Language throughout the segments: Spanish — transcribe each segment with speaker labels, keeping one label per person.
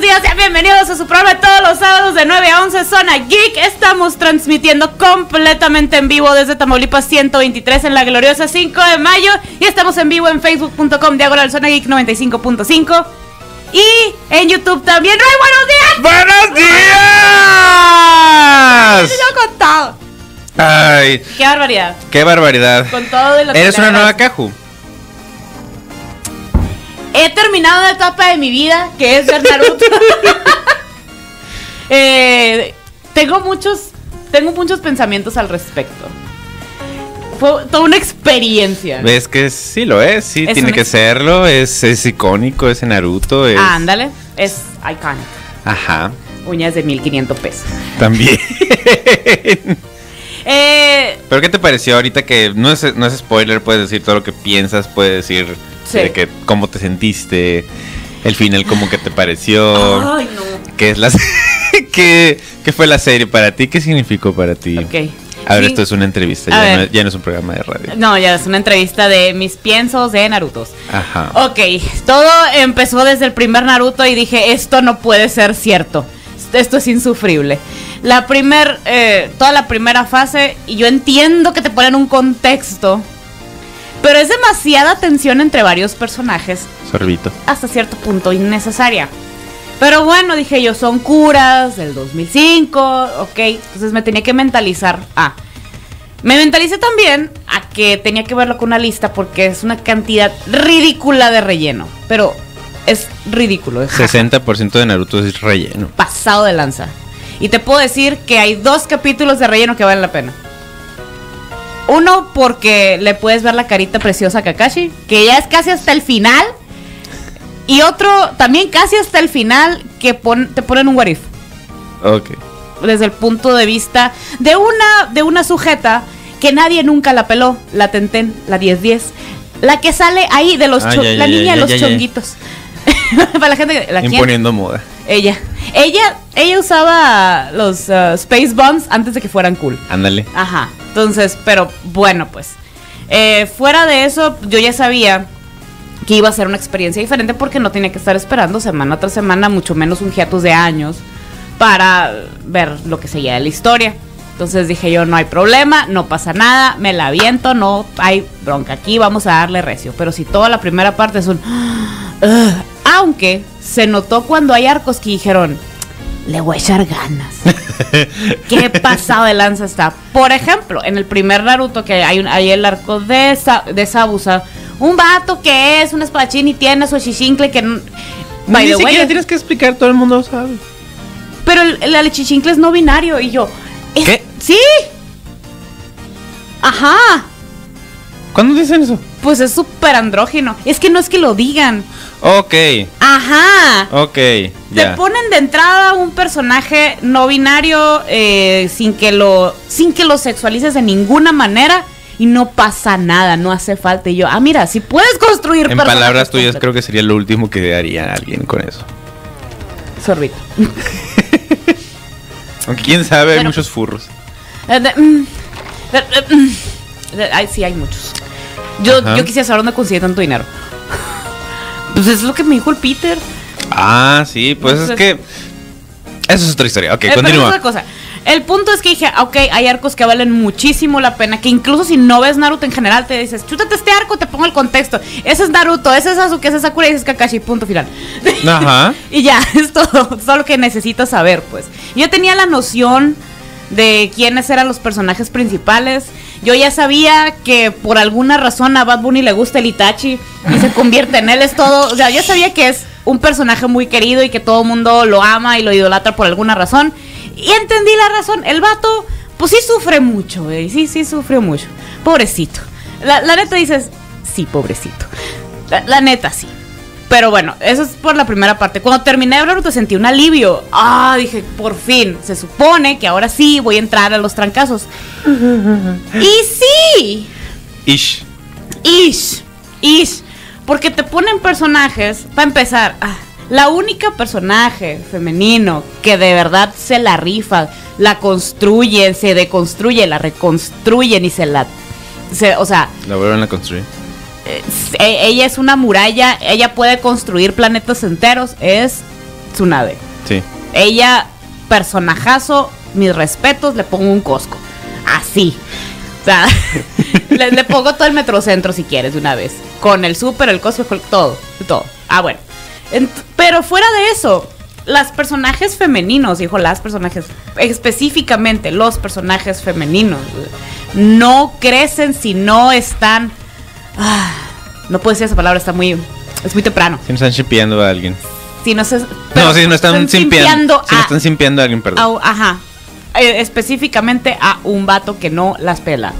Speaker 1: días, sean bienvenidos a su programa todos los sábados de 9 a 11 Zona Geek. Estamos transmitiendo completamente en vivo desde Tamaulipas 123 en la gloriosa 5 de mayo y estamos en vivo en facebook.com diagonal Zona Geek 95.5 y en YouTube también. ¡Roy, buenos días!
Speaker 2: ¡Buenos
Speaker 1: Ay,
Speaker 2: días!
Speaker 1: se lo he contado.
Speaker 2: Ay,
Speaker 1: ¡Qué barbaridad!
Speaker 2: qué barbaridad.
Speaker 1: Con todo y lo que
Speaker 2: Eres
Speaker 1: le
Speaker 2: una nueva
Speaker 1: agarras.
Speaker 2: caju.
Speaker 1: He terminado una etapa de mi vida que es ver Naruto. Eh, tengo muchos, tengo muchos pensamientos al respecto. Fue toda una experiencia.
Speaker 2: Ves que sí lo es, sí,
Speaker 1: Es
Speaker 2: tiene
Speaker 1: una-
Speaker 2: que serlo, es, es icónico ese Naruto, es...
Speaker 1: Ah, ándale, es iconic.
Speaker 2: Ajá,
Speaker 1: Uñas de 1500 pesos.
Speaker 2: también.
Speaker 1: Eh,
Speaker 2: Pero ¿qué te pareció ahorita que no es, no es spoiler, puedes decir todo lo que piensas, puedes decir
Speaker 1: Sí.
Speaker 2: de que, cómo te sentiste, el final cómo que te pareció,
Speaker 1: Ay, no.
Speaker 2: qué es la... ¿Qué, qué fue la serie para ti? ¿Qué significó para ti?
Speaker 1: Ok.
Speaker 2: A ver,
Speaker 1: Sí.
Speaker 2: esto es una entrevista,
Speaker 1: A
Speaker 2: ya no,
Speaker 1: ver.
Speaker 2: es- ya no es un programa de radio.
Speaker 1: No, ya es una entrevista de mis piensos de Narutos.
Speaker 2: Ajá.
Speaker 1: Ok, todo empezó desde el primer Naruto y dije, esto no puede ser cierto. Esto es insufrible. La primer, eh, toda la primera fase, y yo entiendo que te ponen un contexto, pero es demasiada tensión entre varios personajes
Speaker 2: Sorbito.
Speaker 1: hasta cierto punto innecesaria. Pero bueno, dije yo, son curas del 2005, ok, entonces me tenía que mentalizar a... Me mentalicé también a que tenía que verlo con una lista porque es una cantidad ridícula de relleno, pero es ridículo, es
Speaker 2: 60% de Naruto es relleno.
Speaker 1: pasado de lanza. Y te puedo decir que hay dos capítulos de relleno que valen la pena. Uno porque le puedes ver la carita preciosa a Kakashi, que ya es casi hasta el final. Y otro también casi hasta el final que pon- te ponen un warif
Speaker 2: Ok.
Speaker 1: desde el punto de vista de una de una sujeta que nadie nunca la peló, la Tenten, la 1010, la que sale ahí de los
Speaker 2: Ah,
Speaker 1: cho-
Speaker 2: ya, ya,
Speaker 1: la
Speaker 2: ya,
Speaker 1: niña
Speaker 2: ya,
Speaker 1: de los
Speaker 2: ya, ya.
Speaker 1: chonguitos. Para la gente que la quién?
Speaker 2: Imponiendo moda.
Speaker 1: Ella. Ella, ella usaba los uh, Space Bombs antes de que fueran cool.
Speaker 2: Ándale.
Speaker 1: Ajá. Entonces, pero bueno, pues. Eh, fuera de eso, yo ya sabía que iba a ser una experiencia diferente porque no tenía que estar esperando semana tras semana, mucho menos un hiatus de años, para ver lo que seguía de la historia. Entonces dije yo, no hay problema, no pasa nada, me la aviento, no hay bronca aquí, vamos a darle recio. Pero si toda la primera parte es un... "Ugh", aunque se notó cuando hay arcos que dijeron, le voy a echar ganas. Qué pasado de lanza está. Por ejemplo, en el primer Naruto que hay, un- hay el arco de, Sa- de Sabusa, un vato que es un espadachín y tiene su chichincle que... n- By
Speaker 2: Ni
Speaker 1: the way,
Speaker 2: siquiera tienes que explicar, todo el mundo sabe.
Speaker 1: pero el, el achichincle es no binario y yo... es-
Speaker 2: ¿Qué?
Speaker 1: Sí. Ajá.
Speaker 2: ¿Cuándo dicen eso?
Speaker 1: Pues es súper andrógino. Es que no es que lo digan.
Speaker 2: Ok,
Speaker 1: Ajá.
Speaker 2: ok, ya.
Speaker 1: Te ponen de entrada un personaje no binario eh, sin que lo sin que lo sexualices de ninguna manera y no pasa nada, no hace falta. Y yo, ah, mira, si puedes construir
Speaker 2: En
Speaker 1: personajes
Speaker 2: palabras tuyas creo
Speaker 1: completos.
Speaker 2: que sería lo último que haría alguien con eso.
Speaker 1: Sorbito.
Speaker 2: Aunque quién sabe, hay
Speaker 1: Bueno.
Speaker 2: muchos furros.
Speaker 1: Eh, de- mm, de- de- mm, de- ay, sí, hay muchos. Yo,
Speaker 2: Ajá.
Speaker 1: yo quisiera saber dónde consigue tanto dinero. Pues es lo que me dijo el Peter.
Speaker 2: Ah, sí, pues
Speaker 1: Entonces-
Speaker 2: es que... Eso es otra historia. Ok,
Speaker 1: Eh, pero es
Speaker 2: continúa.
Speaker 1: otra cosa. El punto es que dije, ok, hay arcos que valen muchísimo la pena, que incluso si no ves Naruto en general, te dices, chútate este arco, te pongo el contexto. Ese es Naruto, ese es Sasuke, ese es Sakura y ese es Kakashi, punto final.
Speaker 2: Ajá.
Speaker 1: y ya, es todo, es todo lo que necesitas saber, pues. Yo tenía la noción de quiénes eran los personajes principales. Yo ya sabía que por alguna razón a Bad Bunny le gusta el Itachi y se convierte en él, es todo. O sea, yo sabía que es un personaje muy querido y que todo el mundo lo ama y lo idolatra por alguna razón. Y entendí la razón. El vato, pues sí sufre mucho, güey. Sí, sí sufrió mucho. Pobrecito. La, la neta dices, sí, pobrecito. La, la neta sí. Pero bueno, eso es por la primera parte. Cuando terminé de Naruto sentí un alivio. Ah, dije, por fin, se supone que ahora sí voy a entrar a los trancazos. y sí,
Speaker 2: Ish.
Speaker 1: Ish, ish, porque te ponen personajes, para empezar, ah, la única personaje femenino que de verdad se la rifa, la construyen, se deconstruye, la reconstruyen y se la... se- o sea,
Speaker 2: La vuelven a construir.
Speaker 1: eh, ella es una muralla, ella puede construir planetas enteros, es Tsunade.
Speaker 2: Sí.
Speaker 1: Ella, personajazo, mis respetos, le pongo un cosco. Así. O sea, le, le pongo todo el metrocentro si quieres de una vez. Con el súper, el cosco, con todo, todo. Ah, bueno. Ent- pero fuera de eso, las personajes femeninos, dijo las personajes, específicamente los personajes femeninos, no crecen si no están... ah, no puedo decir esa palabra, está muy... Es muy temprano.
Speaker 2: Si me están shippeando a alguien.
Speaker 1: Si no se... ah,
Speaker 2: no, si no están simpeando. Si no
Speaker 1: a-
Speaker 2: están simpeando a alguien,
Speaker 1: a
Speaker 2: perdón.
Speaker 1: u- ajá. Eh, específicamente a un vato que no las pela.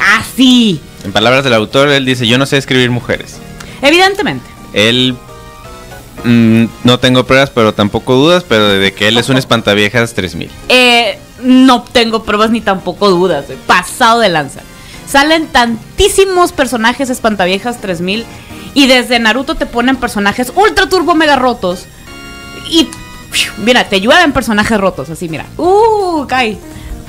Speaker 1: Ah, Así.
Speaker 2: En palabras del autor, él dice: Yo no sé escribir mujeres.
Speaker 1: Evidentemente.
Speaker 2: Él. mm, no tengo pruebas, pero tampoco dudas, pero de que él es un espantaviejas 3000.
Speaker 1: Eh, no tengo pruebas ni tampoco dudas. eh, Pasado de lanza. Salen tantísimos personajes espantaviejas 3000 y desde Naruto te ponen personajes ultra turbo mega rotos. Y pfiu, mira, te llueven personajes rotos, así mira. Uh, cae.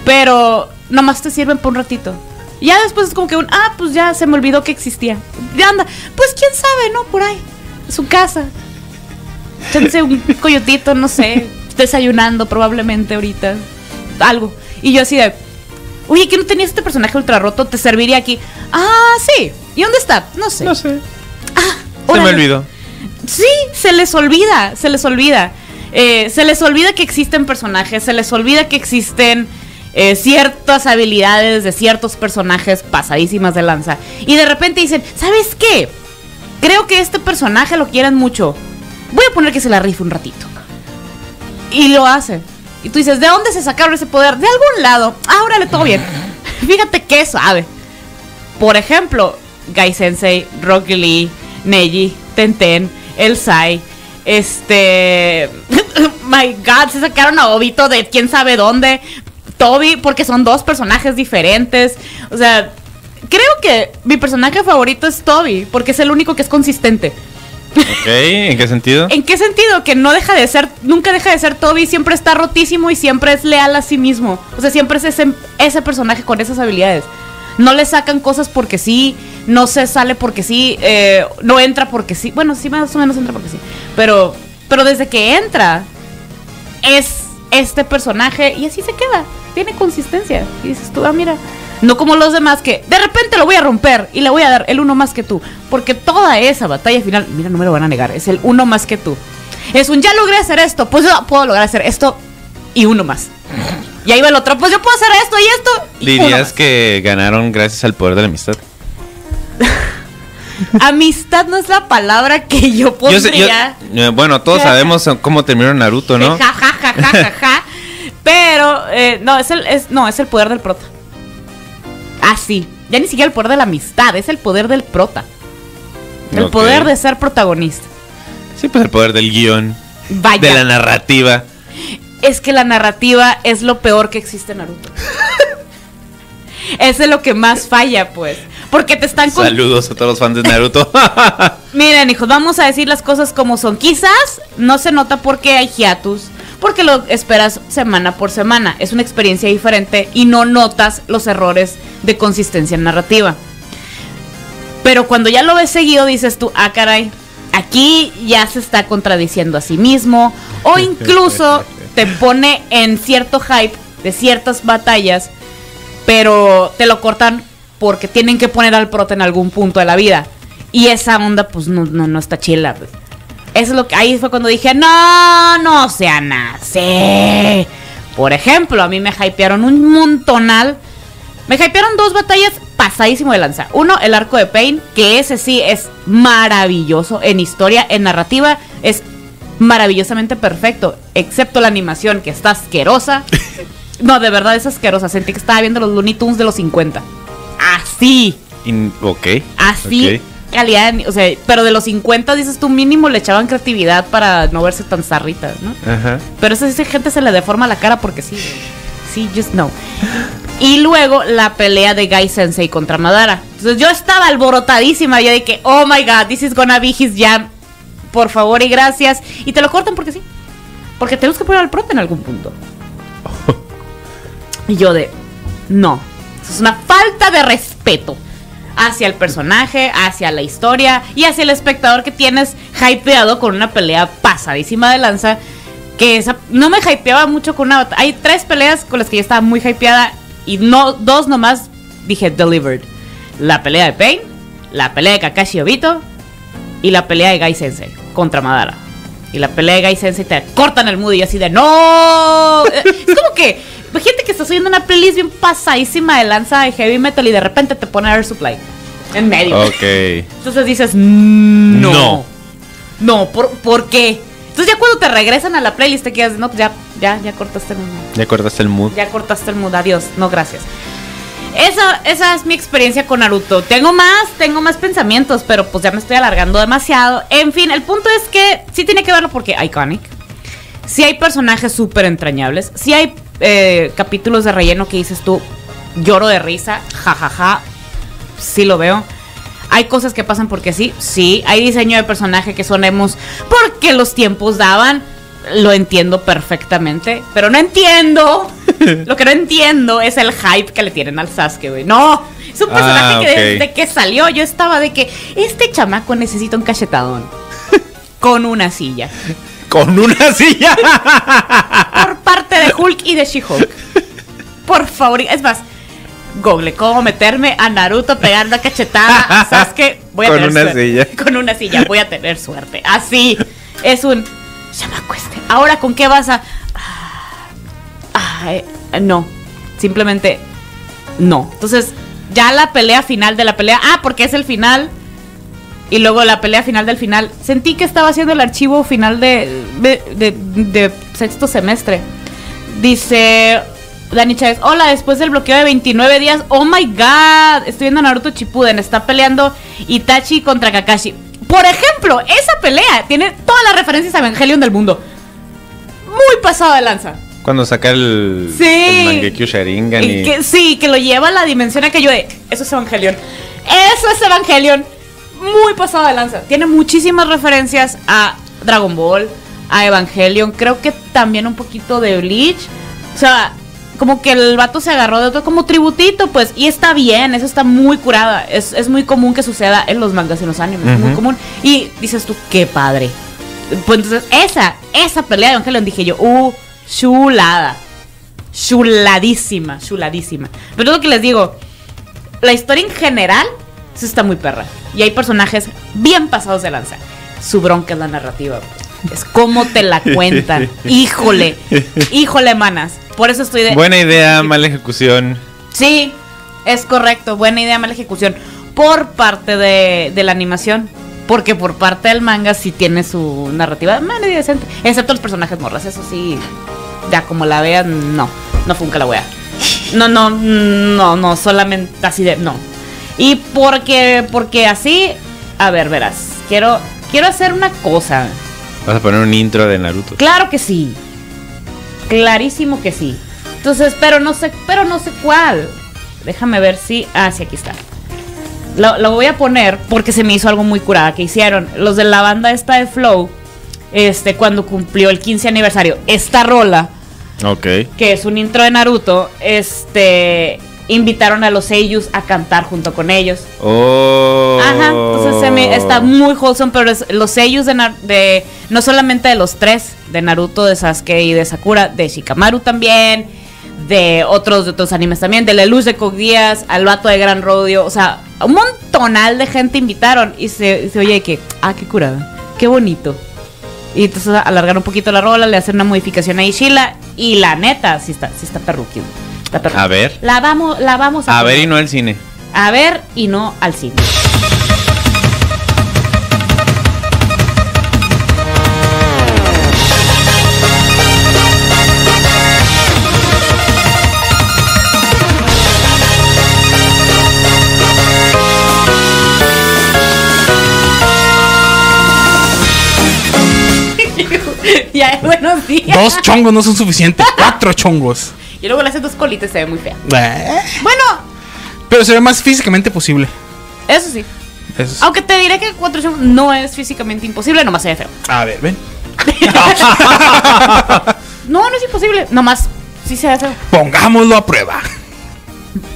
Speaker 1: Pero nomás te sirven por un ratito. Ya después es como que un, ah, pues ya se me olvidó que existía. Ya anda, pues quién sabe, ¿no? Por ahí, su casa. Chance un coyotito, no sé, desayunando probablemente ahorita. Algo. Y yo así de, oye, ¿que no tenías este personaje ultra roto? ¿Te serviría aquí? Ah, sí. ¿Y dónde está? No sé. "Ah,
Speaker 2: No sé. Se me
Speaker 1: Órale.
Speaker 2: olvidó.
Speaker 1: Sí, se les olvida, se les olvida. Eh, se les olvida que existen personajes, se les olvida que existen eh, ciertas habilidades de ciertos personajes pasadísimas de lanza. Y de repente dicen, ¿sabes qué? Creo que este personaje lo quieren mucho. Voy a poner que se la rife un ratito. Y lo hace. Y tú dices, ¿de dónde se sacaron ese poder? De algún lado. Ah, órale, todo bien. Fíjate qué sabe. Por ejemplo, Gai Sensei, Rocky Lee, Neji, Tenten, El Sai, este. My God, se sacaron a Obito de quién sabe dónde. Toby, porque son dos personajes diferentes. O sea, creo que mi personaje favorito es Toby, porque es el único que es consistente.
Speaker 2: Ok, ¿en qué sentido?
Speaker 1: ¿En qué sentido? Que no deja de ser, nunca deja de ser Toby, siempre está rotísimo y siempre es leal a sí mismo. O sea, siempre es ese, ese personaje con esas habilidades. No le sacan cosas porque sí, no se sale porque sí, eh, no entra porque sí. Bueno, sí más o menos entra porque sí. Pero, pero desde que entra, es este personaje y así se queda. Tiene consistencia. Y dices tú, ah, mira. No como los demás que de repente lo voy a romper y le voy a dar el uno más que tú. Porque toda esa batalla final, mira, no me lo van a negar, es el uno más que tú. Es un ya logré hacer esto, pues yo puedo lograr hacer esto y uno más. Y ahí va el otro, pues yo puedo hacer esto y esto. Y uno
Speaker 2: Dirías
Speaker 1: más.
Speaker 2: que ganaron gracias al poder de la amistad.
Speaker 1: Amistad no es la palabra que yo
Speaker 2: Yo
Speaker 1: pondría.
Speaker 2: sé- yo- eh, bueno, todos sabemos cómo terminó Naruto, ¿no?
Speaker 1: Ja, ja, ja, ja, ja, ja. Pero, eh, no, es el, es, no, es el poder del prota. Así. Ya ni siquiera el poder de la amistad, es el poder del prota. El
Speaker 2: Ok.
Speaker 1: poder de ser protagonista.
Speaker 2: Sí, pues el poder del guión,
Speaker 1: Vaya.
Speaker 2: de la narrativa.
Speaker 1: es que la narrativa es lo peor que existe en Naruto. es de lo que más falla, pues. Porque te están con-
Speaker 2: Saludos a todos los fans de Naruto.
Speaker 1: Miren, hijos, vamos a decir las cosas como son. Quizás no se nota porque hay hiatus, porque lo esperas semana por semana. Es una experiencia diferente y no notas los errores de consistencia narrativa. Pero cuando ya lo ves seguido, dices tú, ah, caray, aquí ya se está contradiciendo a sí mismo. O incluso te pone en cierto hype de ciertas batallas, pero te lo cortan porque tienen que poner al prota en algún punto de la vida. Y esa onda, pues no, no, no está chila. pues. Eso es lo que ahí fue cuando dije, no, no sean así. Por ejemplo, a mí me hypearon un montonal. Me hypearon dos batallas pasadísimo de lanza. Uno, el arco de Pain, que ese sí es maravilloso en historia, en narrativa, es maravillosamente perfecto, excepto la animación que está asquerosa. No, de verdad es asquerosa. Sentí que estaba viendo los Looney Tunes de los 50. Así,
Speaker 2: In- ok.
Speaker 1: así.
Speaker 2: ok.
Speaker 1: Calidad, de- o sea, pero de los 50 dices tú mínimo le echaban creatividad para no verse tan zarritas, ¿no?
Speaker 2: Ajá.
Speaker 1: Pero esa, esa gente se le deforma la cara porque sí. güey. Sí, just no. Y luego la pelea de Gai Sensei contra Madara. Entonces yo estaba alborotadísima. Yo de que, oh my god, this is gonna be his jam. Por favor y gracias. Y te lo cortan porque sí. Porque tenemos que poner al prota en algún punto. Y yo de, no. Eso es una falta de respeto hacia el personaje, hacia la historia y hacia el espectador que tienes hypeado con una pelea pasadísima de lanza. Que esa, no me hypeaba mucho con una. Hay tres peleas con las que yo estaba muy hypeada y no, dos nomás dije delivered: la pelea de Pain, la pelea de Kakashi Obito y la pelea de Gai Sensei contra Madara. Y la pelea de Gai Sensei te cortan el mood y yo así de ¡No! Eh, es como que, gente que está subiendo una playlist bien pasadísima de lanza de heavy metal y de repente te pone Air Supply en medio.
Speaker 2: Ok.
Speaker 1: Entonces dices, no.
Speaker 2: No.
Speaker 1: No, ¿por, ¿por qué? Entonces ya cuando te regresan a la playlist te quedas, no, pues ya, ya, ya cortaste el mood.
Speaker 2: ¿Ya acordaste el mood?
Speaker 1: Ya cortaste el mood, adiós, no gracias. Esa, esa es mi experiencia con Naruto. Tengo más, tengo más pensamientos, pero pues ya me estoy alargando demasiado. En fin, el punto es que sí tiene que verlo porque Iconic. Sí hay personajes súper entrañables. Sí hay eh, capítulos de relleno que dices tú, lloro de risa, jajaja, sí lo veo. Hay cosas que pasan porque sí, sí. Hay diseño de personaje que son emos porque los tiempos daban. Lo entiendo perfectamente, pero no entiendo. lo que no entiendo es el hype que le tienen al Sasuke, güey. No, es un personaje
Speaker 2: Ah,
Speaker 1: que
Speaker 2: ok.
Speaker 1: desde que salió yo estaba de que este chamaco necesita un cachetadón con una silla
Speaker 2: Con una silla.
Speaker 1: por parte de Hulk y de She-Hulk. Por favor, es más, Google, ¿cómo meterme a Naruto pegando a cachetada? ¿Sabes qué? Voy a
Speaker 2: Con
Speaker 1: tener
Speaker 2: una
Speaker 1: suerte.
Speaker 2: silla.
Speaker 1: Con una silla, voy a tener suerte. Así, es un chamaco este. Ahora, ¿con qué vas a...? Ah, eh, no, simplemente no. Entonces, ya la pelea final de la pelea, ah, porque es el final... Y luego la pelea final del final. Sentí que estaba haciendo el archivo final de, de, de- de sexto semestre. Dice Dani Chávez, hola, después del bloqueo de 29 días, oh my god, estoy viendo Naruto Chipuden, está peleando Itachi contra Kakashi. Por ejemplo, esa pelea tiene todas las referencias a Evangelion del mundo. Muy pasada de lanza.
Speaker 2: Cuando saca el,
Speaker 1: Sí.
Speaker 2: el Mangekyo Sharingan
Speaker 1: Y
Speaker 2: y,
Speaker 1: que, sí, que lo lleva a la dimensión a que yo de, eso es Evangelion. Eso es Evangelion. Muy pasado de lanza. Tiene muchísimas referencias a Dragon Ball, a Evangelion. Creo que también un poquito de Bleach. O sea, como que el vato se agarró de otro como tributito, pues. Y está bien, eso está muy curada. Es, es muy común que suceda en los mangas y en los animes. es Muy
Speaker 2: Ujú.
Speaker 1: común. Y dices tú, qué padre. Pues entonces, esa, esa pelea de Evangelion dije yo, uh, chulada chuladísima, chuladísima. Pero es lo que les digo, la historia en general sí está muy perra. Y hay personajes bien pasados de lanza. Su bronca es la narrativa. pues. Es cómo te la cuentan. Híjole, híjole, manas. Por eso estoy de...
Speaker 2: Buena idea, mala ejecución.
Speaker 1: Sí, es correcto. Buena idea, mala ejecución. Por parte de, de la animación. Porque por parte del manga sí tiene su narrativa mala y decente. Excepto los personajes morras. Eso sí, ya como la vean, no. No funca la wea. No, no, no, no. Solamente así de. No. Y porque, porque así. A ver, verás. Quiero, quiero hacer una cosa.
Speaker 2: Vas a poner un intro de Naruto.
Speaker 1: Claro que sí. Clarísimo que sí. Entonces, pero no sé, pero no sé cuál. Déjame ver si. Ah, sí, aquí está. Lo, lo voy a poner porque se me hizo algo muy curada que hicieron. Los de la banda esta de Flow. Este, cuando cumplió el 15 aniversario. Esta rola
Speaker 2: Ok.
Speaker 1: que es un intro de Naruto, este invitaron a los seiyus a cantar junto con ellos.
Speaker 2: Oh.
Speaker 1: Ajá, entonces se me- está muy wholesome, pero es- los sellos de, Nar- de- no solamente de los tres, de Naruto, de Sasuke y de Sakura, de Shikamaru también, de otros de otros animes también, de la luz de Cogdías, al vato de Gran Rodio, o sea, un montonal de gente invitaron y se, y se oye que, ah, qué curada, qué bonito. Y entonces alargaron un poquito la rola, le hacen una modificación a Ishila y la neta, sí está, sí está perruquín. Está perruquín.
Speaker 2: A ver.
Speaker 1: La vamos, la vamos a
Speaker 2: A ver
Speaker 1: poner.
Speaker 2: y no al cine.
Speaker 1: A ver y no al cine. ya, buenos días.
Speaker 3: Dos chongos no son suficientes, cuatro chongos.
Speaker 1: Y luego le haces dos colitas y se ve muy fea.
Speaker 3: Eh,
Speaker 1: Bueno,
Speaker 3: Pero se ve más físicamente posible.
Speaker 1: eso sí.
Speaker 3: Eso es-
Speaker 1: Aunque te diré que cuatro chongos no es físicamente imposible, nomás se ve feo.
Speaker 3: A ver, ven.
Speaker 1: No, no es imposible. Nomás sí se ve feo.
Speaker 3: Pongámoslo a prueba.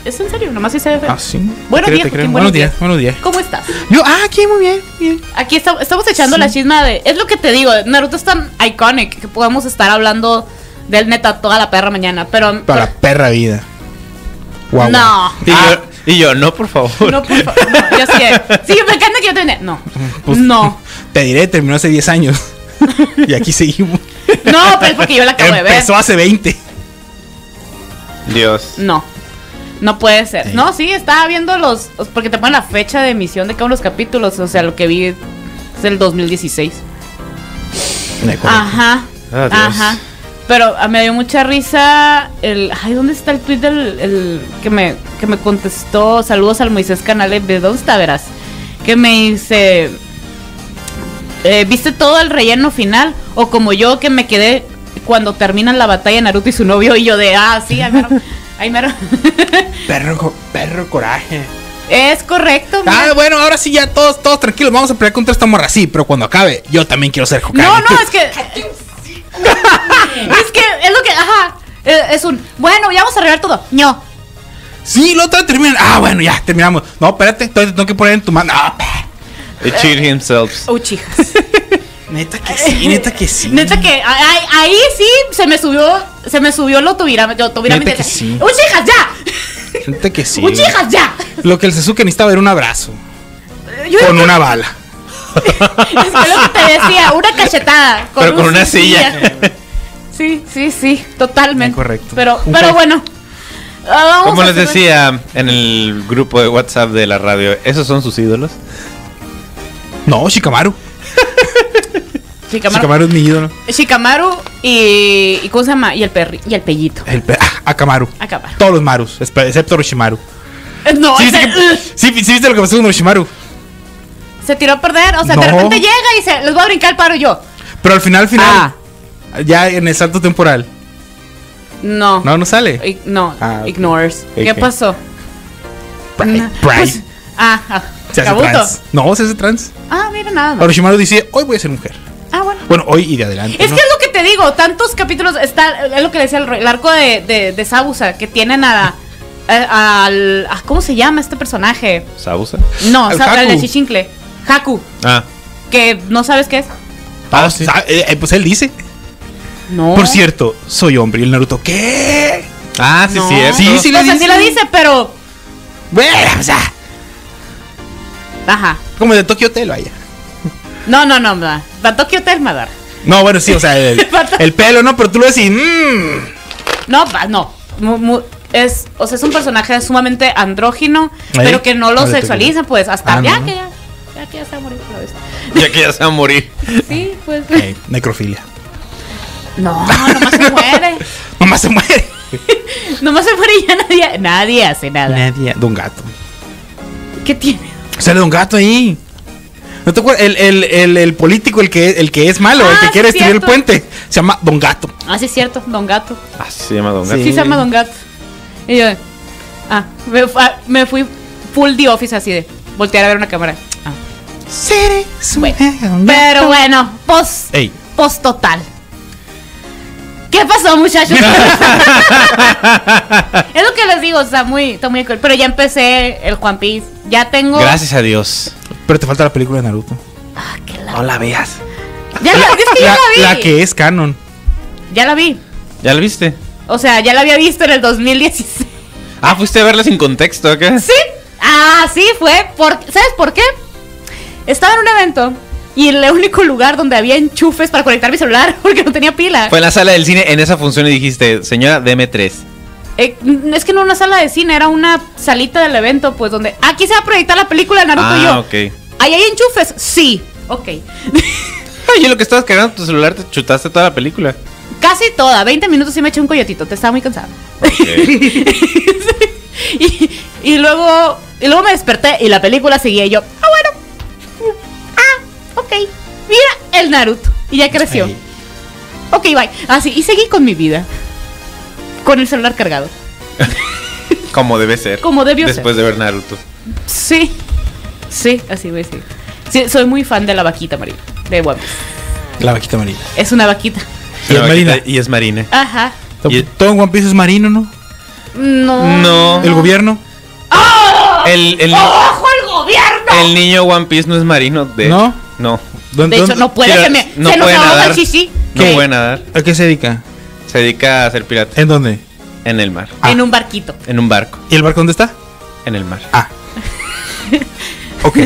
Speaker 1: Es en serio, nomás si se ve feo.
Speaker 3: Ah, sí.
Speaker 1: Buenos
Speaker 3: Creo,
Speaker 1: días,
Speaker 3: te creo.
Speaker 1: Joaquín,
Speaker 3: Buenos días, buenos días.
Speaker 1: ¿Cómo estás?
Speaker 3: Yo, ah, aquí muy bien, bien.
Speaker 1: Aquí esta- estamos echando la chisma de. Es lo que te digo, Naruto es tan iconic que podemos estar hablando del neta toda la perra mañana. Pero.
Speaker 3: Para la perra vida. Guau.
Speaker 1: No.
Speaker 2: Y,
Speaker 1: Ah,
Speaker 2: yo, y yo, no, por favor.
Speaker 1: No, por favor. no, yo sí. eh. Sí, me encanta que yo te No.
Speaker 3: Pues-
Speaker 1: no.
Speaker 3: Te diré, terminó hace 10 años. y aquí seguimos.
Speaker 1: No, pero es porque yo la acabo de ver.
Speaker 3: Empezó hace 20.
Speaker 2: Dios.
Speaker 1: No. No puede ser. No, sí, estaba viendo los. Porque te ponen la fecha de emisión de cada uno de los capítulos. O sea, lo que vi es el 2016. Ajá.
Speaker 2: Ah, Dios.
Speaker 1: ajá. Pero ah, me dio mucha risa el. Ay, ¿dónde está el tweet del. el- que, me, que me contestó? Saludos al Moisés Canales. ¿De dónde está, verás? Que me dice. eh, ¿Viste todo el relleno final? O como yo que me quedé cuando terminan la batalla Naruto y su novio. Y yo de. Ah, sí, ahí mero. ahí mero".
Speaker 3: Perro, co- perro coraje.
Speaker 1: es correcto. mira.
Speaker 3: Ah, bueno, ahora sí ya todos, todos tranquilos. Vamos a pelear contra esta morra. Sí, pero cuando acabe, yo también quiero ser Hokage.
Speaker 1: No, no, es que. es que es lo que. Ajá. eh, Es un. Bueno, ya vamos a arreglar todo. No.
Speaker 3: Sí, lo otro termina. Ah, bueno, ya, terminamos. No, espérate, todavía te tengo que poner en tu mano. Ah,
Speaker 2: It cheat himself.
Speaker 1: Uchijas.
Speaker 3: neta que sí, neta que sí.
Speaker 1: Neta que ay, ahí sí se me subió. Se me subió lo tuviera. Yo tuviera
Speaker 3: Neta que sí.
Speaker 1: Uchijas, ya.
Speaker 3: Neta que sí.
Speaker 1: Uchijas, ya.
Speaker 3: Lo que el Sasuke necesitaba era un abrazo.
Speaker 1: Yo
Speaker 3: Con una bala.
Speaker 1: es que lo que te decía, una cachetada.
Speaker 2: Pero con
Speaker 1: un
Speaker 2: una
Speaker 1: Sí, sí, sí, totalmente.
Speaker 3: Correcto.
Speaker 1: Pero,
Speaker 3: Un
Speaker 1: pero
Speaker 3: ca-
Speaker 1: bueno. ah, vamos
Speaker 2: Como
Speaker 1: a
Speaker 2: les
Speaker 1: hacer-
Speaker 2: decía en el grupo de WhatsApp de la radio, ¿esos son sus ídolos?
Speaker 3: No, Shikamaru.
Speaker 1: Shikamaru,
Speaker 3: Shikamaru es mi ídolo.
Speaker 1: Shikamaru y, y ¿Cómo se llama? Y el perri. Y el pellito.
Speaker 3: El pe- ah, Akamaru.
Speaker 1: Akamaru.
Speaker 3: Todos los Marus, espe- excepto Orochimaru.
Speaker 1: Eh, No,
Speaker 3: ¿Sí,
Speaker 1: ese-
Speaker 3: viste que- sí, sí viste lo que pasó con Orochimaru.
Speaker 1: se tiró a perder. O sea, de
Speaker 3: No.
Speaker 1: repente llega y se les voy a brincar el paro yo.
Speaker 3: Pero al final, al final,
Speaker 1: Ah.
Speaker 3: ya en el salto temporal.
Speaker 1: No.
Speaker 3: No, no sale.
Speaker 1: Ig- no,
Speaker 3: Ah, ok.
Speaker 1: ignores. ¿Qué
Speaker 3: Ok.
Speaker 1: pasó?
Speaker 3: Pride,
Speaker 1: No,
Speaker 3: pride.
Speaker 1: pues, ah, ah,
Speaker 3: Se hace
Speaker 1: Kabuto.
Speaker 3: trans. No, se hace trans.
Speaker 1: Ah, mira nada más.
Speaker 3: Orochimaru dice, hoy voy a ser mujer.
Speaker 1: Ah, bueno.
Speaker 3: Bueno, hoy y de adelante.
Speaker 1: Es
Speaker 3: ¿no?
Speaker 1: que es lo que te digo, tantos capítulos está, es lo que decía el, rey, el arco de, de, de Sabusa, que tienen a, a- al a- ¿cómo se llama este personaje?
Speaker 2: ¿Sabusa?
Speaker 1: No,
Speaker 3: Al
Speaker 1: o sea, el de
Speaker 3: Haku.
Speaker 1: Chichincle. Haku,
Speaker 2: Ah,
Speaker 1: que no sabes qué es.
Speaker 3: Ah, sa- eh, eh, pues él dice.
Speaker 1: No.
Speaker 3: Por cierto, soy hombre. Y el Naruto, ¿qué?
Speaker 2: ah sí,
Speaker 1: No.
Speaker 2: cierto.
Speaker 3: Sí,
Speaker 1: Sí,
Speaker 3: sí lo
Speaker 1: o sea,
Speaker 3: dice.
Speaker 1: sí lo dice, pero
Speaker 3: Bueno, o sea,
Speaker 1: ajá.
Speaker 3: como de Tokyo Hotel, vaya.
Speaker 1: No, no, no, no. Va Tokyo Hotel Madar.
Speaker 3: No, bueno, sí, o sea, el, el pelo, ¿no? Pero tú lo decís, mmm.
Speaker 1: No, va, no. Mu- mu- es, o sea, es un personaje sumamente andrógino, pero que no lo
Speaker 3: Ahorita que-
Speaker 1: sexualiza, pues, hasta
Speaker 3: Ah,
Speaker 1: ya
Speaker 3: no.
Speaker 1: que ya, ya que ya se va a morir otra vez.
Speaker 2: Ya que ya se va a morir.
Speaker 1: Sí, pues.
Speaker 3: Ey, necrofilia.
Speaker 1: No, nomás se muere.
Speaker 3: Mamá se muere.
Speaker 1: Nomás se muere y ya nadie, nadie hace nada.
Speaker 3: Nadie. De un gato.
Speaker 1: ¿Qué tiene?
Speaker 3: Sale de un gato ahí. ¿No te acuerdas? El, el, el, el político, el que, el que es malo, el
Speaker 1: Ah,
Speaker 3: que quiere
Speaker 1: sí,
Speaker 3: destruir el
Speaker 1: cierto.
Speaker 3: puente, se llama Don Gato.
Speaker 1: Ah, sí, es cierto, Don Gato.
Speaker 2: Ah, se llama Don
Speaker 1: Sí,
Speaker 2: Gato.
Speaker 1: se llama Don Gato. Y yo, ah, me, fu- ah, me fui full the office así de voltear a ver una cámara. Ah. Bueno,
Speaker 3: eh,
Speaker 1: pero bueno, post,
Speaker 3: Ey.
Speaker 1: post total. ¿Qué pasó, muchachos? es lo que les digo, o sea, muy, está muy cool. Pero ya empecé el Juan Piece. Ya tengo.
Speaker 2: Gracias a Dios.
Speaker 3: Pero te falta la película de Naruto.
Speaker 1: Ah, que la-
Speaker 3: No la veas.
Speaker 1: Ya la, es que ya
Speaker 3: La,
Speaker 1: la vi.
Speaker 3: la que es canon.
Speaker 1: Ya la vi.
Speaker 2: ¿Ya lo viste?
Speaker 1: O sea, ya la había visto en el 2016.
Speaker 2: Ah, fuiste a verla sin contexto acá.
Speaker 1: Sí, ah, sí, fue. Por, ¿Sabes por qué? Estaba en un evento y el único lugar donde había enchufes para conectar mi celular porque no tenía pila.
Speaker 2: Fue en la sala del cine en esa función y dijiste, señora, deme tres.
Speaker 1: Eh, n- es que no era una sala de cine, era una salita del evento, pues donde aquí se va a proyectar la película de Naruto y yo.
Speaker 2: Ah, ok.
Speaker 1: ¿Ahí hay enchufes? Sí, ok.
Speaker 2: Ay, yo Ah, lo que estabas cargando tu celular te chutaste toda la película.
Speaker 1: Casi toda, 20 minutos y me eché un coyotito, te estaba muy cansada.
Speaker 2: Ok.
Speaker 1: y, y luego y luego me desperté y la película seguía y yo, ah, bueno. Ah, ok. Mira el Naruto. Y ya creció.
Speaker 3: Ey.
Speaker 1: Ok, bye. Así, y seguí con mi vida. Con el celular cargado.
Speaker 2: Como debe ser.
Speaker 1: Como debió ser.
Speaker 2: Después de ver Naruto.
Speaker 1: Sí. Sí, así voy a decir. Sí, soy muy fan de la vaquita, María. De One Piece.
Speaker 3: La vaquita marina.
Speaker 1: Es una vaquita.
Speaker 3: Y es marina.
Speaker 2: Y es marina.
Speaker 1: Ajá.
Speaker 2: Y-
Speaker 3: Todo en One Piece es marino, ¿no?
Speaker 1: No.
Speaker 2: No.
Speaker 3: El gobierno.
Speaker 1: Ah,
Speaker 2: El, el,
Speaker 1: ¡Ojo el gobierno!
Speaker 2: el niño One Piece no es marino, de
Speaker 3: ¿No?
Speaker 2: hecho. No.
Speaker 1: de
Speaker 3: ¿Dónde-
Speaker 1: hecho,
Speaker 3: dónde-
Speaker 1: no puede
Speaker 2: Pero
Speaker 1: se me-
Speaker 2: no
Speaker 1: se nos
Speaker 2: puede
Speaker 1: ahoga el
Speaker 2: nadar.
Speaker 1: chichi
Speaker 2: No
Speaker 3: ¿Qué?
Speaker 2: puede nadar.
Speaker 3: ¿A qué se dedica?
Speaker 2: Se dedica a ser pirata.
Speaker 3: ¿En dónde?
Speaker 2: En el mar.
Speaker 3: Ah.
Speaker 1: en un barquito.
Speaker 2: En un barco.
Speaker 3: ¿Y el barco dónde está?
Speaker 2: En el mar.
Speaker 3: Ah. ok.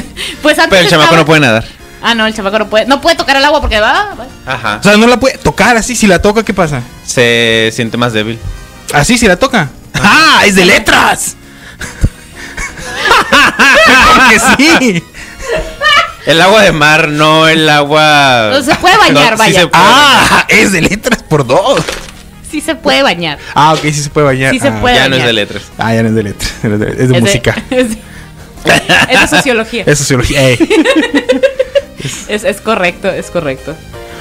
Speaker 1: Pues antes
Speaker 2: Pero el chamaco
Speaker 1: estaba-
Speaker 2: no puede nadar.
Speaker 1: Ah, no, el chamaco no puede. No puede tocar el agua porque va. va.
Speaker 2: Ajá.
Speaker 3: O sea, no la puede tocar así. Si la toca, ¿qué pasa?
Speaker 2: Se siente más débil.
Speaker 3: Así, si la toca. ¡Ah! ¡Es de letras! Porque sí.
Speaker 2: El agua de mar, no el agua.
Speaker 1: No se puede bañar,
Speaker 2: sí
Speaker 1: vaya.
Speaker 2: se puede bañar.
Speaker 3: ¡Ah! Es de letras por dos.
Speaker 1: Sí se puede bañar.
Speaker 3: Ah, ok, sí se puede bañar.
Speaker 1: Sí se
Speaker 3: Ah.
Speaker 1: puede
Speaker 2: ya no es
Speaker 1: bañar.
Speaker 2: de letras.
Speaker 3: Ah, ya no es de letras. Es de, es de
Speaker 1: Es de-
Speaker 3: música.
Speaker 1: es, de, es de sociología.
Speaker 3: Es sociología. Ey.
Speaker 1: Es, es correcto, es correcto.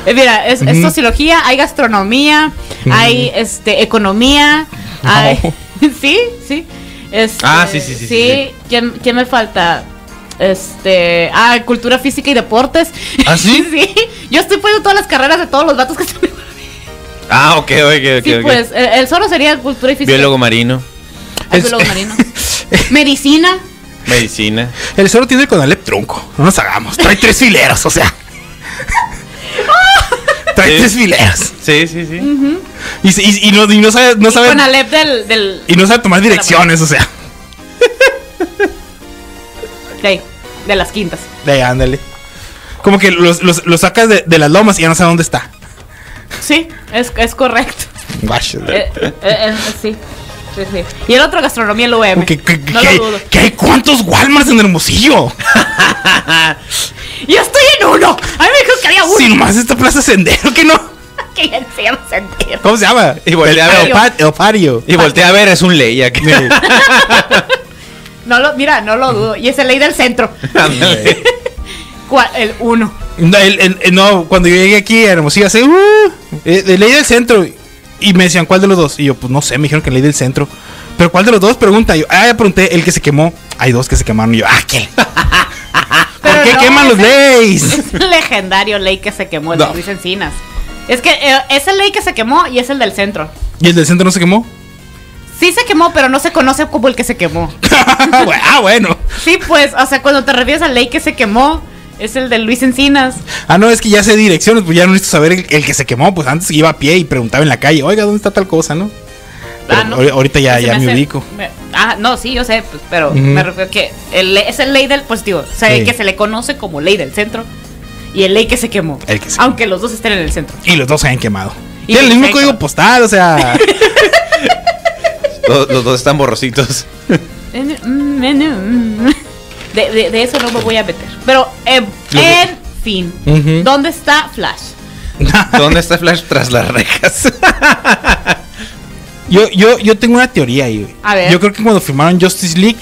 Speaker 1: Eh, mira, es, es
Speaker 3: Ujú.
Speaker 1: sociología, hay gastronomía, hay este economía,
Speaker 3: No.
Speaker 1: hay sí, sí. Este,
Speaker 2: Ah, sí, sí, sí, sí, sí.
Speaker 1: ¿Quién, quién me falta? Este, ah, cultura física y deportes.
Speaker 3: ¿Ah, sí?
Speaker 1: sí. Yo estoy poniendo todas las carreras de todos los datos que están.
Speaker 2: Ah, ok, ok, ok.
Speaker 1: sí,
Speaker 2: ok.
Speaker 1: pues el, el solo sería cultura y física.
Speaker 2: Biólogo marino,
Speaker 1: Ah, biólogo marino. Medicina.
Speaker 2: medicina.
Speaker 3: El solo tiene el Conalep tronco. No nos hagamos. Trae tres fileros, o sea. Trae
Speaker 2: Sí.
Speaker 3: tres fileros.
Speaker 2: Sí, sí, sí.
Speaker 1: Mm.
Speaker 3: Y, se- y- y no, y no sabe, no sabe,
Speaker 1: Con Alep del del
Speaker 3: y no sabe tomar direcciones, o sea.
Speaker 1: de, ahí, de las quintas.
Speaker 3: De ahí, ándale. Como que los, los- los sacas de, de las lomas y ya no sabe dónde está.
Speaker 1: Sí, es, es correcto.
Speaker 3: Guacho.
Speaker 1: Eh, eh, eh, sí. Sí, sí. Y el otro gastronomía el UM.
Speaker 3: Que, que-
Speaker 1: no
Speaker 3: que-
Speaker 1: lo dudo.
Speaker 3: que hay cuántos Walmarts en Hermosillo.
Speaker 1: ¡Yo estoy en uno! A mí me dijo que había uno.
Speaker 3: Si nomás esta plaza sendero que no.
Speaker 1: Que ya se llama sendero.
Speaker 3: ¿Cómo se llama?
Speaker 2: Y voltea a
Speaker 3: El-
Speaker 2: ver.
Speaker 3: el pat- el patio.
Speaker 2: Y voltea a ver, es un ley aquí.
Speaker 1: No lo, mira, no lo dudo. Y es el ley del centro.
Speaker 2: Ándale.
Speaker 1: ¿Cuál? El uno.
Speaker 3: No, el- el- el- no, cuando yo llegué aquí a Hermosillo, hace. Uh, eh, de ley del centro. Y me decían, ¿cuál de los dos? Y yo, pues no sé, me dijeron que ley del centro. Pero ¿cuál de los dos? Pregunta. Yo, ah, ya pregunté, el que se quemó. Hay dos que se quemaron. Y yo, ah, ¿qué? ¿Por
Speaker 1: Pero
Speaker 3: qué
Speaker 1: no,
Speaker 3: queman los
Speaker 1: ese-
Speaker 3: leyes?
Speaker 1: Es el legendario ley que se quemó, el
Speaker 3: No.
Speaker 1: de Luis Encinas. Es que eh, es el ley que se quemó y es el del centro.
Speaker 3: ¿Y el del centro no se quemó?
Speaker 1: Sí se quemó, pero no se conoce como el que se quemó.
Speaker 3: ah, bueno.
Speaker 1: Sí, pues, o sea, cuando te refieres al ley que se quemó, es el de Luis Encinas.
Speaker 3: Ah, no, es que ya sé direcciones, pues ya no necesito saber el, el que se quemó, pues antes iba a pie y preguntaba en la calle, oiga, ¿dónde está tal cosa, no? Pero
Speaker 1: Ah, no.
Speaker 3: ahori- ahorita ya,
Speaker 1: Se
Speaker 3: ya me
Speaker 1: hace-
Speaker 3: ubico.
Speaker 1: me- ah, no, sí, yo sé, pues, pero
Speaker 3: Ujú.
Speaker 1: me refiero que el, es el ley del, pues digo, o sea, el
Speaker 3: Sí.
Speaker 1: que se le conoce como ley del centro y el ley que se quemó.
Speaker 3: El que se-
Speaker 1: aunque los dos estén en el centro.
Speaker 3: Y los dos se han quemado.
Speaker 1: Y
Speaker 3: Tiene el mismo
Speaker 1: perfecto.
Speaker 3: código postal, o sea.
Speaker 2: Los, los dos están borrositos.
Speaker 1: De, de- de eso no me voy a meter. Pero, eh,
Speaker 2: Lo que-
Speaker 1: en fin,
Speaker 3: Ujú.
Speaker 1: ¿dónde está Flash?
Speaker 2: ¿Dónde está Flash tras las rejas?
Speaker 3: yo, yo, yo tengo una teoría ahí, güey.
Speaker 1: A ver.
Speaker 3: Yo creo que cuando firmaron Justice League,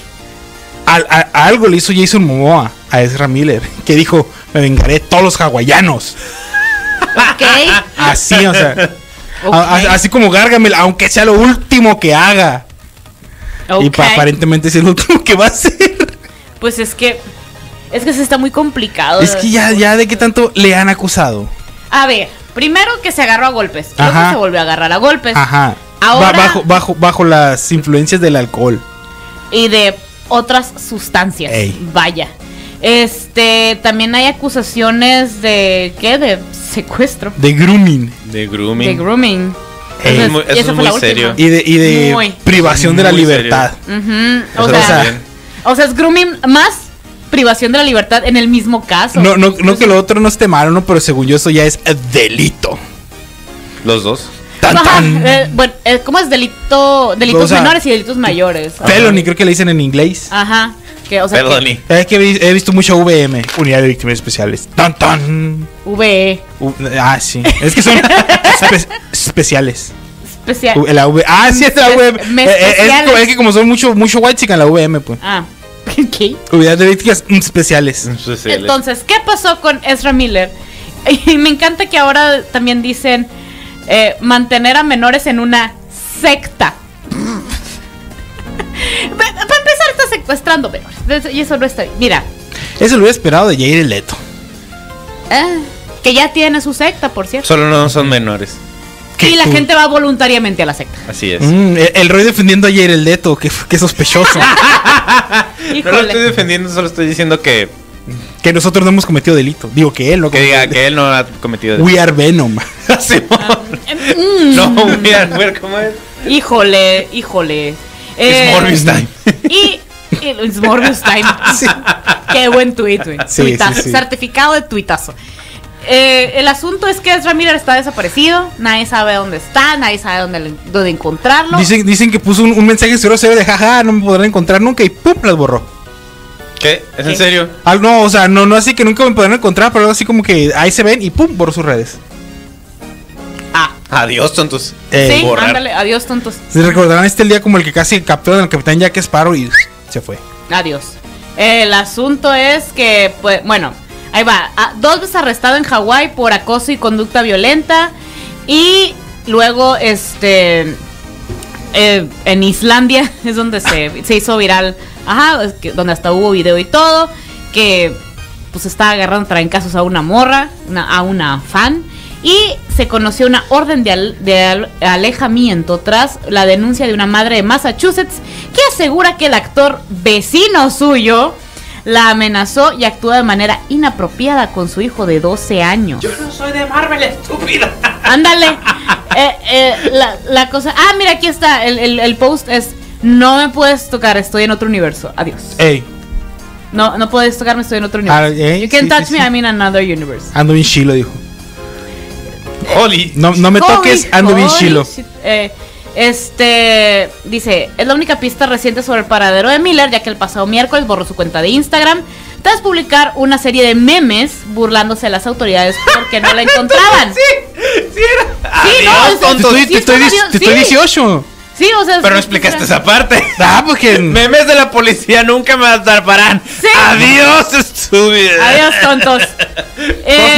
Speaker 3: al- a, a algo le hizo Jason Momoa a Ezra Miller, que dijo, me vengaré de todos los hawaianos.
Speaker 1: Ok.
Speaker 3: Ah, Así, o sea.
Speaker 1: ok,
Speaker 3: a- a- así como Gargamel, aunque sea lo último que haga. Y
Speaker 1: ok.
Speaker 3: pa- aparentemente es el último que va a hacer.
Speaker 1: Pues es que, es que se está muy complicado.
Speaker 3: Es que ya, ya de qué tanto le han acusado.
Speaker 1: A ver, primero que se agarró a golpes. Luego
Speaker 3: Ajá.
Speaker 1: se volvió a agarrar a golpes.
Speaker 3: Ajá.
Speaker 1: Pues, ahora-
Speaker 3: Ba- bajo, bajo, bajo las influencias del alcohol.
Speaker 1: y de otras sustancias.
Speaker 3: Ey.
Speaker 1: Vaya. Este, también hay acusaciones de ¿qué? De secuestro,
Speaker 3: De grooming.
Speaker 2: De grooming.
Speaker 1: de grooming. Entonces,
Speaker 3: Ey.
Speaker 2: Eso es muy-
Speaker 1: y
Speaker 2: eso
Speaker 1: esa
Speaker 2: es
Speaker 1: fue la
Speaker 2: muy serio.
Speaker 1: última.
Speaker 3: Y de, y de
Speaker 1: Muy.
Speaker 3: privación de la
Speaker 2: Muy
Speaker 3: libertad.
Speaker 1: Ujú, O
Speaker 2: Eso
Speaker 1: sea,
Speaker 2: también.
Speaker 1: o sea, es grooming más privación de la libertad en el mismo caso.
Speaker 3: No, no, no
Speaker 1: Entonces,
Speaker 3: que lo otro no esté malo, ¿no? Pero según yo eso ya es delito.
Speaker 2: Los dos.
Speaker 3: Tan,
Speaker 1: ajá,
Speaker 3: tan.
Speaker 1: eh, bueno, eh, ¿cómo es delito, delitos
Speaker 3: O sea,
Speaker 1: menores y delitos mayores?
Speaker 3: Felony creo que le dicen en inglés.
Speaker 1: Ajá. Que, o sea, que
Speaker 2: Perdoni.
Speaker 3: Es que vi- he visto mucho VM, Unidad de Víctimas Especiales. Tan, tan.
Speaker 1: VE
Speaker 3: U- ah, sí. Es que son espe- especiales.
Speaker 1: especial.
Speaker 3: U- La V- ah, sí, es la
Speaker 1: Mes-
Speaker 3: VM.
Speaker 1: mes
Speaker 3: Eh, eh, es,
Speaker 1: especiales.
Speaker 3: co- es que como son mucho, mucho white chican la VM, pues.
Speaker 1: Ah. ¿Qué?
Speaker 3: Unidad de Víctimas Especiales.
Speaker 1: Entonces, ¿qué pasó con Ezra Miller? Y me encanta que ahora también dicen eh, mantener a menores en una secta. Para empezar, está secuestrando menores. De eso- Y eso no está bien. Mira,
Speaker 3: Eso lo hubiera esperado de Jair Leto.
Speaker 1: ah, que ya tiene su secta, por cierto.
Speaker 2: Solo no son menores.
Speaker 3: que
Speaker 1: y la
Speaker 3: tú.
Speaker 1: gente va voluntariamente a la secta.
Speaker 2: Así es.
Speaker 3: Mm, el, el Roy defendiendo ayer el Leto, que, que sospechoso.
Speaker 2: No lo
Speaker 1: Híjole.
Speaker 2: estoy defendiendo, solo estoy diciendo que,
Speaker 3: que nosotros no hemos cometido delito. Digo que él no ha
Speaker 2: que diga
Speaker 3: cometido
Speaker 2: que él no ha cometido.
Speaker 3: delito. We are Venom.
Speaker 2: Simón.
Speaker 1: Mm,
Speaker 2: no, we are- we are- ¿cómo es?
Speaker 1: Híjole, híjole. Eh,
Speaker 2: It's Morbius time.
Speaker 1: Y. y- It's Morbius time.
Speaker 3: Sí.
Speaker 1: Qué buen tweet, güey.
Speaker 3: Sí,
Speaker 1: Tuitazo,
Speaker 3: sí, sí.
Speaker 1: Certificado de tuitazo. Eh, el asunto es que Ezra Miller está desaparecido. Nadie sabe dónde está. Nadie sabe dónde, dónde encontrarlo.
Speaker 3: Dicen, dicen que puso un, un mensaje cero cero de jaja, no me podrán encontrar nunca y ¡pum! las borró.
Speaker 2: ¿Qué? ¿Es
Speaker 1: ¿Qué?
Speaker 2: en serio?
Speaker 3: Algo, no, o sea, no, no así que nunca me podrán encontrar, pero algo así como que ahí se ven y ¡pum! borró sus redes.
Speaker 1: Ah,
Speaker 2: Adiós, tontos.
Speaker 3: Eh,
Speaker 1: sí,
Speaker 2: borrar.
Speaker 1: ándale. Adiós, tontos.
Speaker 3: Se recordarán este día como el que casi capturan al capitán Jack Sparrow y se fue.
Speaker 1: Adiós. El asunto es que, pues, bueno, ahí va. A- Dos veces arrestado en Hawái por acoso y conducta violenta. Y luego, este. eh, en Islandia es donde se, se hizo viral. Ajá, es que- donde hasta hubo video y todo. Que pues estaba agarrando trancazos a una morra, una- a una fan. Y se conoció una orden de, al- de al- alejamiento tras la denuncia de una madre de Massachusetts que asegura que el actor vecino suyo la amenazó y actuó de manera inapropiada con su hijo de 12 años. Yo no soy de Marvel, estúpida. Ándale. Eh, eh, la, la cosa... Ah, mira, aquí está. El, el- el post es... No me puedes tocar, estoy en otro universo. Adiós.
Speaker 3: Ey,
Speaker 1: No, no puedes tocarme, estoy en otro
Speaker 3: Ah,
Speaker 1: universo.
Speaker 3: eh,
Speaker 1: you can
Speaker 3: sí,
Speaker 1: touch
Speaker 3: sí,
Speaker 1: me,
Speaker 3: sí.
Speaker 1: I'm in another universe.
Speaker 3: ando bien chilo, dijo.
Speaker 2: Holy.
Speaker 3: No, no me
Speaker 1: Holy-
Speaker 3: toques, ando bien
Speaker 1: holy
Speaker 3: chilo.
Speaker 1: shit. Eh, este dice, es la única pista reciente sobre el paradero de Miller, ya que el pasado miércoles borró su cuenta de Instagram tras publicar una serie de memes burlándose de las autoridades porque no la encontraban. sí, sí, no,
Speaker 2: Adiós,
Speaker 1: es-
Speaker 2: tonto.
Speaker 1: sí,
Speaker 3: Estoy, te,
Speaker 1: es
Speaker 3: estoy,
Speaker 1: un
Speaker 3: dis-
Speaker 1: adiós,
Speaker 3: te estoy
Speaker 1: sí.
Speaker 3: 18.
Speaker 1: Sí, o sea,
Speaker 2: Pero no
Speaker 1: sí,
Speaker 2: explicaste
Speaker 1: o sea,
Speaker 2: esa parte.
Speaker 3: Ah, porque.
Speaker 2: Memes de la policía nunca me atraparán.
Speaker 1: Sí.
Speaker 2: Adiós, estúpida.
Speaker 1: Adiós, tontos.
Speaker 3: Cosme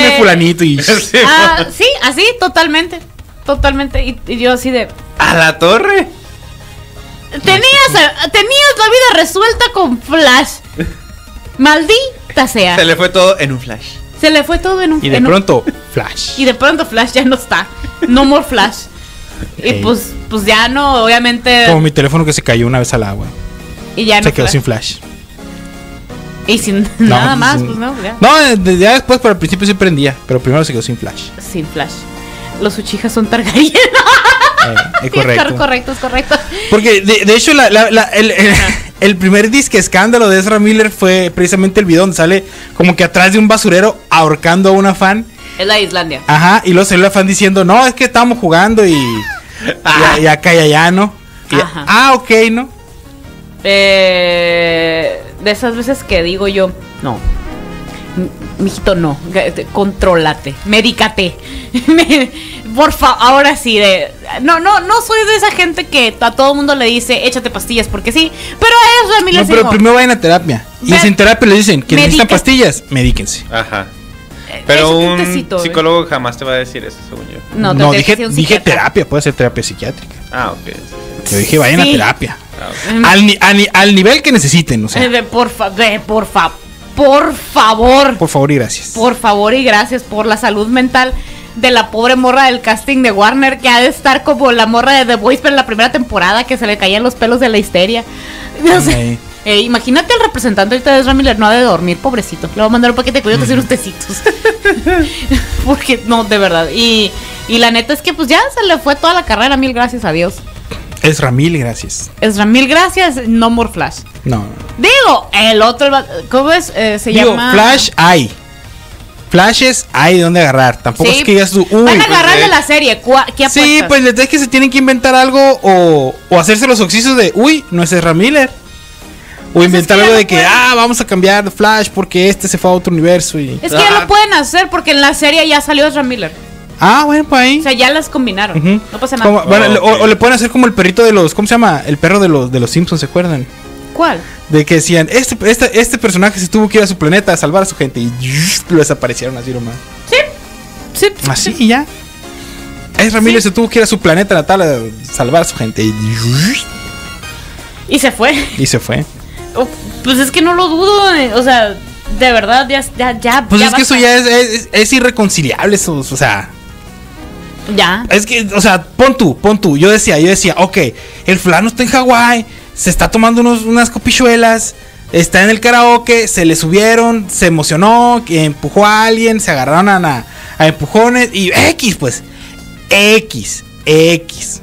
Speaker 1: Eh,
Speaker 3: fulanito y.
Speaker 2: Sí,
Speaker 1: ah, sí, así, totalmente. Totalmente. Y- y yo así de.
Speaker 2: A la torre.
Speaker 1: Tenías, a- tenías la vida resuelta con Flash. Maldita sea.
Speaker 2: Se le fue todo en un flash.
Speaker 1: Se le fue todo en un
Speaker 3: Y de
Speaker 1: en un-
Speaker 3: pronto, flash.
Speaker 1: y de pronto Flash ya no está. No more Flash. Y
Speaker 3: Ey.
Speaker 1: pues, pues ya no, obviamente.
Speaker 3: Como mi teléfono que se cayó una vez al agua.
Speaker 1: Y ya no.
Speaker 3: Se quedó
Speaker 1: Flash.
Speaker 3: sin flash.
Speaker 1: Y sin
Speaker 3: No,
Speaker 1: nada más,
Speaker 3: sin-
Speaker 1: pues no, ya.
Speaker 3: No, de- de- ya después, pero al principio sí prendía. Pero primero se quedó sin flash.
Speaker 1: Sin Flash. Los Uchijas son Targaryen.
Speaker 3: Eh, es correcto.
Speaker 1: Es correcto, es correcto.
Speaker 3: Porque de, de hecho, la- la- la- el, el- el primer disque escándalo de Ezra Miller fue precisamente el video donde sale como que atrás de un basurero ahorcando a una fan.
Speaker 1: Es la de Islandia.
Speaker 3: Ajá, y luego salió la fan diciendo, no, es que estábamos jugando y. y- Y acá y allá, ¿no? Y-
Speaker 1: Ajá.
Speaker 3: ah, ok, ¿no?
Speaker 1: Eh, de esas veces que digo yo, no. M- Mijito, no. G- te- Contrólate. Medícate. Me- Porfa, ahora sí. De, no, no, no soy de esa gente que a todo mundo le dice échate pastillas porque sí. Pero a Ezra Miller
Speaker 3: No,
Speaker 1: sí
Speaker 3: pero
Speaker 1: digo,
Speaker 3: primero vayan a terapia. Y
Speaker 1: Ve-
Speaker 3: si en terapia le dicen que necesitan
Speaker 1: Medica-
Speaker 3: pastillas, medíquense.
Speaker 2: Ajá.
Speaker 1: "Eh,
Speaker 2: Pero
Speaker 1: échate
Speaker 2: un
Speaker 1: tecito, güey".
Speaker 2: psicólogo jamás te va a decir eso, según yo.
Speaker 1: No, te
Speaker 3: No,
Speaker 1: te-
Speaker 3: dije,
Speaker 1: te- un
Speaker 3: dije
Speaker 1: psiquiatra.
Speaker 3: terapia, puede ser terapia psiquiátrica.
Speaker 2: Ah, ok.
Speaker 3: Yo dije, vayan
Speaker 1: Sí.
Speaker 3: a terapia.
Speaker 2: Ah, ok.
Speaker 1: Mm.
Speaker 3: Al, ni- al ni- al nivel que necesiten, o
Speaker 1: Eh,
Speaker 3: sea.
Speaker 1: de, porfa, de, porfa, por favor.
Speaker 3: Por favor y gracias.
Speaker 1: Por favor y gracias por la salud mental de la pobre morra del casting de Warner que ha de estar como la morra de The Voice pero en la primera temporada que se le caían los pelos de la histeria. No sé.
Speaker 3: Ey.
Speaker 1: Eh, imagínate el representante ahorita de Ezra Miller no ha de dormir, pobrecito. Le va a mandar un paquete de cuidados y unos tecitos. Porque no, de verdad. Y, y la neta es que pues ya se le fue toda la carrera, mil gracias a Dios.
Speaker 3: Es Ramil, gracias.
Speaker 1: Ezra, mil gracias, no more Flash.
Speaker 3: No.
Speaker 1: Digo, el otro, va- ¿cómo es? Eh, se
Speaker 3: Digo,
Speaker 1: llama...
Speaker 3: Flash hay. Flashes hay de dónde agarrar. Tampoco
Speaker 1: Sí.
Speaker 3: es que digas tú, uy.
Speaker 1: Van a agarrar de
Speaker 2: pues,
Speaker 1: la serie. ¿Cuá- ¿Qué
Speaker 3: Sí,
Speaker 1: apuestas?
Speaker 3: pues les es que se tienen que inventar algo o, o hacerse los oxisos de, uy, no es Ezra Miller. O
Speaker 1: Pues es
Speaker 3: inventar
Speaker 1: que ya
Speaker 3: algo
Speaker 1: no
Speaker 3: de que,
Speaker 1: pueden.
Speaker 3: ah, vamos a cambiar de Flash porque este se fue a otro universo y...
Speaker 1: Es que ya lo
Speaker 2: Ah.
Speaker 1: pueden hacer porque en la serie ya salió Ezra Miller.
Speaker 3: Ah, bueno, pues ahí.
Speaker 1: O sea, ya las combinaron.
Speaker 3: Ujú.
Speaker 1: No pasa nada.
Speaker 3: Como- bueno, le-
Speaker 2: ok.
Speaker 3: o, o le pueden hacer como el perrito de los. ¿Cómo se llama? El perro de los de los Simpsons, ¿se acuerdan?
Speaker 1: ¿Cuál?
Speaker 3: De que decían, este, este, este personaje se tuvo que ir a su planeta a salvar a su gente. Y lo desaparecieron así nomás.
Speaker 1: Sí, sí,
Speaker 3: Así
Speaker 1: sí.
Speaker 3: y ya. Es Ramírez se tuvo que ir a su planeta natal a salvar a su gente. Y,
Speaker 1: Y se fue.
Speaker 3: y se fue.
Speaker 1: Oh, Pues es que no lo dudo. eh, O sea, de verdad, ya. ya, ya
Speaker 3: Pues es que
Speaker 1: basta.
Speaker 3: eso ya es, es, es irreconciliable. Eso, o sea.
Speaker 1: Ya.
Speaker 3: Es que, o sea, pon tú, pon tú. Yo decía, yo decía, ok, el fulano está en Hawái, se está tomando unos, unas copichuelas, está en el karaoke, se le subieron, se emocionó, que empujó a alguien, se agarraron a, na- a empujones y X, pues. X, X.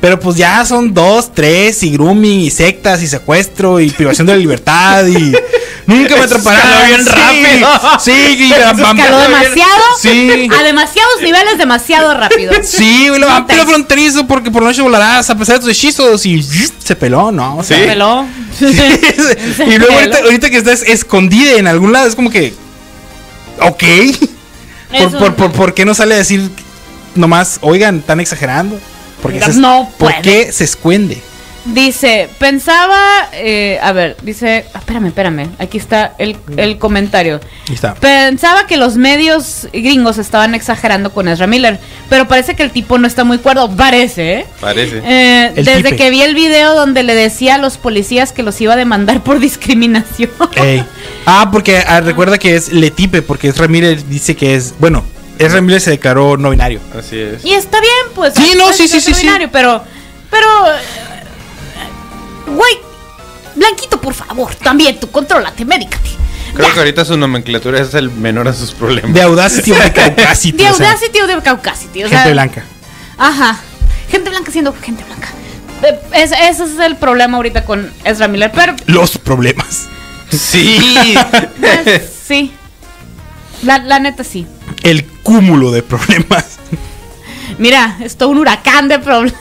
Speaker 3: Pero pues ya son dos, tres, y grooming, y sectas, y secuestro, y privación de la libertad, y. Nunca me atraparán.
Speaker 2: Escaló bien
Speaker 3: Sí,
Speaker 2: rápido.
Speaker 3: Sí, y la-
Speaker 1: Escaló demasiado.
Speaker 3: Sí.
Speaker 1: A demasiados niveles, demasiado rápido.
Speaker 3: Sí, güey, lo
Speaker 1: No
Speaker 3: vampiro
Speaker 1: te-
Speaker 3: fronterizo porque por la noche volarás a pesar de tus hechizos y se peló, ¿no? O
Speaker 2: Sí.
Speaker 3: sea,
Speaker 1: Se peló.
Speaker 3: y luego ahorita, ahorita que estás escondida en algún lado es como que, ok,
Speaker 1: Es
Speaker 3: por,
Speaker 1: un-
Speaker 3: por, por, ¿por qué no sale a decir nomás, oigan, están exagerando? Porque
Speaker 1: Oigan, no
Speaker 3: ¿Por
Speaker 1: puede.
Speaker 3: qué se esconde?
Speaker 1: Dice, pensaba, eh, a ver, dice, ah, espérame, espérame, aquí está el, el comentario.
Speaker 3: Ahí está.
Speaker 1: Pensaba que los medios gringos estaban exagerando con Ezra Miller, pero parece que el tipo no está muy cuerdo, parece, ¿eh?
Speaker 2: Parece.
Speaker 1: Eh,
Speaker 3: El
Speaker 1: desde
Speaker 3: tipe.
Speaker 1: que vi el video donde le decía a los policías que los iba a demandar por discriminación.
Speaker 3: Ey. Ah, porque ah, recuerda que es Letipe, porque es Ramírez dice que es, bueno, es Ramírez se declaró no binario.
Speaker 2: Así es.
Speaker 1: Y está bien, pues.
Speaker 3: Sí, no, sí,
Speaker 1: es
Speaker 3: sí, sí, sí.
Speaker 1: extraordinario, Pero, pero. eh, Güey, Blanquito, por favor, también tú contrólate, médicate.
Speaker 2: Creo
Speaker 1: Ya.
Speaker 2: que ahorita su nomenclatura es el menor a sus problemas.
Speaker 3: De Audacity o de Caucasity.
Speaker 1: De
Speaker 3: o sea,
Speaker 1: Audacity o de Caucasity. O sea,
Speaker 3: Gente blanca.
Speaker 1: Ajá. Gente blanca siendo gente blanca. Eh, es- ese es el problema ahorita con Ezra Miller. Pero,
Speaker 3: Los problemas.
Speaker 2: Sí.
Speaker 1: pues, sí. La, la neta, sí.
Speaker 3: el cúmulo de problemas.
Speaker 1: Mira, es todo un huracán de problemas.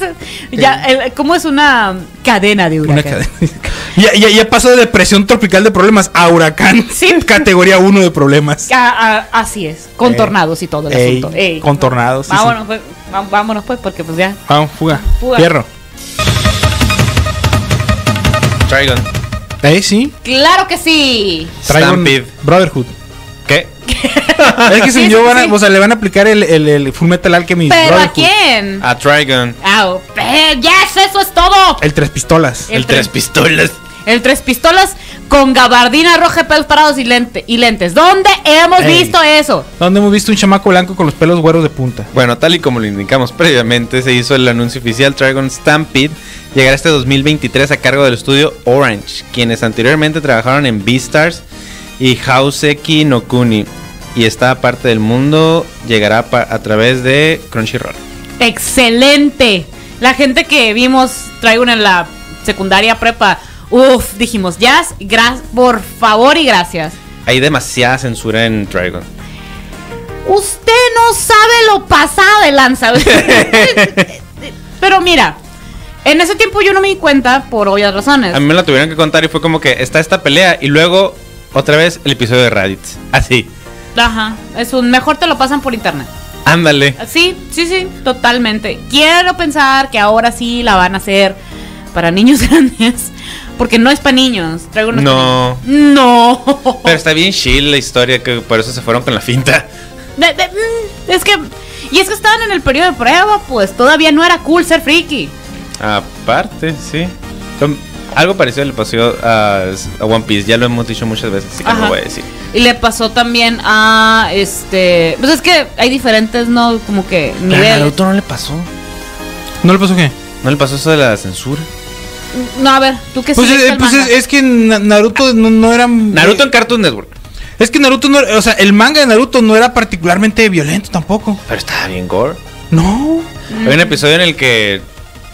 Speaker 1: ya, el- ¿Cómo es una cadena de
Speaker 3: Una
Speaker 1: huracanes?
Speaker 3: cadena. ya, ya, ya pasó de depresión tropical de problemas a huracán.
Speaker 1: Sí.
Speaker 3: Categoría 1 de problemas.
Speaker 1: Ah, ah, así es, con
Speaker 3: Ey.
Speaker 1: tornados y todo el
Speaker 3: Eh, Ey,
Speaker 1: asunto. Ey.
Speaker 3: con tornados, sí,
Speaker 1: Vámonos, pues, va- vámonos pues, porque pues ya.
Speaker 3: Vamos, fuga.
Speaker 1: Fuga.
Speaker 3: Fierro.
Speaker 2: Trigon.
Speaker 3: Ahí sí.
Speaker 1: ¡Claro que sí!
Speaker 3: Traigo un
Speaker 2: Stampede.
Speaker 3: Brotherhood.
Speaker 2: ¿Qué?
Speaker 3: Ah, Es que
Speaker 1: Sí,
Speaker 3: si yo
Speaker 1: sí,
Speaker 3: van a-
Speaker 1: sí.
Speaker 3: o sea, le van a aplicar el, el, el Full Metal Alchemy.
Speaker 1: ¿Pero a
Speaker 3: Brotherhood.
Speaker 1: quién?
Speaker 3: Ah.
Speaker 2: A Trigon.
Speaker 1: ¡Au! pe- ¡Yes! ¡Eso es todo!
Speaker 3: El tres pistolas.
Speaker 1: El
Speaker 2: El, tres pistolas.
Speaker 1: El tres pistolas con gabardina roja, pelos parados y, lente, y lentes. ¿Dónde hemos
Speaker 3: Ey.
Speaker 1: visto eso?
Speaker 3: Donde hemos visto un chamaco blanco con los pelos güeros de punta.
Speaker 2: Bueno, tal y como lo indicamos previamente, se hizo el anuncio oficial Trigon Stampede llegará este 2023 a cargo del estudio Orange, quienes anteriormente trabajaron en Beastars y Houseki no Kuni. Y esta parte del mundo llegará pa- a través de Crunchyroll.
Speaker 1: ¡Excelente! La gente que vimos, traigo una en la secundaria prepa. Uf, dijimos, yes, gra- por favor y gracias.
Speaker 2: Hay demasiada censura en Trigon.
Speaker 1: Usted no sabe lo pasado de lanza. Pero mira, en ese tiempo yo no me di cuenta por obvias razones.
Speaker 2: A mí me la tuvieron que contar y fue como que está esta pelea y luego otra vez el episodio de Raditz. Así.
Speaker 1: Ajá, es un mejor te lo pasan por internet.
Speaker 2: Ándale.
Speaker 1: Sí, sí, sí, totalmente. Quiero pensar que ahora sí la van a hacer para niños grandes, porque no es para niños. Traigo unos
Speaker 2: No.
Speaker 1: pa' niños. No.
Speaker 2: Pero está bien chill la historia, que por eso se fueron con la finta.
Speaker 1: De- de- mm, es que y es que estaban en el periodo de prueba, pues todavía no era cool ser friki.
Speaker 2: Aparte, sí. Com- Algo parecido le pasó a, a One Piece, ya lo hemos dicho muchas veces, así que no
Speaker 1: Ajá.
Speaker 2: lo voy a decir.
Speaker 1: Y le pasó también a este. Pues es que hay diferentes, ¿no? Como que niveles.
Speaker 2: no le pasó.
Speaker 3: ¿No le pasó qué?
Speaker 2: ¿No le pasó eso de la censura?
Speaker 1: No, a ver, tú que
Speaker 3: Pues,
Speaker 1: sí.
Speaker 3: es, pues es, es que Na- Naruto no, no era.
Speaker 2: Naruto en Cartoon Network.
Speaker 3: Es que Naruto no era- O sea, el manga de Naruto no era particularmente violento tampoco.
Speaker 2: Pero estaba bien gore.
Speaker 3: No.
Speaker 2: Hay un episodio en el que.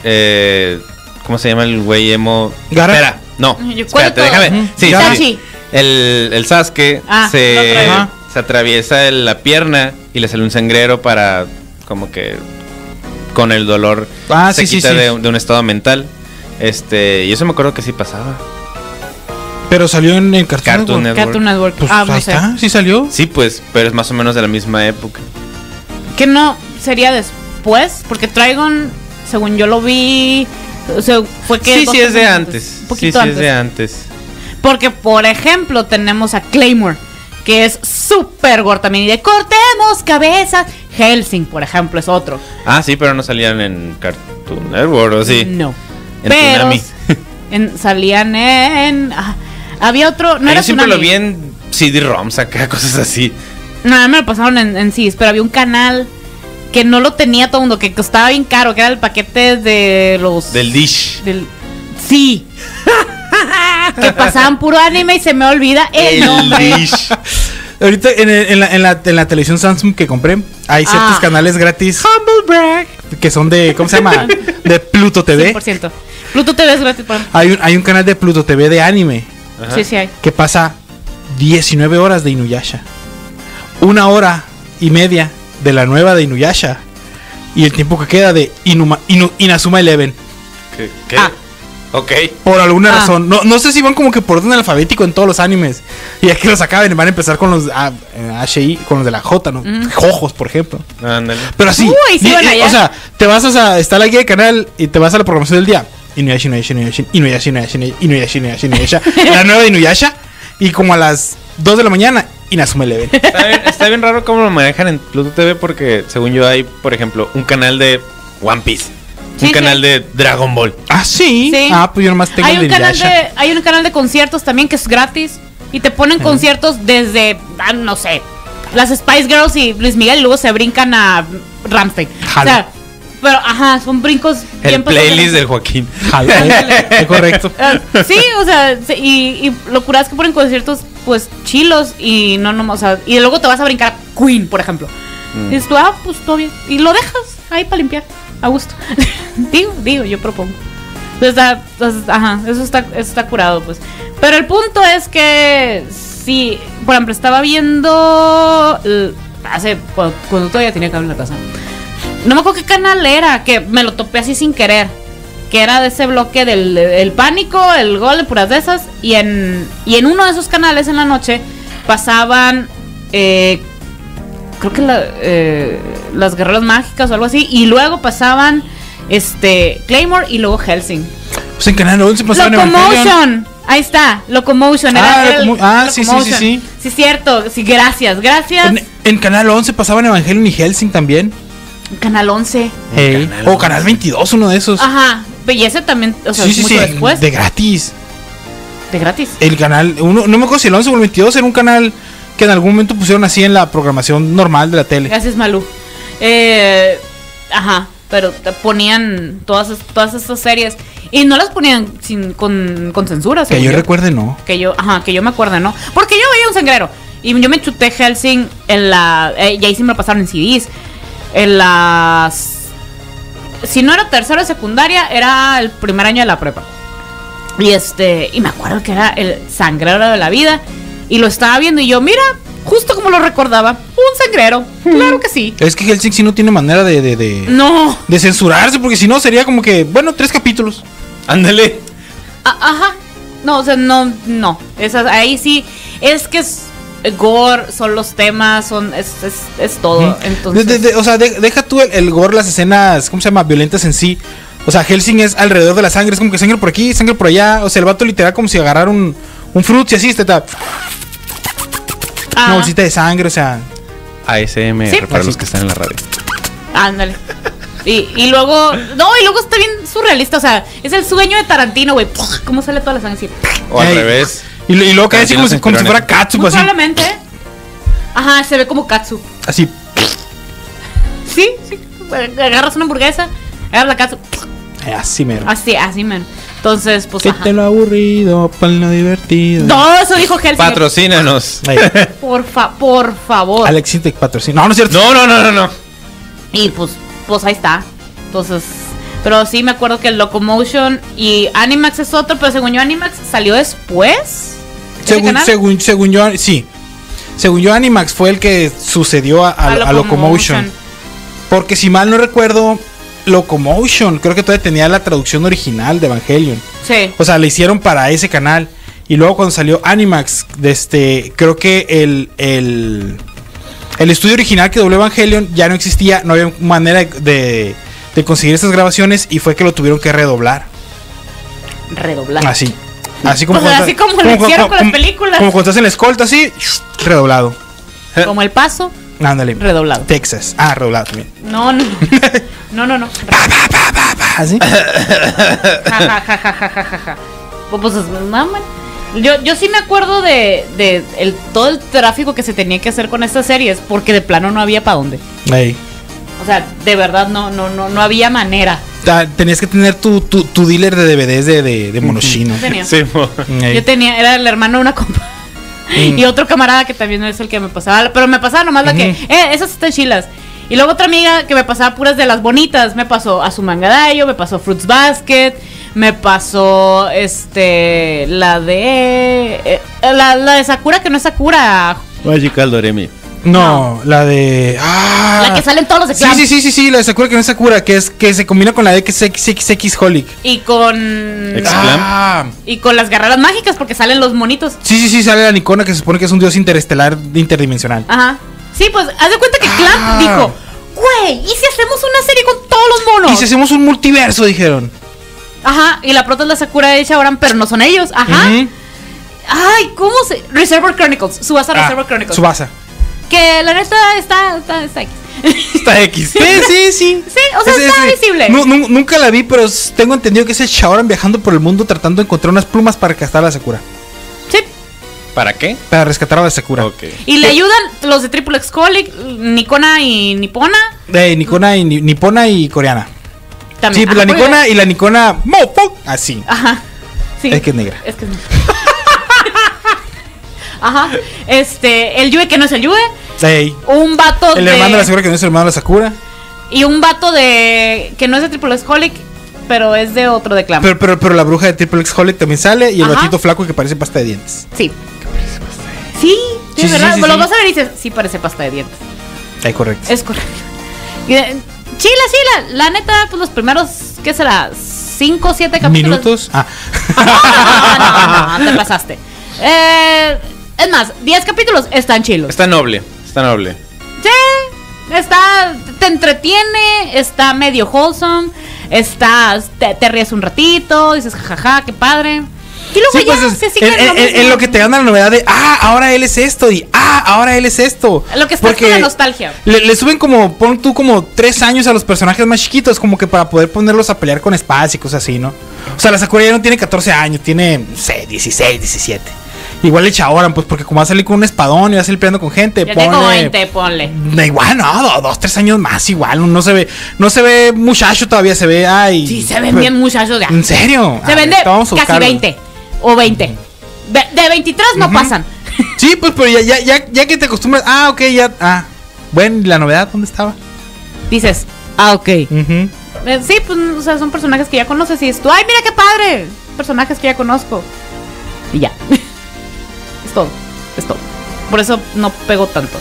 Speaker 2: eh, ¿Cómo se llama el güey emo?
Speaker 3: Gara.
Speaker 2: Espera, no.
Speaker 1: Yo
Speaker 2: Espérate,
Speaker 1: cuento.
Speaker 2: déjame.
Speaker 3: Ujú.
Speaker 2: Sí,
Speaker 3: Gara.
Speaker 2: sí, sí. El, el Sasuke
Speaker 1: Ah, lo
Speaker 2: se,
Speaker 1: traigo.
Speaker 3: Ajá.
Speaker 2: se atraviesa el- la pierna y le sale un sangrero para, como que, con el dolor
Speaker 3: Ah,
Speaker 2: se
Speaker 3: sí, sí,
Speaker 2: quita
Speaker 3: sí.
Speaker 2: De, de un estado mental. Este, y eso me acuerdo que sí pasaba.
Speaker 3: Pero salió en el Cartoon,
Speaker 2: Cartoon Network.
Speaker 3: Network.
Speaker 1: Cartoon Network.
Speaker 3: Pues
Speaker 1: ah,
Speaker 3: ahí
Speaker 1: no sé.
Speaker 3: está, sí salió.
Speaker 2: Sí, pues, pero es más o menos de la misma época.
Speaker 1: Que no sería después, porque Trigon, según yo lo vi, o sea, fue que
Speaker 2: Sí,
Speaker 1: dos
Speaker 2: sí, es de
Speaker 1: años
Speaker 2: antes.
Speaker 1: Un
Speaker 2: Sí,
Speaker 1: poquito
Speaker 2: sí,
Speaker 1: antes.
Speaker 2: es de antes.
Speaker 1: Porque, por ejemplo, tenemos a Claymore, que es súper gore también. Y de cortemos cabezas. Helsing, por ejemplo, es otro.
Speaker 2: Ah, sí, pero no salían en Cartoon Network, ¿o Pues sí?
Speaker 1: No.
Speaker 2: En Ah,
Speaker 1: pero
Speaker 2: Tsunami.
Speaker 1: en- salían en. ah, había otro. No
Speaker 2: Ah,
Speaker 1: era
Speaker 2: yo siempre
Speaker 1: Tsunami.
Speaker 2: lo vi en CD-ROMs acá, cosas así.
Speaker 1: No, me lo pasaron en, en CIS, pero había un canal que no lo tenía todo el mundo, que costaba bien caro, que era el paquete de los...
Speaker 2: Del dish.
Speaker 1: del- sí. que pasaban puro anime y se me olvida el nombre.
Speaker 2: dish.
Speaker 3: Ahorita en, el- en la, en la- en la televisión Samsung que compré, hay ciertos
Speaker 1: Ah.
Speaker 3: canales gratis
Speaker 1: Humble brag.
Speaker 3: que son de, ¿cómo se llama? De Pluto TV.
Speaker 1: 100%. Pluto TV es gratis para-
Speaker 3: Hay un, hay un canal de Pluto TV de anime
Speaker 2: Ajá.
Speaker 1: Sí, sí hay.
Speaker 3: que pasa 19 horas de Inuyasha. Una hora y media de la nueva de Inuyasha. Y el tiempo que queda de Inuma- Inu- Inazuma Eleven.
Speaker 2: ¿Qué? qué?
Speaker 1: Ah.
Speaker 2: Ok.
Speaker 3: Por alguna
Speaker 1: Ah.
Speaker 3: razón. No, no sé si van como que por orden alfabético en todos los animes. Y ya que los acaben, van a empezar con los ah, eh, HI, con los de la J, ¿no? Jojos, por ejemplo.
Speaker 2: Ándale.
Speaker 3: Pero así.
Speaker 1: Uy, sí
Speaker 3: ni-
Speaker 1: van
Speaker 3: eh,
Speaker 1: allá.
Speaker 3: o sea, te vas a. Está la guía de canal y te vas a la programación del día. Inuyasha, Inuyasha, Inuyasha, Inuyasha, Inuyasha, Inuyasha, Inuyasha, Inuyasha. La nueva de Inuyasha. Y como a las 2 de la mañana, Inazuma Eleven.
Speaker 2: Está bien, está bien raro cómo lo manejan en Pluto TV porque según yo hay, por ejemplo, un canal de One Piece,
Speaker 1: Sí,
Speaker 2: un
Speaker 1: sí.
Speaker 2: canal de Dragon Ball.
Speaker 3: Ah, sí.
Speaker 1: Sí.
Speaker 3: Ah, pues yo nomás tengo
Speaker 1: hay
Speaker 3: el de
Speaker 1: un canal
Speaker 3: Inuyasha.
Speaker 1: de hay un canal de conciertos también que es gratis y te ponen conciertos desde ah, no sé las Spice Girls y Luis Miguel y luego se brincan a Ramstein o
Speaker 3: Jalo.
Speaker 1: sea pero ajá son brincos
Speaker 2: El
Speaker 1: pasados.
Speaker 2: playlist del Joaquín.
Speaker 3: Jalo, eh, es correcto.
Speaker 1: Ah, sí o sea se- y, y lo curado es que ponen conciertos pues chilos y no no o sea y luego te vas a brincar a Queen por ejemplo y dices tú ah pues todo bien y lo dejas ahí para limpiar a gusto digo digo yo propongo pues está, pues, ajá, eso está, eso está curado, pues. Pero el punto es que sí, por ejemplo, estaba viendo eh, hace cuando, cuando todavía tenía cable en la casa. No me acuerdo qué canal era, que me lo topé así sin querer. Que era de ese bloque del el pánico, el gol, puras de esas. Y en, y en uno de esos canales en la noche pasaban, eh, creo que la- eh, las guerreras mágicas o algo así. Y luego pasaban este Claymore y luego Helsing.
Speaker 3: Pues en Canal 11 pasaron Evangelion.
Speaker 1: Locomotion. Ahí está, Locomotion.
Speaker 3: Ah,
Speaker 1: Era el-
Speaker 3: Locomo- ah, sí, sí, sí,
Speaker 1: Locomotion.
Speaker 3: sí.
Speaker 1: Sí, cierto. Sí, gracias, gracias.
Speaker 3: En, en Canal 11 pasaban Evangelion y Helsing también.
Speaker 1: Canal 11.
Speaker 3: Ey.
Speaker 2: Oh, Canal
Speaker 3: O Canal 22, uno de esos.
Speaker 1: Ajá. Y ese también, Ah, o sea,
Speaker 3: sí, sí,
Speaker 1: mucho
Speaker 3: sí.
Speaker 1: después.
Speaker 3: De
Speaker 1: De,
Speaker 3: gratis.
Speaker 1: gratis.
Speaker 3: El canal, uno, no me acuerdo si el 11 o el 22 era un canal que en algún momento pusieron así en la programación normal de la tele.
Speaker 1: Gracias, Malú. Eh, ajá. Pero te ponían todas, es- todas estas series. Y no las ponían sin, con, con censura.
Speaker 3: Que
Speaker 1: según
Speaker 3: yo recuerde, no.
Speaker 1: que yo, ajá, que yo me acuerdo, ¿no? Porque yo veía un sangrero y yo me chuté Helsing en la eh, y ahí sí me lo pasaron en CDs en las si no era tercero de secundaria, era el primer año de la prepa. Y este, y me acuerdo que era el sangrero de la vida y lo estaba viendo y yo, mira, justo como lo recordaba, un sangrero. Claro que sí.
Speaker 3: Es que Helsing sí no tiene manera de, de, de-
Speaker 1: No.
Speaker 3: de censurarse, porque si no sería como que, bueno, tres capítulos.
Speaker 2: Ándale.
Speaker 1: A- Ah, ajá. No, o sea, no, no. Esas, ahí sí. Es que es gore, son los temas, son, es, es, es todo. Entonces.
Speaker 3: De- de- de- o sea, de- deja tú el, el gore, las escenas, ¿cómo se llama? Violentas en sí. O sea, Helsing es alrededor de la sangre, es como que sangre por aquí, sangre por allá. O sea, el vato literal como si agarrara un, un fruit y así, está, está,
Speaker 1: Ah,
Speaker 3: una bolsita de sangre, o sea.
Speaker 2: ASMR
Speaker 1: Sí.
Speaker 2: para los que están en la radio.
Speaker 1: Ándale. Y, y luego. No, y luego está bien surrealista. O sea, es el sueño de Tarantino, güey. ¡Puf! ¿Cómo sale toda la sangre? Así.
Speaker 2: O al
Speaker 3: Ey.
Speaker 2: revés.
Speaker 3: Y, lo- y luego cae así como si,
Speaker 2: Canciones
Speaker 3: como si fuera
Speaker 2: inspirones.
Speaker 3: Katsup,
Speaker 1: Muy
Speaker 3: así.
Speaker 1: Pues, probablemente. Ajá, se ve como Katsu.
Speaker 3: Así.
Speaker 1: Sí, sí. Agarras una hamburguesa, agarras la Katsu. ¡puf!
Speaker 3: eh, Así mero.
Speaker 1: Así, así, man. Entonces, pues.
Speaker 3: Que
Speaker 1: Ajá.
Speaker 3: te lo aburrido, pa'l lo divertido.
Speaker 1: Todo eso dijo Helsing.
Speaker 2: Patrocínanos.
Speaker 3: Ahí,
Speaker 1: Por, fa- por favor.
Speaker 3: Alex Intec patrocina. No, no es cierto.
Speaker 2: No, no, no, no, no.
Speaker 1: Y pues, pues ahí está. Entonces, pero sí me acuerdo que el Locomotion y Animax es otro, pero según yo Animax salió después. ese
Speaker 3: según,
Speaker 1: ¿Este canal.
Speaker 3: según, según yo, sí. Según yo, Animax fue el que sucedió a, a- a Locomotion. Porque si mal no recuerdo, Locomotion creo que todavía tenía la traducción original de Evangelion.
Speaker 1: Sí.
Speaker 3: O sea, la hicieron para ese canal. Y luego cuando salió Animax, de este, creo que el, el, el estudio original que dobló Evangelion ya no existía, no había manera de, de conseguir esas grabaciones y fue que lo tuvieron que redoblar.
Speaker 1: Redoblar.
Speaker 3: Así. Así como,
Speaker 1: O sea, Pues así como lo hicieron con las películas.
Speaker 3: Como cuando estás en la escolta, así, redoblado.
Speaker 1: Como el paso,
Speaker 3: Ándale.
Speaker 1: redoblado.
Speaker 3: Texas. Ah, redoblado también.
Speaker 1: No, no. No, no, no. Ah,
Speaker 3: Así.
Speaker 1: Ja, ja, ja, ja, ja, ja, ja, ja. Pues, Pues es- no, man. Yo, yo sí me acuerdo de, de el, todo el tráfico que se tenía que hacer con estas series, porque de plano no había para dónde.
Speaker 3: Ahí.
Speaker 1: O sea, de verdad no, no, no, no había manera.
Speaker 3: Ta- Tenías que tener tu, tu, tu dealer de DVDs de, de, de Monoshino.
Speaker 1: Ujú. Tenía.
Speaker 2: Sí, mo.
Speaker 3: Ey.
Speaker 1: Yo tenía, era el hermano de una compa.
Speaker 3: Mm.
Speaker 1: Y otro camarada que también es el que me pasaba. Pero me pasaba nomás la que,
Speaker 3: Ujú.
Speaker 1: eh, esas están chilas. Y luego otra amiga que me pasaba puras de las bonitas. Me pasó a su mangadayo, me pasó Fruits Basket, me pasó este. La de. eh, la, la de Sakura, que no es Sakura.
Speaker 2: Magical Doremi.
Speaker 3: No, la de. ¡Ah!
Speaker 1: La que salen todos los
Speaker 3: Sí,
Speaker 1: exámenes.
Speaker 3: sí, sí, sí, sí, la de Sakura que no es Sakura, que es que se combina con la de XXX Holic.
Speaker 1: Y con.
Speaker 2: Ex- ¿Exclam?
Speaker 3: Ah,
Speaker 1: Y con las garras mágicas, porque salen los monitos.
Speaker 3: sí, sí, sí, sale la Nicona que se supone que es un dios interestelar interdimensional.
Speaker 1: Ajá. Sí, pues, haz de cuenta que Clamp
Speaker 3: Ah.
Speaker 1: dijo: Güey, ¿y si hacemos una serie con todos los monos?
Speaker 3: Y si hacemos un multiverso, dijeron.
Speaker 1: Ajá, y la prota es la Sakura de Shaoran, pero no son ellos. Ajá.
Speaker 3: Ujú.
Speaker 1: Ay, ¿cómo se...? Reservoir Chronicles. Subasa
Speaker 3: Ah,
Speaker 1: Reservoir Chronicles.
Speaker 3: Tsubasa.
Speaker 1: que la neta está... está, está aquí.
Speaker 3: Está X. Sí, Eh, sí, sí.
Speaker 1: Sí, o sea, está visible.
Speaker 3: nu- nu- nunca la vi, pero s- tengo entendido que es el Shaoran viajando por el mundo tratando de encontrar unas plumas para rescatar a la Sakura.
Speaker 1: Sí.
Speaker 2: ¿Para qué?
Speaker 3: Para rescatar a la Sakura.
Speaker 2: Ok.
Speaker 1: Y
Speaker 3: Eh.
Speaker 1: le ayudan los de Triple X Colic, Nikona y Nipona.
Speaker 3: De Nikona y Ni- Nipona y coreana.
Speaker 1: También.
Speaker 3: Sí, la
Speaker 1: Ajá, muy
Speaker 3: Nikona
Speaker 1: bien. Ah.
Speaker 3: y la Nikona. Mofo. Así.
Speaker 1: Ajá. Sí.
Speaker 3: Es que es negra.
Speaker 1: Es que es negra. Ajá. Este, el Yue que no es el Yue.
Speaker 3: Ey.
Speaker 1: Un vato
Speaker 3: El
Speaker 1: de...
Speaker 3: hermano de la Sakura que no es el hermano de la Sakura.
Speaker 1: Y un vato de... Que no es de Triple X Colic, pero es de otro de Clamp.
Speaker 3: Pero, pero, pero la bruja de Triple X Holic también sale y el
Speaker 1: Ajá.
Speaker 3: batito flaco que parece pasta de dientes.
Speaker 1: Sí. Sí, de
Speaker 3: Sí, sí,
Speaker 1: verdad.
Speaker 3: sí, sí,
Speaker 1: lo
Speaker 3: sí.
Speaker 1: vas a ver y dices, sí parece pasta de dientes.
Speaker 3: Ahí correcto.
Speaker 1: Es este correcto. Y, eh, Chila, chila. La neta, pues los primeros, ¿qué será? ¿Cinco o siete capítulos?
Speaker 3: ¿Minutos? Ah.
Speaker 1: No, no, no, no, te pasaste. Eh, es más, 10 capítulos están chilos.
Speaker 2: Está noble, está noble.
Speaker 1: Sí, está, te entretiene, está medio wholesome, está, te, te ríes un ratito, dices, jajaja, qué padre. Y luego
Speaker 3: Sí,
Speaker 1: ya,
Speaker 3: pues es,
Speaker 1: se sigue
Speaker 3: en, en- en-
Speaker 1: mismo.
Speaker 3: en lo que te gana la novedad de, ah, ahora él es esto y, ah, ahora él es esto.
Speaker 1: Lo que está es con la nostalgia.
Speaker 3: Le, le suben como, pon tú como tres años a los personajes más chiquitos, como que para poder ponerlos a pelear con espadas y cosas así, ¿no? O sea, la Sakura ya no tiene 14 años, tiene, no sé, 16, 17. Igual le Chaoran, pues porque como va a salir con un espadón y va a salir peleando con gente,
Speaker 1: Ya tengo
Speaker 3: ponle-
Speaker 1: 20, ponle.
Speaker 3: Da igual, no, do- dos, tres años más, igual, no se ve, no se ve muchacho todavía, se ve, ay.
Speaker 1: Sí, se ven bien muchachos de
Speaker 3: ¿En serio?
Speaker 1: Se
Speaker 3: A
Speaker 1: vende
Speaker 3: ver, vamos a
Speaker 1: casi
Speaker 3: buscarlo.
Speaker 1: 20 o 20. Ve- De 23 no
Speaker 3: Ujú.
Speaker 1: pasan.
Speaker 3: Sí, pues, pero ya, ya, ya, ya que te acostumbras. Ah, ok, ya. Ah, bueno, ¿y la novedad dónde estaba?
Speaker 1: Dices, ah, ok.
Speaker 3: Ujú.
Speaker 1: Eh, Sí, pues o sea, son personajes que ya conoces y dices tú, ay, mira qué padre. Personajes que ya conozco. Y ya. es todo, es todo. Por eso no pego tanto.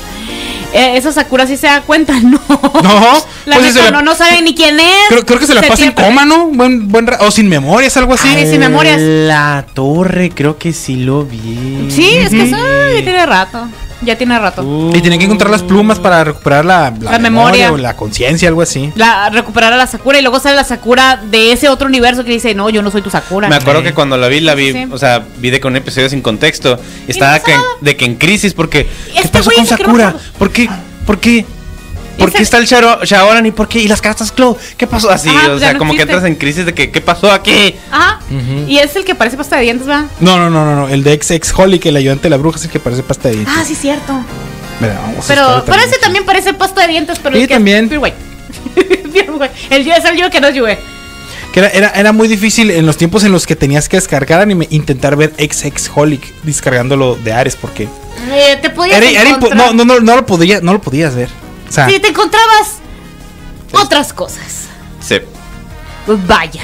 Speaker 1: Eh, esa Sakura sí se da cuenta, no.
Speaker 3: No,
Speaker 1: la
Speaker 3: pues,
Speaker 1: neta,
Speaker 3: se la-
Speaker 1: no, no sabe ni quién es.
Speaker 3: Creo, creo que se la pasa en
Speaker 1: pierde.
Speaker 3: coma, ¿no? Buen, buen ra- o sin memorias, algo así.
Speaker 1: Ay, sin memorias.
Speaker 2: La torre, creo que sí lo vi.
Speaker 1: Sí, es que eso ah, ya tiene rato. Ya tiene rato.
Speaker 3: Y tienen que encontrar las plumas para recuperar la,
Speaker 1: La memoria.
Speaker 3: o la conciencia, algo así.
Speaker 1: la, recuperar a la Sakura y luego sale la Sakura de ese otro universo que dice, no, yo no soy tu Sakura.
Speaker 2: Me acuerdo que cuando la vi, la vi,
Speaker 1: Sí.
Speaker 2: o sea, vi de con un episodio sin contexto. Y estaba
Speaker 1: no
Speaker 2: que-
Speaker 1: sabe.
Speaker 2: de que en crisis, porque.
Speaker 1: Este
Speaker 2: ¿Qué pasó
Speaker 1: güey
Speaker 2: con
Speaker 1: dice que no
Speaker 2: Sakura?
Speaker 1: sabe.
Speaker 2: ¿Por qué? ¿Por qué? ¿Por
Speaker 1: Ese-
Speaker 2: qué está el Sharo- Shaoran y por qué? ¿Y las cartas Claw? ¿Qué pasó? Así,
Speaker 1: Ajá,
Speaker 2: o
Speaker 1: pues ya
Speaker 2: sea,
Speaker 1: no
Speaker 2: como que
Speaker 1: existe.
Speaker 2: entras en crisis de que, ¿qué pasó aquí?
Speaker 1: Ajá. Y es el que parece pasta de dientes, ¿verdad?
Speaker 3: No, no, no, no, no. El de ex ex Holly, que el ayudante de la bruja es el que parece pasta de dientes.
Speaker 1: Ah, sí, cierto.
Speaker 3: Mira, vamos a
Speaker 1: Pero,
Speaker 3: buscarlo
Speaker 1: pero ese también parece pasta de dientes, pero
Speaker 3: Y
Speaker 1: el que
Speaker 3: también-
Speaker 1: es pure white. Pure white. El yo es el yo que no es Yue.
Speaker 3: Que era, era, era muy difícil en los tiempos en los que tenías que descargar anime, intentar ver ex ex Holic descargándolo de Ares, porque.
Speaker 1: Eh, te podías
Speaker 3: Era, era impo-
Speaker 1: encontrar-
Speaker 3: no, no, no, no lo podía, no lo podías ver. O sea,
Speaker 1: Sí, te encontrabas otras cosas.
Speaker 2: Sí.
Speaker 1: Pues vaya.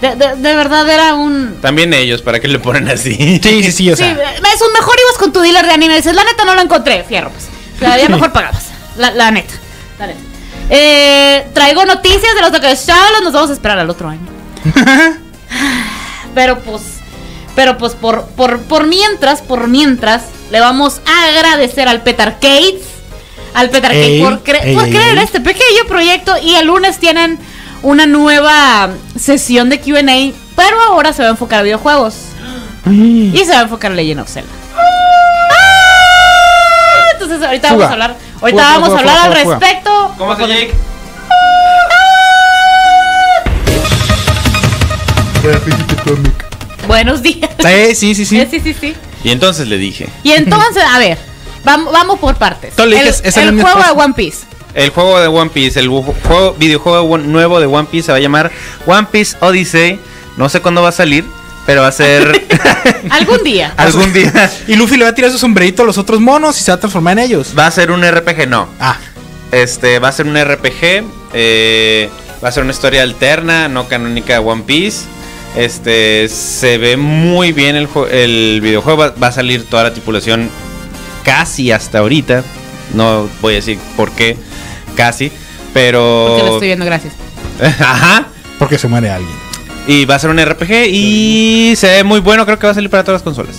Speaker 1: De, de- de verdad era un...
Speaker 2: También ellos, ¿para qué le ponen así?
Speaker 3: sí, sí, sí, o sea.
Speaker 1: sí, es un mejor ibas con tu dealer de anime. Dices, la neta no lo encontré, fierro. Pues. O sea, ya mejor pagabas. La, la neta. La neta. Eh, traigo noticias de los Takeshalos. Nos vamos a esperar al otro año. pero pues. Pero pues por, por, por mientras, por mientras, le vamos a agradecer al Petar Cates. Al Petar Cates
Speaker 3: Ey,
Speaker 1: por, cre-
Speaker 3: ey,
Speaker 1: por
Speaker 3: ey,
Speaker 1: creer en
Speaker 3: ey.
Speaker 1: este pequeño proyecto. Y el lunes tienen una nueva sesión de QA. Pero ahora se va a enfocar a videojuegos. Y se va a enfocar en Legend of Zelda. ¡Ah! Entonces ahorita
Speaker 3: Fuga.
Speaker 1: vamos a hablar, ahorita
Speaker 3: Fuga, fuga,
Speaker 1: vamos a
Speaker 3: fuga,
Speaker 1: hablar
Speaker 3: fuga,
Speaker 1: al
Speaker 3: fuga.
Speaker 1: respecto.
Speaker 2: ¿Cómo se Jake?
Speaker 1: Buenos días.
Speaker 3: Eh, sí, sí, sí.
Speaker 1: Eh, sí, sí, sí.
Speaker 2: Y entonces le dije.
Speaker 1: Y entonces, a ver, vam- vamos, por partes.
Speaker 3: Tú le
Speaker 1: el
Speaker 3: dices, esa no es
Speaker 1: el
Speaker 3: mi
Speaker 1: juego de
Speaker 3: esposa.
Speaker 1: One Piece.
Speaker 2: El juego de One Piece, el bu- juego, videojuego de One- nuevo de One Piece se va a llamar One Piece Odyssey. No sé cuándo va a salir, pero va a ser
Speaker 1: Algún día.
Speaker 2: algún día.
Speaker 3: Y Luffy le va a tirar su sombrerito a los otros monos y se va a transformar en ellos.
Speaker 2: Va a ser un RPG, no.
Speaker 3: Ah,
Speaker 2: Este, va a ser un RPG. eh, va a ser una historia alterna, no canónica de One Piece. Este, se ve muy bien el, jue- el videojuego. Va, va a salir toda la tripulación casi hasta ahorita. No voy a decir por qué, casi. Pero.
Speaker 1: Porque lo estoy viendo, gracias.
Speaker 2: Ajá.
Speaker 3: porque se muere alguien.
Speaker 2: Y va a ser un RPG y se ve muy bueno. Creo que va a salir para todas las consolas.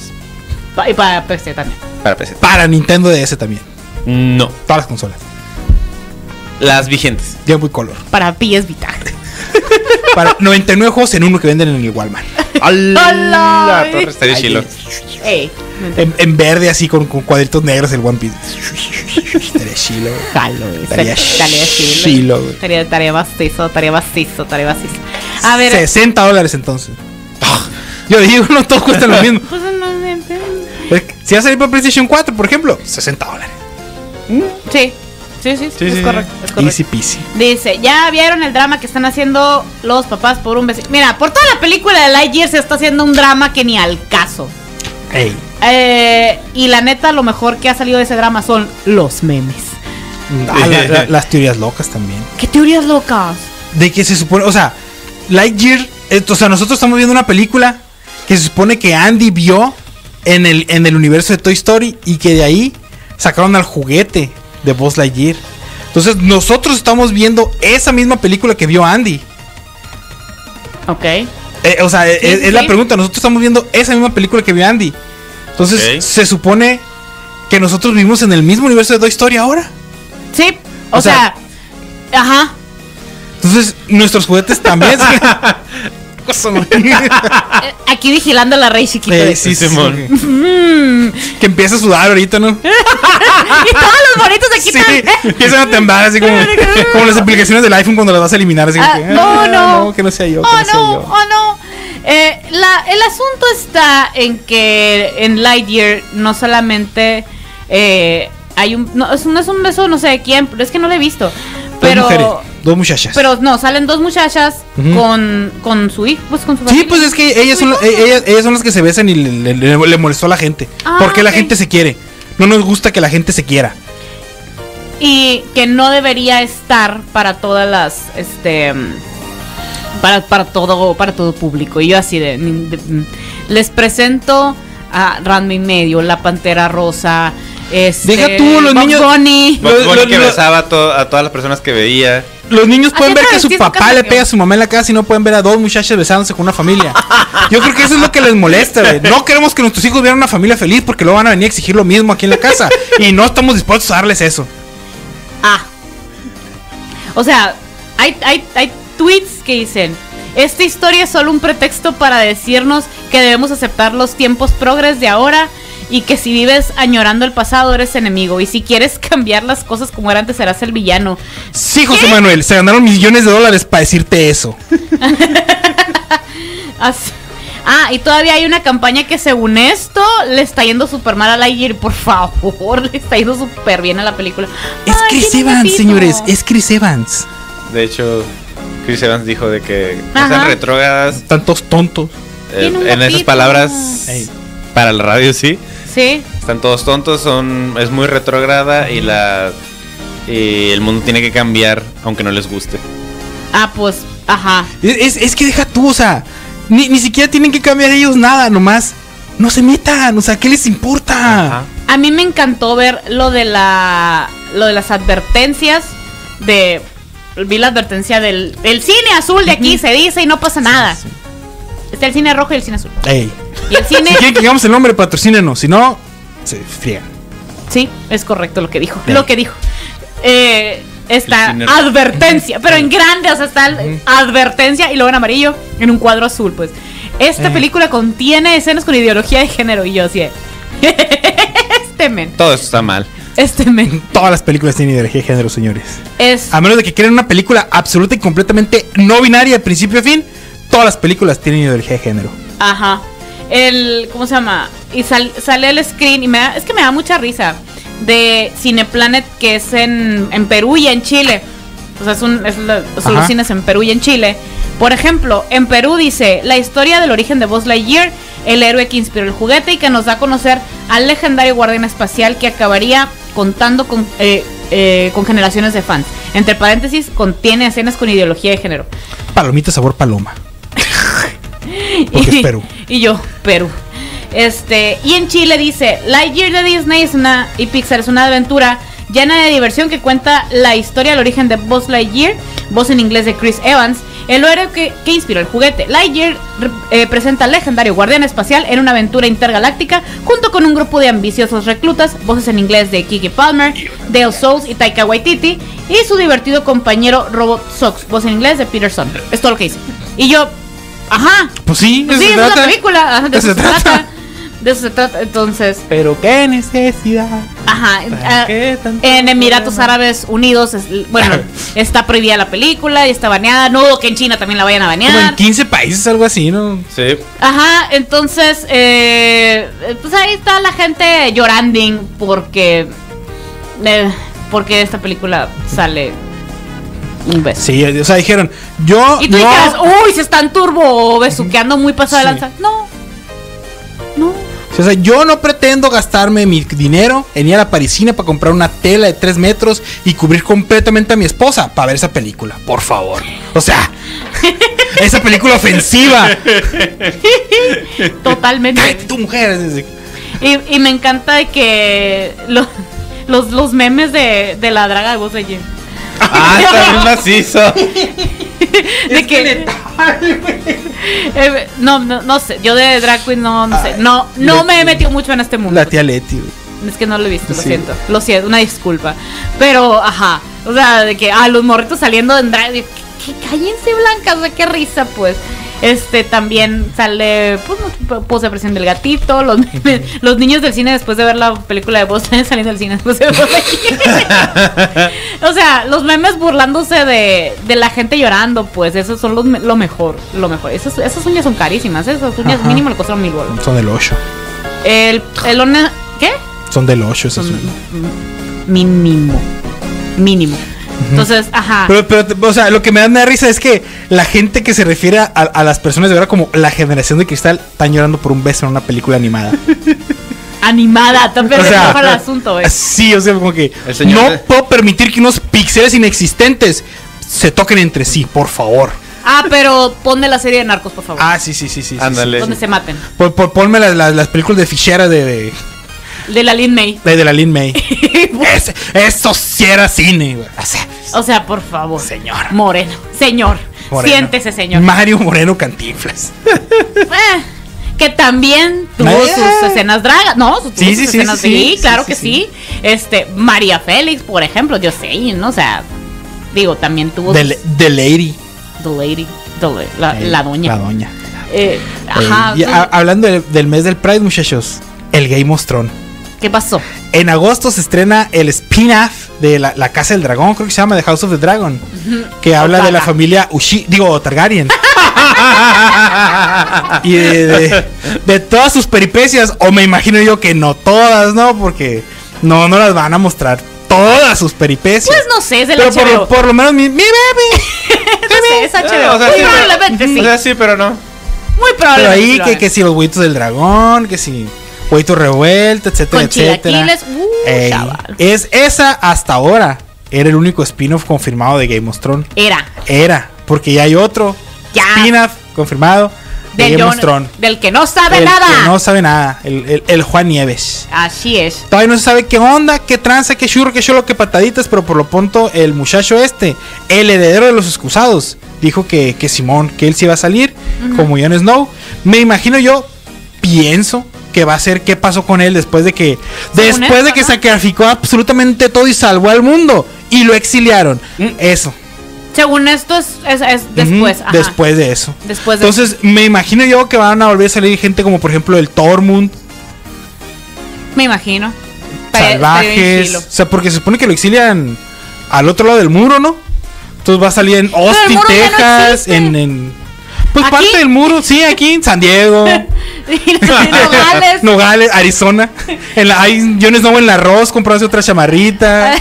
Speaker 1: Pa- y para PC también.
Speaker 2: Para PC.
Speaker 3: Para Nintendo DS también.
Speaker 2: No,
Speaker 3: Todas las consolas.
Speaker 2: las vigentes.
Speaker 3: Game Boy Color.
Speaker 1: Para PS Vita.
Speaker 3: Para 99 juegos en uno que venden en el Walmart.
Speaker 1: ¡Hola!
Speaker 2: Torre, estaría
Speaker 3: Ay,
Speaker 2: chilo.
Speaker 1: Ey, no te
Speaker 3: En, en verde así con, con cuadritos negros el One Piece. Estaría chilo.
Speaker 1: jalo, güey.
Speaker 3: Estaría
Speaker 1: Estaría chilo.
Speaker 3: chilo, güey.
Speaker 1: Estaría- Estaría bastizo, estaría bastizo, estaría bastizo. A ver.
Speaker 3: 60 dólares entonces. Ah, Yo digo, no todos cuestan lo mismo.
Speaker 1: Pues no sé.
Speaker 3: Es que Si va a salir para PlayStation 4, por ejemplo, 60 dólares.
Speaker 1: Sí, sí, sí,
Speaker 2: Sí,
Speaker 1: es
Speaker 2: sí,
Speaker 1: correcto. es correcto.
Speaker 3: Easy peasy.
Speaker 1: Dice, ¿ya vieron el drama que están haciendo los papás por un vecino? Mira, por toda la película de Lightyear se está haciendo un drama que ni al caso.
Speaker 3: Ey.
Speaker 1: Eh, y la neta, lo mejor que ha salido de ese drama son los memes.
Speaker 3: Ah, la- la- las teorías locas también.
Speaker 1: ¿Qué teorías locas?
Speaker 3: De que se supone, o sea, Lightyear, eh, o sea, nosotros estamos viendo una película que se supone que Andy vio en el, en el universo de Toy Story y que de ahí sacaron al juguete de Buzz Lightyear. Entonces nosotros estamos viendo esa misma película que vio Andy.
Speaker 1: Ok.
Speaker 3: Eh, o sea, eh,
Speaker 1: Sí,
Speaker 3: es,
Speaker 1: sí,
Speaker 3: es la
Speaker 1: sí.
Speaker 3: pregunta. Nosotros estamos viendo esa misma película que vio Andy. Entonces
Speaker 2: Ok.
Speaker 3: se supone que nosotros vivimos en el mismo universo de Toy Story ahora.
Speaker 1: Sí, o,
Speaker 3: O
Speaker 1: sea,
Speaker 3: sea-
Speaker 1: ajá.
Speaker 3: Entonces nuestros juguetes también. se- Cosa, güey.
Speaker 1: Eh, Aquí vigilando a la rey chiquita.
Speaker 3: Eh,
Speaker 1: de-
Speaker 3: sí, sí,
Speaker 2: Simón.
Speaker 3: sí.
Speaker 1: Mm.
Speaker 3: Que empieza a sudar ahorita, ¿no?
Speaker 1: Y todos los bonitos aquí
Speaker 3: Sí,
Speaker 1: están.
Speaker 3: empiezan a temblar así como, como las aplicaciones del iPhone cuando las vas a eliminar. Así como
Speaker 1: Ah,
Speaker 3: que,
Speaker 1: no,
Speaker 3: "Ah,
Speaker 1: no.
Speaker 3: que no sea yo, que
Speaker 1: Oh
Speaker 3: no sea
Speaker 1: no,
Speaker 3: yo".
Speaker 1: oh no. Eh, la- el asunto está en que en Lightyear no solamente eh, hay un. No es, no es un beso, no sé de quién, pero es que no lo he visto.
Speaker 3: Dos mujeres,
Speaker 1: Pero.
Speaker 3: dos muchachas.
Speaker 1: Pero no, salen dos muchachas
Speaker 3: Ujú.
Speaker 1: con, con su hijo, pues con su
Speaker 3: sí,
Speaker 1: familia.
Speaker 3: pues es que ellas son, la-
Speaker 1: Su hijo.
Speaker 3: ellas, ellas son las que se besan y le, le- le- le molestó a la gente.
Speaker 1: Ah,
Speaker 3: porque la
Speaker 1: ok.
Speaker 3: gente se quiere. No nos gusta que la gente se quiera.
Speaker 1: Y que no debería estar para todas las. Este. mm, Para, para todo para todo público. Y yo así de. mm, de- mm. les presento a Ranma y medio, la pantera rosa. Este,
Speaker 3: Deja tú, los
Speaker 1: Bugs
Speaker 3: niños-
Speaker 1: Bunny.
Speaker 2: Bugs
Speaker 3: Lo-
Speaker 2: Bunny
Speaker 3: lo-
Speaker 2: que
Speaker 3: lo-
Speaker 2: besaba a, to- a todas las personas que veía.
Speaker 3: Los niños
Speaker 1: Así
Speaker 3: pueden ver que
Speaker 1: está
Speaker 3: su
Speaker 1: vestido
Speaker 3: papá le
Speaker 1: Carlos.
Speaker 3: pega a su mamá en la casa y no pueden ver a dos muchachas besándose con una familia. Yo creo que eso es lo que les molesta, güey. No queremos que nuestros hijos vean una familia feliz porque luego van a venir a exigir lo mismo aquí en la casa. Y no estamos dispuestos a darles eso.
Speaker 1: Ah. O sea, hay, hay, hay tweets que dicen. Esta historia es solo un pretexto para decirnos que debemos aceptar los tiempos progres de ahora y que si vives añorando el pasado eres enemigo y si quieres cambiar las cosas como eran antes serás el villano.
Speaker 3: Sí, José Manuel, se ganaron millones de dólares para decirte eso.
Speaker 1: As- Ah, y todavía hay una campaña que según esto le está yendo súper mal a Lightyear, por favor, le está yendo súper bien a la película.
Speaker 3: Es
Speaker 1: Ay,
Speaker 3: Chris
Speaker 1: tiene un
Speaker 3: Evans,
Speaker 1: gatito.
Speaker 3: señores, es Chris Evans.
Speaker 2: De hecho, Chris Evans dijo de que
Speaker 1: Ajá.
Speaker 2: esas retrógradas,
Speaker 3: Tantos tontos.
Speaker 2: eh,
Speaker 1: Tiene un
Speaker 2: en esas
Speaker 1: gatito.
Speaker 2: palabras,
Speaker 3: Ey.
Speaker 2: para la radio sí,
Speaker 1: Sí,
Speaker 2: están todos tontos, son es muy retrógrada y la y el mundo tiene que cambiar aunque no les guste.
Speaker 1: ah, pues, ajá.
Speaker 3: Es, es- es que deja tú, o sea, ni, ni siquiera tienen que cambiar ellos nada, nomás. No se metan, o sea, ¿qué les importa?
Speaker 2: Ajá.
Speaker 1: A mí me encantó ver lo de la lo de las advertencias de vi la advertencia del el cine azul de aquí se dice y no pasa nada.
Speaker 3: sí.
Speaker 1: Está el cine rojo y el cine azul.
Speaker 3: Ey.
Speaker 1: Y el
Speaker 3: Si
Speaker 1: cine
Speaker 3: quieren que digamos el nombre, patrocínenos. Si no, se friegan.
Speaker 1: Sí, es correcto lo que dijo.
Speaker 3: Sí.
Speaker 1: Lo que dijo. Eh, está
Speaker 2: El cine-
Speaker 1: advertencia, pero en grande, o sea, está el-
Speaker 3: Ujú.
Speaker 1: advertencia y luego en amarillo, en un cuadro azul, pues. Esta
Speaker 3: Eh.
Speaker 1: película contiene escenas con ideología de género y yo así. de, este men,
Speaker 2: Todo eso está mal.
Speaker 1: este men.
Speaker 3: Todas las películas tienen ideología de género, señores.
Speaker 1: Es,
Speaker 3: A menos de que quieran una película absoluta y completamente no binaria de principio a fin, todas las películas tienen ideología de género.
Speaker 1: ajá. El, ¿cómo se llama? Y sal- sale el screen y me da- es que me da mucha risa. de Cineplanet que es en, en Perú y en Chile. O sea, es un- es la- son los
Speaker 3: Ajá.
Speaker 1: cines en Perú y en Chile. Por ejemplo, en Perú dice la historia del origen de Buzz Lightyear, el héroe que inspiró el juguete y que nos da a conocer al legendario guardián espacial que acabaría contando con, eh, eh, con generaciones de fans. Entre paréntesis, contiene escenas con ideología de género.
Speaker 3: Palomita sabor paloma. Porque es Perú.
Speaker 1: Y yo, Perú. Este, y en Chile dice, Lightyear de Disney es una, y Pixar es una aventura llena de diversión que cuenta la historia del origen de Buzz Lightyear, voz en inglés de Chris Evans, el héroe que, que inspiró el juguete. Lightyear re- eh, presenta al legendario guardián espacial en una aventura intergaláctica junto con un grupo de ambiciosos reclutas, voces en inglés de Kiki Palmer, Dale Souls y Taika Waititi, y su divertido compañero Robot Sox, voz en inglés de Peterson. Es todo lo que dice. Y yo, ajá,
Speaker 3: Pues sí,
Speaker 1: pues sí, es
Speaker 3: eso se trata.
Speaker 1: una película. ajá, de eso se,
Speaker 3: se
Speaker 1: trata.
Speaker 3: trata.
Speaker 1: De eso se trata. Entonces,
Speaker 3: Pero qué necesidad.
Speaker 1: ajá.
Speaker 3: ¿Para
Speaker 1: ah,
Speaker 3: qué tanto
Speaker 1: en Emiratos
Speaker 3: problema?
Speaker 1: Árabes Unidos, es- bueno, está prohibida la película y está baneada. No dudo que en China también la vayan a
Speaker 3: Como en
Speaker 1: banear.
Speaker 3: 15 países, algo así, ¿no?
Speaker 2: Sí.
Speaker 1: Ajá, entonces, eh, pues ahí está la gente llorando porque. eh, porque esta película sale un beso.
Speaker 3: Sí, o sea, dijeron, yo
Speaker 1: Y tú
Speaker 3: no-
Speaker 1: dijeras, uy, se están turbo besuqueando muy pasada de
Speaker 3: Sí.
Speaker 1: lanza. No. No.
Speaker 3: o sea, yo no pretendo gastarme mi dinero en ir a la parisina para comprar una tela de 3 metros y cubrir completamente a mi esposa para ver esa película, por favor. O sea, esa película ofensiva.
Speaker 1: Totalmente.
Speaker 3: Cállate tu mujer.
Speaker 1: Y, y me encanta de que lo- los, los memes de, de la draga de voz de Jim.
Speaker 2: Ah, está bien macizo.
Speaker 1: De que, eh, no, no, no sé, yo de drag queen no, no sé, no, no
Speaker 3: Ay,
Speaker 1: me he
Speaker 3: la-
Speaker 1: metido mucho en este mundo.
Speaker 3: La tía Leti, güey.
Speaker 1: Es que no lo he visto, lo
Speaker 3: Sí.
Speaker 1: siento, lo siento, una disculpa. Pero, ajá, o sea, de que, ah, los morritos saliendo en drag, de que, que cállense blancas, o sea, qué risa, pues. Este, también sale, pues, no, depresión del gatito, los, los niños del cine después de ver la película de Boston saliendo del cine después de verla. o sea, los memes burlándose de, de la gente llorando, pues, esos son los, me- lo mejor, lo mejor. Esas, esas uñas son carísimas, esas uñas
Speaker 3: Ajá. Ah.
Speaker 1: mínimo le costaron mil bolas.
Speaker 3: Son del 8.
Speaker 1: El, el, one- ¿qué?
Speaker 3: Son del 8 esas.
Speaker 1: Son mínimo. Mínimo. Entonces, ajá.
Speaker 3: Pero, pero, o sea, lo que me da una risa es que la gente que se refiere a, a las personas de ahora como la generación de cristal están llorando por un beso en una película animada.
Speaker 1: animada, tan
Speaker 3: O sea,
Speaker 1: pendejo el asunto, güey.
Speaker 3: Sí, o sea, como que
Speaker 2: El señor
Speaker 3: no
Speaker 2: de-
Speaker 3: puedo permitir que unos píxeles inexistentes se toquen entre sí, por favor.
Speaker 1: Ah, pero ponme la serie de narcos, por favor.
Speaker 3: Ah, sí, sí, sí, sí. sí,
Speaker 2: Ándale.
Speaker 1: donde se maten.
Speaker 3: sí. Pon- pon- ponme las, las- las películas de fichera de,
Speaker 1: De la Lin May.
Speaker 3: de, de la Lin May. Es- eso sí era cine, güey. O sea,
Speaker 1: o sea, por favor.
Speaker 3: Señor.
Speaker 1: Moreno. Señor.
Speaker 3: Moreno.
Speaker 1: Siéntese, señor.
Speaker 3: Mario Moreno Cantinflas.
Speaker 1: Eh, que también tuvo
Speaker 3: Nadie-
Speaker 1: sus escenas dragas. No, su- tuvo
Speaker 3: eh. Sí,
Speaker 1: sus
Speaker 3: sí, sí,
Speaker 1: escenas
Speaker 3: sí, sí,
Speaker 1: claro
Speaker 3: sí,
Speaker 1: que
Speaker 3: sí,
Speaker 1: sí. Este, María Félix, por ejemplo, yo sé, ¿no? O sea, digo, también tuvo
Speaker 3: The,
Speaker 1: sus-
Speaker 3: la- The Lady.
Speaker 1: The Lady. the la- Ah, la,
Speaker 3: Eh,
Speaker 1: doña.
Speaker 3: La doña.
Speaker 1: Eh, ajá.
Speaker 3: Eh, y a- hablando del- del mes del Pride, muchachos. El Gay Mostrón.
Speaker 1: ¿Qué pasó?
Speaker 3: En agosto se estrena el spin-off de la, La Casa del Dragón, creo que se llama The House of the Dragon, que habla de la
Speaker 1: Otaga.
Speaker 3: familia Ushi, digo Targaryen. y de, de- de todas sus peripecias, o me imagino yo que no todas, ¿no? Porque no, no las van a mostrar todas sus peripecias.
Speaker 1: Pues no sé, es del
Speaker 3: Pero por,
Speaker 1: HBO.
Speaker 3: lo- por lo menos mi, mi bebé.
Speaker 1: no sé, es HBO.
Speaker 2: O sea,
Speaker 1: Muy
Speaker 2: sí, pero-
Speaker 1: probablemente sí.
Speaker 2: O sea, sí, pero no.
Speaker 1: Muy
Speaker 3: Pero
Speaker 1: probablemente.
Speaker 3: ahí
Speaker 1: lo
Speaker 3: que,
Speaker 1: hagan.
Speaker 3: que si los huevitos del dragón, que si huevitos revueltos, etcétera,
Speaker 1: Con
Speaker 3: etcétera.
Speaker 1: chilaquiles, uh,
Speaker 3: Ey,
Speaker 1: chaval.
Speaker 3: es esa hasta ahora. Era el único spin-off confirmado de Game of Thrones.
Speaker 1: Era.
Speaker 3: Era, porque ya hay otro
Speaker 1: Ya.
Speaker 3: spin-off confirmado de
Speaker 1: Del,
Speaker 3: Game of
Speaker 1: yo-
Speaker 3: Thrones.
Speaker 1: del que no sabe
Speaker 3: El
Speaker 1: nada.
Speaker 3: que no sabe nada, el, el- el Juan Nieves.
Speaker 1: Así es.
Speaker 3: Todavía no se sabe qué onda, qué tranza, qué churro, qué cholo, qué pataditas, pero por lo pronto el muchacho este, el heredero de los excusados, dijo que, que Simón, que él sí va a salir, como Jon Snow. Me imagino yo, pienso que va a ser qué pasó con él después de que,
Speaker 1: Según
Speaker 3: después
Speaker 1: él,
Speaker 3: de que
Speaker 1: ajá.
Speaker 3: sacrificó absolutamente todo y salvó al mundo y lo exiliaron. Eso.
Speaker 1: Según esto es, es- es Mm. después.
Speaker 3: Ujú,
Speaker 1: ajá.
Speaker 3: Después de eso.
Speaker 1: Después de-
Speaker 3: Entonces, me imagino yo que van a volver a salir gente como por ejemplo el Tormund,
Speaker 1: Me imagino. Estaría- estaría bien
Speaker 3: salvajes.
Speaker 1: chilo.
Speaker 3: O sea, porque se supone que lo exilian al otro lado del muro, ¿no? Entonces va a salir en Austin,
Speaker 1: muro ya no
Speaker 3: Texas,
Speaker 1: existe.
Speaker 3: en, en- Pues
Speaker 1: ¿Aquí?
Speaker 3: parte del muro, sí, aquí en San Diego.
Speaker 1: Nogales.
Speaker 3: Nogales, Arizona. En la, hay Jones Novo en la Ross, comprarse otra chamarrita.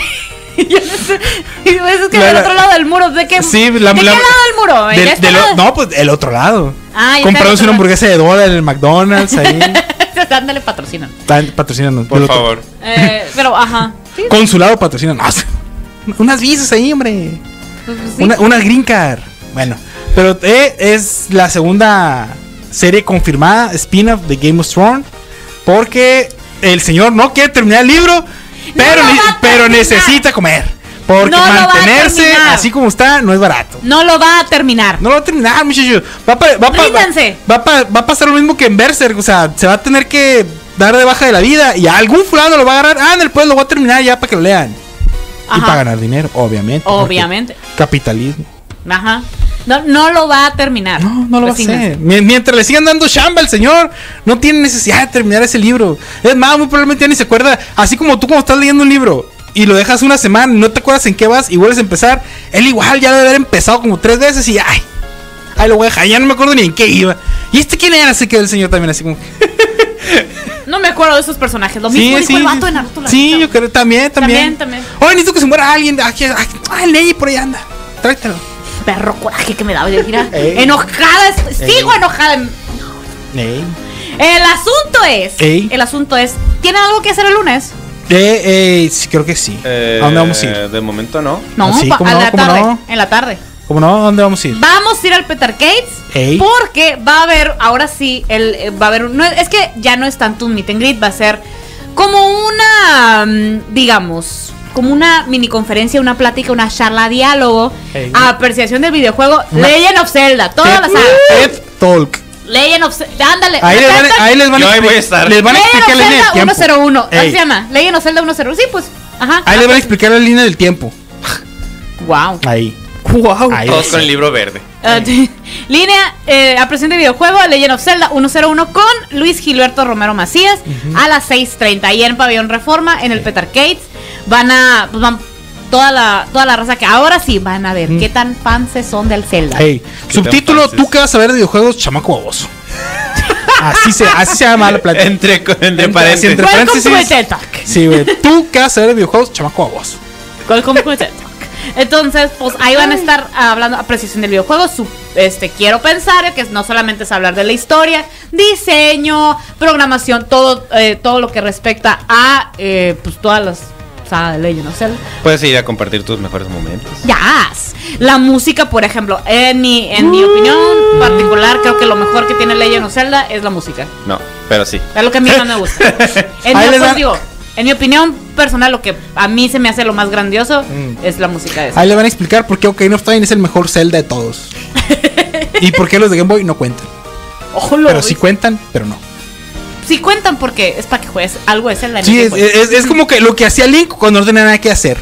Speaker 1: Yo no sé. Y ves Pues que
Speaker 3: La-
Speaker 1: del
Speaker 3: la-
Speaker 1: otro lado del muro. ¿De qué,
Speaker 3: Sí, la-
Speaker 1: ¿de
Speaker 3: la-
Speaker 1: qué lado del muro?
Speaker 3: Del-
Speaker 1: ¿Ya está
Speaker 3: del
Speaker 1: al
Speaker 3: o-
Speaker 1: lado?
Speaker 3: no, pues el otro lado.
Speaker 1: Ah, ya está del otro
Speaker 3: Compramos una
Speaker 1: lado.
Speaker 3: hamburguesa de dólar en el McDonald's. Ahí.
Speaker 1: Ándale, patrocinan.
Speaker 3: Tan- patrocínanos.
Speaker 2: Por
Speaker 3: Del otro-
Speaker 2: favor.
Speaker 1: Eh, pero, ajá. Sí,
Speaker 3: Consulado patrocínanos. Unas visas ahí, hombre.
Speaker 1: pues, sí.
Speaker 3: Una, una green card. Bueno, pero eh, es la segunda serie confirmada, spin-off de Game of Thrones. Porque el señor no quiere terminar el libro, pero,
Speaker 1: lo
Speaker 3: ne-
Speaker 1: va a
Speaker 3: pero
Speaker 1: terminar.
Speaker 3: necesita comer. Porque
Speaker 1: No lo va a
Speaker 3: mantenerse
Speaker 1: terminar.
Speaker 3: así como está no es barato.
Speaker 1: No lo va a terminar.
Speaker 3: No lo va a terminar, muchachos. Va, pa- va, pa- va-
Speaker 1: Ríndanse.
Speaker 3: va pa- va a pasar lo mismo que en Berserk. O sea, se va a tener que dar de baja de la vida. Y a algún fulano lo va a agarrar. Ah, en el pueblo lo voy a terminar ya para que lo lean. Y
Speaker 1: Ajá.
Speaker 3: para ganar dinero, obviamente. porque
Speaker 1: Obviamente.
Speaker 3: Capitalismo.
Speaker 1: Ajá. No, no lo va a terminar.
Speaker 3: No, no lo va a
Speaker 1: Resígnense.
Speaker 3: hacer. Mien- Mientras le sigan dando chamba al señor, no tiene necesidad de terminar ese libro. Es más, muy probablemente ya ni se acuerda. Así como tú cuando estás leyendo un libro y lo dejas una semana y no te acuerdas en qué vas y vuelves a empezar, él igual ya debe haber empezado como tres veces y ay, ay lo voy a dejar, ya no me acuerdo ni en qué iba. ¿Y este quién era? Se quedó el señor también así como...
Speaker 1: No me acuerdo de esos personajes. Lo mismo dijo el vato de Naruto. la
Speaker 3: sí,
Speaker 1: neta.
Speaker 3: yo creo, también, también.
Speaker 1: También, también.
Speaker 3: Ay, necesito que se muera alguien. Ay, ay, ay, ley, por ahí anda. Tráetelo.
Speaker 1: Perro coraje que me daba. Yo, mira,
Speaker 3: Ey.
Speaker 1: enojada. es-
Speaker 3: Ey.
Speaker 1: Sigo enojada.
Speaker 3: Ey.
Speaker 1: El asunto es.
Speaker 3: Ey.
Speaker 1: El asunto es. ¿Tienen algo que hacer el lunes?
Speaker 3: Eh, eh, sí, creo que sí.
Speaker 2: Eh,
Speaker 3: ¿A dónde vamos a ir?
Speaker 2: De momento no.
Speaker 1: No,
Speaker 3: Ah, sí,
Speaker 1: pa-
Speaker 3: ¿cómo
Speaker 1: a
Speaker 3: no?
Speaker 1: la
Speaker 3: ¿Cómo
Speaker 1: tarde.
Speaker 3: no?
Speaker 1: En la tarde.
Speaker 3: ¿Cómo no? ¿Dónde vamos a ir?
Speaker 1: Vamos a ir al Peter Cates
Speaker 3: Ey.
Speaker 1: porque va a haber, ahora sí, el, eh, va a haber, un- no, es que ya no es tanto un meet and greet, va a ser como una, mm, digamos, como una mini conferencia, una plática, una charla, diálogo,
Speaker 3: Ey.
Speaker 1: apreciación del videojuego
Speaker 3: Una-
Speaker 1: Legend of Zelda, toda la
Speaker 3: Pep-
Speaker 1: saga.
Speaker 3: Pep Talk.
Speaker 1: Legend of Zelda, ándale.
Speaker 3: Ahí les, van,
Speaker 1: Zelda-
Speaker 3: a- ahí les van
Speaker 2: Yo ahí
Speaker 3: expli-
Speaker 2: voy a estar.
Speaker 3: Les van a
Speaker 1: Legend of
Speaker 3: explicar la línea del
Speaker 1: Zelda
Speaker 3: tiempo.
Speaker 1: 101, así
Speaker 3: Ey,
Speaker 1: se llama, Legend of Zelda 101, sí, pues, ajá.
Speaker 3: Ahí les van a explicar la línea del tiempo.
Speaker 1: Wow.
Speaker 3: Ahí.
Speaker 1: Wow.
Speaker 3: Ahí
Speaker 2: Todos
Speaker 3: va.
Speaker 2: con el libro verde.
Speaker 1: Ah, Línea, eh, apreciación de videojuego, Legend of Zelda 101 con Luis Gilberto Romero Macías a las 6.30 ahí en Pabellón Reforma, en el Petar Gates. Van a, pues van toda la, toda la raza que ahora sí van a ver qué tan fanses son del Zelda.
Speaker 3: Ey.
Speaker 2: ¿Qué
Speaker 3: Subtítulo,
Speaker 2: tan fácil?
Speaker 3: tú que vas a ver de videojuegos, chamaco baboso. así, se, así se llama la plática.
Speaker 2: Entre, entre,
Speaker 3: Entre-
Speaker 2: paréntesis.
Speaker 3: entre-
Speaker 1: Welcome to
Speaker 3: paréntesis.
Speaker 1: my TED Talk.
Speaker 3: Sí, güey. Tú que vas a ver de videojuegos, chamaco baboso.
Speaker 1: Welcome to my TED Talk. Entonces, pues ahí van a estar hablando apreciación del videojuego. Su, este, quiero pensar que no solamente es hablar de la historia, diseño, programación, todo, eh, todo lo que respecta a eh, pues todas las sagas de Legend of Zelda.
Speaker 2: Puedes ir a compartir tus mejores momentos.
Speaker 1: Yes. La música, por ejemplo, en mi, en mi opinión
Speaker 3: Mm.
Speaker 1: particular, creo que lo mejor que tiene Legend of Zelda es la música.
Speaker 2: No, pero sí.
Speaker 1: Es lo que a mí más me gusta. En mi,
Speaker 3: Ahí les va-
Speaker 1: pues, digo, en mi opinión personal, lo que a mí se me hace lo más grandioso
Speaker 3: Mm.
Speaker 1: es la música de esa.
Speaker 3: Ahí le van a explicar por qué Ocarina of Time es el mejor Zelda de todos. y por qué los de Game Boy no cuentan.
Speaker 1: Ojo, lo
Speaker 3: Pero sí
Speaker 1: sí,
Speaker 3: cuentan, pero no.
Speaker 1: cuentan porque es para que juegues algo de Zelda. en
Speaker 3: Sí,
Speaker 1: el
Speaker 3: es,
Speaker 1: Game Boy.
Speaker 3: es- es como que lo que hacía Link cuando no tenía nada que hacer.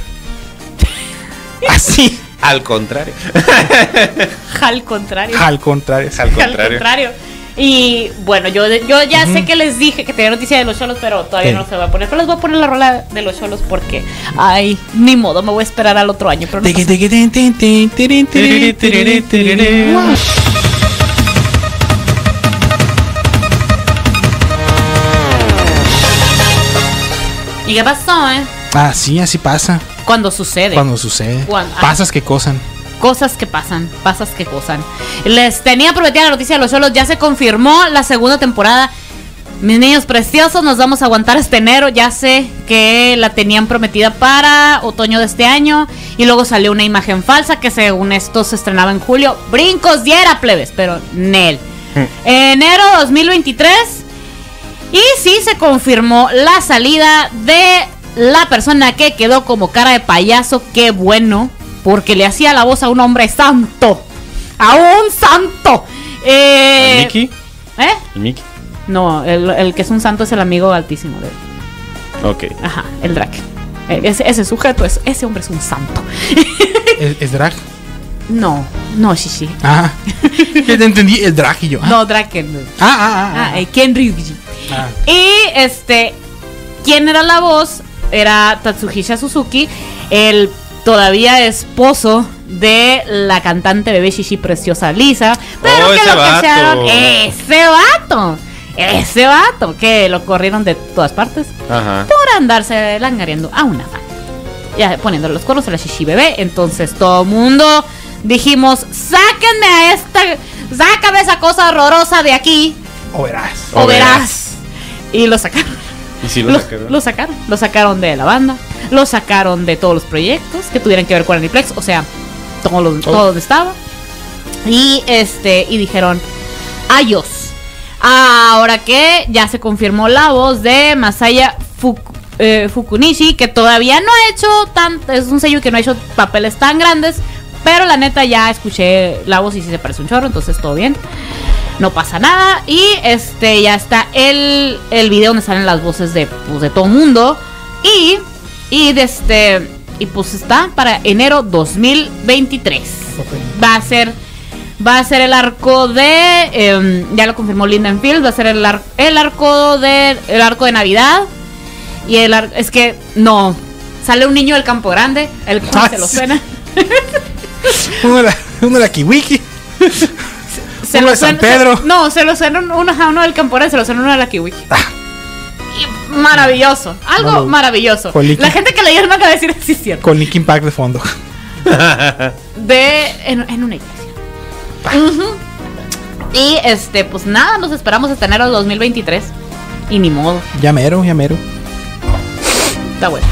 Speaker 3: Así.
Speaker 2: Al contrario.
Speaker 1: al contrario.
Speaker 3: Al contrario.
Speaker 2: Al
Speaker 1: Al
Speaker 2: contrario.
Speaker 1: contrario. Y bueno, yo, yo ya sé que les dije que tenía noticia de los cholos, pero todavía
Speaker 3: Sí.
Speaker 1: no se va a poner. Pero les voy a poner la rola de los cholos porque, ay, ni modo, me voy a esperar al otro año. Pero no pasa- ¿Y qué pasó, eh?
Speaker 3: Así, Ah, así pasa
Speaker 1: Cuando sucede.
Speaker 3: cuando sucede.
Speaker 1: Cuando- ah.
Speaker 3: Pasas que cosan.
Speaker 1: Cosas que pasan, pasas que cosan. Les tenía prometida la noticia de los solos, ya se confirmó la segunda temporada. Mis niños preciosos, nos vamos a aguantar este enero. Ya sé que la tenían prometida para otoño de este año. Y luego salió una imagen falsa que según esto se estrenaba en julio. Brincos diera plebes, pero Nel. Enero 2023. Y sí se confirmó la salida de la persona que quedó como cara de payaso. Qué bueno, porque le hacía la voz a un hombre santo. A un santo. Eh,
Speaker 2: ¿El Mickey?
Speaker 1: ¿Eh?
Speaker 2: ¿El Mickey?
Speaker 1: No, el, el que es un santo es el amigo altísimo de
Speaker 2: Ok.
Speaker 1: Ajá, el drag. E- Ese, ese sujeto, es, ese hombre es un santo.
Speaker 3: El, el drag.
Speaker 1: No, no, Shishi.
Speaker 3: Ah. Ya te entendí, el drag y yo. Ah,
Speaker 1: No, Draken.
Speaker 3: ah, ah, ah,
Speaker 1: Ah,
Speaker 3: ah.
Speaker 1: eh, Ken Ryuji.
Speaker 3: Ah.
Speaker 1: Y este, ¿quién era la voz? Era Tatsuhisa Suzuki, el todavía esposo de la cantante bebé Shishi preciosa Lisa. Pero
Speaker 2: Oh,
Speaker 1: que
Speaker 2: ese
Speaker 1: lo cacharon.
Speaker 2: vato.
Speaker 1: ¡Ese vato! Ese vato que lo corrieron de todas partes
Speaker 2: Ajá.
Speaker 1: por andarse langareando a una fan. Ya poniendo los cuernos a la shishi bebé. Entonces todo mundo dijimos, sáquenme a esta, sácame esa cosa horrorosa de aquí
Speaker 3: O verás.
Speaker 1: o
Speaker 2: O verás".
Speaker 1: verás. Y lo sacaron.
Speaker 2: Y si lo,
Speaker 1: Lo,
Speaker 2: sacaron.
Speaker 1: lo sacaron, lo sacaron de la banda, lo sacaron de todos los proyectos que tuvieran que ver con Aniplex, o sea, todo,
Speaker 2: Oh.
Speaker 1: lo- todo donde estaba. Y este, y dijeron, adiós. Ahora que ya se confirmó la voz de Masaya Fuku- eh, Fukunishi, que todavía no ha hecho tan, es un sello que no ha hecho papeles tan grandes, pero la neta ya escuché la voz y sí se parece un chorro, entonces todo bien no pasa nada. Y este ya está el, el video donde salen las voces de, pues, de todo mundo. Y, y de este. Y pues está para enero 2023. Va a ser. Va a ser el arco de. em, ya lo confirmó Linda Fields. Va a ser el, ar- el arco de. El arco de Navidad. Y el ar- Es que. No. Sale un niño del campo grande. El cual
Speaker 3: Ah,
Speaker 1: se lo
Speaker 3: sí.
Speaker 1: suena.
Speaker 3: Uno de la, uno de la Kiwiki.
Speaker 1: Se
Speaker 3: Uno
Speaker 1: lo
Speaker 3: de San
Speaker 1: suena-
Speaker 3: Pedro. Ah.
Speaker 1: se- no, se lo suena un- uno, ajá, uno del Camporán, se lo suena uno de la Kiwi. Y Maravilloso, algo
Speaker 3: No lo-
Speaker 1: maravilloso.
Speaker 3: Joliqui.
Speaker 1: La gente que leyó no acaba de decir sí es cierto.
Speaker 3: Con Linkin Park de fondo.
Speaker 1: De en, en una iglesia.
Speaker 3: Ah.
Speaker 1: Ujú. Y este, pues nada, nos esperamos hasta enero de 2023. Y ni modo,
Speaker 3: Llamero, llamero.
Speaker 1: está bueno.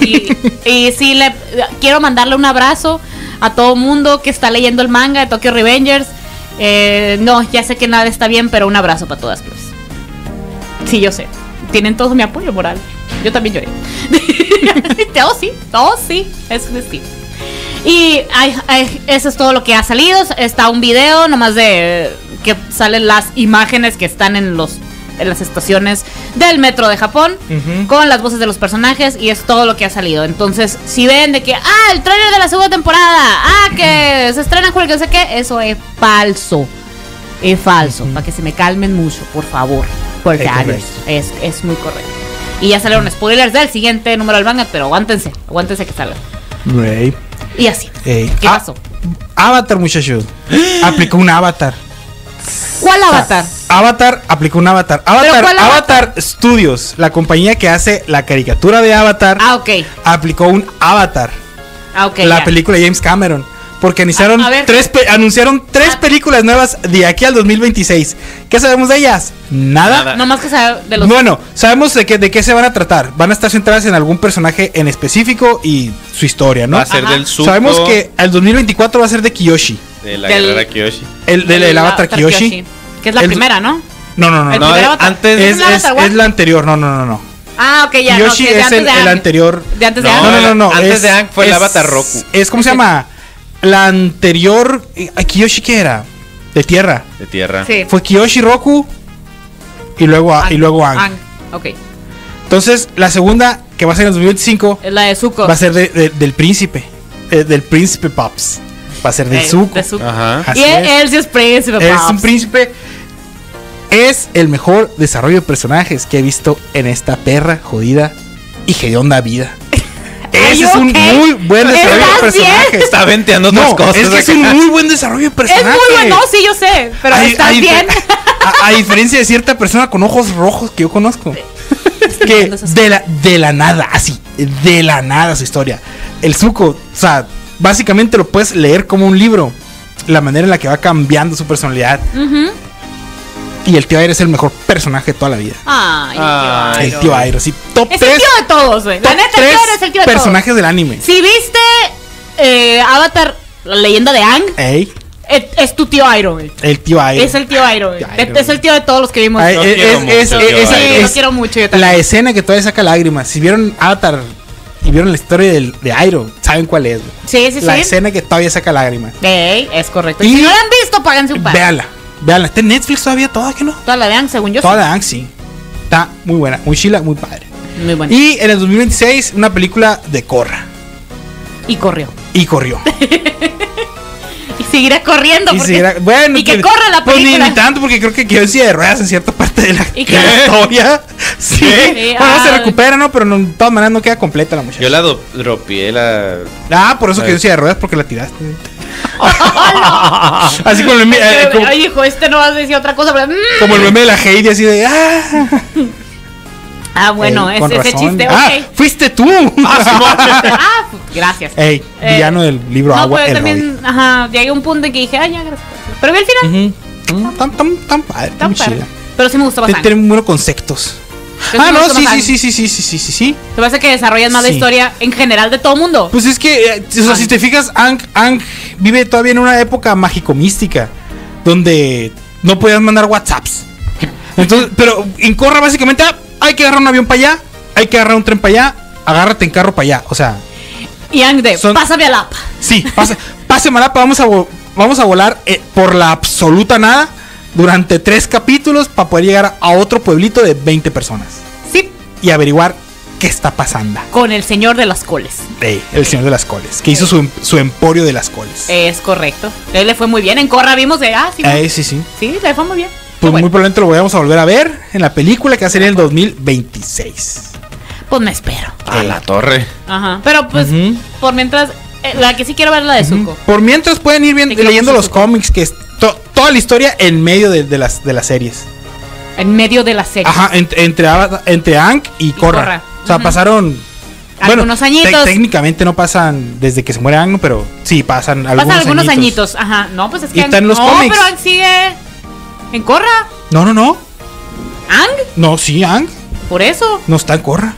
Speaker 1: Y, y sí, le quiero mandarle un abrazo a todo mundo que está leyendo el manga de Tokyo Revengers. Eh, no, ya sé que nada está bien, pero un abrazo para todas, pues. Sí, yo sé. Tienen todo mi apoyo moral. Yo también lloré. oh, sí, oh, sí. Es un sí. Y ay, ay, eso es todo lo que ha salido. Está un video nomás de eh, que salen las imágenes que están en los en las estaciones del metro de Japón
Speaker 3: Ujú.
Speaker 1: con las voces de los personajes y es todo lo que ha salido. Entonces, si ven de que ah, el trailer de la segunda temporada, ah, que se estrena en julio, que no sé qué, eso es falso. Es falso, para que se me calmen mucho, por favor. Porque
Speaker 3: Es
Speaker 1: adiós,
Speaker 3: correcto.
Speaker 1: es, es muy correcto. Y ya salieron spoilers del siguiente número del manga, pero aguántense, aguántense que salga.
Speaker 3: Ey,
Speaker 1: Y así.
Speaker 3: ey.
Speaker 1: ¿Qué
Speaker 3: Ah,
Speaker 1: pasó?
Speaker 3: Avatar, muchachos. Aplicó un avatar.
Speaker 1: ¿Cuál avatar?
Speaker 3: Avatar aplicó un avatar.
Speaker 1: ¿Pero
Speaker 3: Avatar,
Speaker 1: cuál
Speaker 3: avatar? Studios, la compañía que hace la caricatura de Avatar,
Speaker 1: Ah, ok.
Speaker 3: aplicó un avatar.
Speaker 1: Ah, ok.
Speaker 3: la
Speaker 1: ya.
Speaker 3: película de James Cameron. Porque anunciaron,
Speaker 1: A- a ver.
Speaker 3: tres, pe- anunciaron tres
Speaker 1: Ah.
Speaker 3: películas nuevas de aquí al 2026. ¿Qué sabemos de ellas? Nada.
Speaker 2: Nada.
Speaker 1: No más que saber de los.
Speaker 3: Bueno, sabemos de qué, de qué se van a tratar. Van a estar centradas en algún personaje en específico y su historia, ¿no?
Speaker 2: Va a ser
Speaker 1: Ajá.
Speaker 2: del sur.
Speaker 3: Sabemos que al 2024 va a ser de Kiyoshi.
Speaker 2: De la
Speaker 1: del-
Speaker 2: guerrera Kyoshi.
Speaker 3: El del el
Speaker 1: la-
Speaker 3: avatar Kiyoshi.
Speaker 1: Que es la
Speaker 3: El-
Speaker 1: primera, ¿no?
Speaker 3: No, no, no.
Speaker 1: El
Speaker 3: no.
Speaker 1: primer
Speaker 2: eh,
Speaker 1: avatar.
Speaker 2: antes-
Speaker 1: ¿Es
Speaker 3: Es,
Speaker 1: el
Speaker 3: es,
Speaker 1: Avatar One?
Speaker 3: es la anterior, no, no, no, no.
Speaker 1: Ah, ok, ya.
Speaker 3: Kiyoshi
Speaker 1: no, que de
Speaker 3: es
Speaker 1: antes
Speaker 3: el,
Speaker 1: de
Speaker 3: el
Speaker 1: Aang.
Speaker 3: anterior.
Speaker 1: De antes de
Speaker 2: No,
Speaker 1: Aang.
Speaker 3: No, no, no, no.
Speaker 2: Antes de Aang fue el
Speaker 3: es-
Speaker 2: avatar Roku.
Speaker 3: Es como se llama. La anterior. eh, Kiyoshi que era. De tierra.
Speaker 2: De tierra.
Speaker 1: Sí.
Speaker 3: Fue Kiyoshi Roku. Y luego, a- y luego Ang.
Speaker 1: Aang. Ok.
Speaker 3: Entonces, la segunda, que va a ser en el 2025,
Speaker 1: Es la de Zuko.
Speaker 3: va a ser de- de- del príncipe. eh, del príncipe Pops. Va a ser de
Speaker 1: Eh,
Speaker 3: Zuko.
Speaker 1: de Zuko.
Speaker 2: Ajá.
Speaker 3: Ajá.
Speaker 1: Y
Speaker 3: Así
Speaker 1: él,
Speaker 3: es.
Speaker 1: él sí es príncipe.
Speaker 3: Es
Speaker 1: paps.
Speaker 3: un príncipe. Es el mejor desarrollo de personajes que he visto en esta perra jodida y hedionda vida. Ese es
Speaker 1: you
Speaker 3: un
Speaker 1: okay?
Speaker 3: muy buen desarrollo de
Speaker 1: ¿Estás bien?
Speaker 3: personajes.
Speaker 2: Está venteando otras
Speaker 3: No,
Speaker 2: cosas.
Speaker 3: es que es un
Speaker 2: acá.
Speaker 3: muy buen desarrollo de
Speaker 1: Es
Speaker 3: personajes.
Speaker 1: muy bueno, sí, yo sé. Pero
Speaker 3: A-
Speaker 1: está
Speaker 3: a dif-
Speaker 1: bien.
Speaker 3: A, a diferencia de cierta persona con ojos rojos que yo conozco. Que
Speaker 1: viendo esas
Speaker 3: de la, de la nada, así, de la nada su historia. El Zuko, o sea, básicamente lo puedes leer como un libro. La manera en la que va cambiando su personalidad.
Speaker 1: Ujú.
Speaker 3: Y el tío Aire es el mejor personaje de toda la vida.
Speaker 1: Ay,
Speaker 2: Ay,
Speaker 1: Dios.
Speaker 3: el tío Aire, sí, top
Speaker 1: Es
Speaker 3: 3.
Speaker 1: el tío de todos, güey. La
Speaker 3: top
Speaker 1: neta, el
Speaker 3: Ah. tres
Speaker 1: tío es el tío de todos.
Speaker 3: personajes del anime.
Speaker 1: Si viste eh, Avatar, la leyenda de Ang,
Speaker 3: Ey,
Speaker 1: es, es tu tío Iroh, güey.
Speaker 3: el tío Aire.
Speaker 1: Es el tío Iroh, güey.
Speaker 3: Tío Iroh.
Speaker 1: Es el tío de todos los que vimos.
Speaker 3: Ay,
Speaker 2: Lo
Speaker 3: es-
Speaker 2: quiero
Speaker 3: es-
Speaker 2: mucho,
Speaker 3: es-
Speaker 2: tío
Speaker 3: es-
Speaker 1: Sí,
Speaker 2: Aire.
Speaker 1: lo
Speaker 3: es-
Speaker 1: quiero mucho, yo
Speaker 3: La
Speaker 1: también.
Speaker 3: escena que todavía saca lágrimas. Si vieron Avatar y vieron la historia del- de Airo, saben cuál es. güey.
Speaker 1: Sí, sí,
Speaker 3: La
Speaker 1: sí.
Speaker 3: escena que todavía saca lágrimas.
Speaker 1: Ey, es correcto.
Speaker 3: Y-
Speaker 1: Y si no la han visto, páganse un par.
Speaker 3: Véanla, véanla. Está en Netflix todavía toda, que no?
Speaker 1: Toda la de Ang, según yo. sí.
Speaker 3: Toda la Ang, sí. Está muy buena, muy chila, muy padre.
Speaker 1: Muy bueno.
Speaker 3: Y en el 2026, una película de Corra.
Speaker 1: y corrió.
Speaker 3: Y corrió.
Speaker 1: Y seguirá corriendo.
Speaker 3: y
Speaker 1: porque-
Speaker 3: seguirá- bueno,
Speaker 1: y que
Speaker 3: pues,
Speaker 1: corra la
Speaker 3: pues, ni-
Speaker 1: película.
Speaker 3: ni, tanto, porque creo que quedó en silla de ruedas en cierta parte de la,
Speaker 1: ¿Y
Speaker 3: de
Speaker 1: qué?
Speaker 3: la historia. Sí.
Speaker 1: ¿Qué?
Speaker 3: Bueno, se
Speaker 1: Ah.
Speaker 3: recupera, ¿no? Pero no- de todas maneras no queda completa la muchacha.
Speaker 2: Yo la do- dropié la.
Speaker 3: Ah, por eso
Speaker 2: Ay.
Speaker 3: quedó en silla de ruedas, porque la tiraste. Así como el meme, eh, como,
Speaker 1: Ay, dijo, este no vas a decir otra cosa, pero... mm.
Speaker 3: como el meme de la Heidi, así de. ¡Ah!
Speaker 1: Ah, bueno,
Speaker 3: Ey,
Speaker 1: ese,
Speaker 3: con
Speaker 1: ese
Speaker 3: razón.
Speaker 1: chiste,
Speaker 3: ¡Ah!
Speaker 1: ok.
Speaker 3: ¡Fuiste tú!
Speaker 1: Ah, gracias.
Speaker 3: Ey,
Speaker 1: Eh,
Speaker 3: villano del libro
Speaker 1: no,
Speaker 3: Agua.
Speaker 1: pero
Speaker 3: el
Speaker 1: también, ajá, llegué a un punto en que dije, ay, ya, gracias. Pero vi al final,
Speaker 3: Roy. Ujú. Mm, Tan, tan, tan padre, tan,
Speaker 1: tan padre.
Speaker 3: chida.
Speaker 1: Pero sí me gustó
Speaker 3: Te-
Speaker 1: bastante.
Speaker 3: Tiene muy buenos conceptos.
Speaker 1: Pero
Speaker 3: Ah,
Speaker 1: sí me
Speaker 3: no,
Speaker 1: gustó
Speaker 3: sí, sí,
Speaker 1: bastante.
Speaker 3: sí, sí, sí, sí, sí, sí, sí.
Speaker 1: Se me hace que desarrollan más la
Speaker 3: Sí.
Speaker 1: historia en general de todo mundo.
Speaker 3: Pues es que, eh, o sea,
Speaker 1: Ay.
Speaker 3: si te fijas, Ang, Ang vive todavía en una época mágico-mística, donde no podías mandar WhatsApps. Entonces, pero en Corra básicamente, ah, hay que agarrar un avión para allá, hay que agarrar un tren para allá, agárrate en carro para allá. O sea,
Speaker 1: Y Ang de,
Speaker 3: Son-
Speaker 1: pásame a la app.
Speaker 3: sí, pase, pase Malapa, vamos a, vo- vamos a volar eh, por la absoluta nada durante tres capítulos para poder llegar a otro pueblito de 20 personas
Speaker 1: Sí,
Speaker 3: y averiguar qué está pasando.
Speaker 1: con el señor de las coles.
Speaker 3: Ey, el señor de las coles, que hizo su, em- su emporio de las coles.
Speaker 1: Es correcto. Él le fue muy bien. En Corra vimos de, ah, sí,
Speaker 3: Eh, sí, sí.
Speaker 1: sí, le fue muy bien. Qué
Speaker 3: Pues
Speaker 1: bueno.
Speaker 3: muy probablemente lo vayamos a volver a ver en la película que va a ser en el 2026.
Speaker 1: Pues me espero.
Speaker 2: A la torre.
Speaker 1: Ajá. Pero pues,
Speaker 3: Ujú.
Speaker 1: por mientras, eh, la que sí quiero ver es la de Zuko.
Speaker 3: Por mientras pueden ir viendo,
Speaker 1: Te quiero
Speaker 3: leyendo
Speaker 1: mucho,
Speaker 3: los
Speaker 1: Zuko.
Speaker 3: cómics, que es to- toda la historia en medio de, de las, de las series.
Speaker 1: En medio de la serie.
Speaker 3: Ajá, ent- entre, Avatar- entre Ank y Korra.
Speaker 1: Korra.
Speaker 3: O sea,
Speaker 1: Ujú.
Speaker 3: pasaron...
Speaker 1: Algunos añitos.
Speaker 3: técnicamente no pasan desde que se muere Ang, pero sí, pasan algunos,
Speaker 1: Pasan algunos añitos. Ajá. No, pues es que.
Speaker 3: Y están
Speaker 1: Ang-
Speaker 3: los
Speaker 1: no,
Speaker 3: cómics.
Speaker 1: pero Ang sigue. En Corra.
Speaker 3: No, no, no.
Speaker 1: Ang.
Speaker 3: No, sí, Ang.
Speaker 1: Por eso.
Speaker 3: No está en Korra.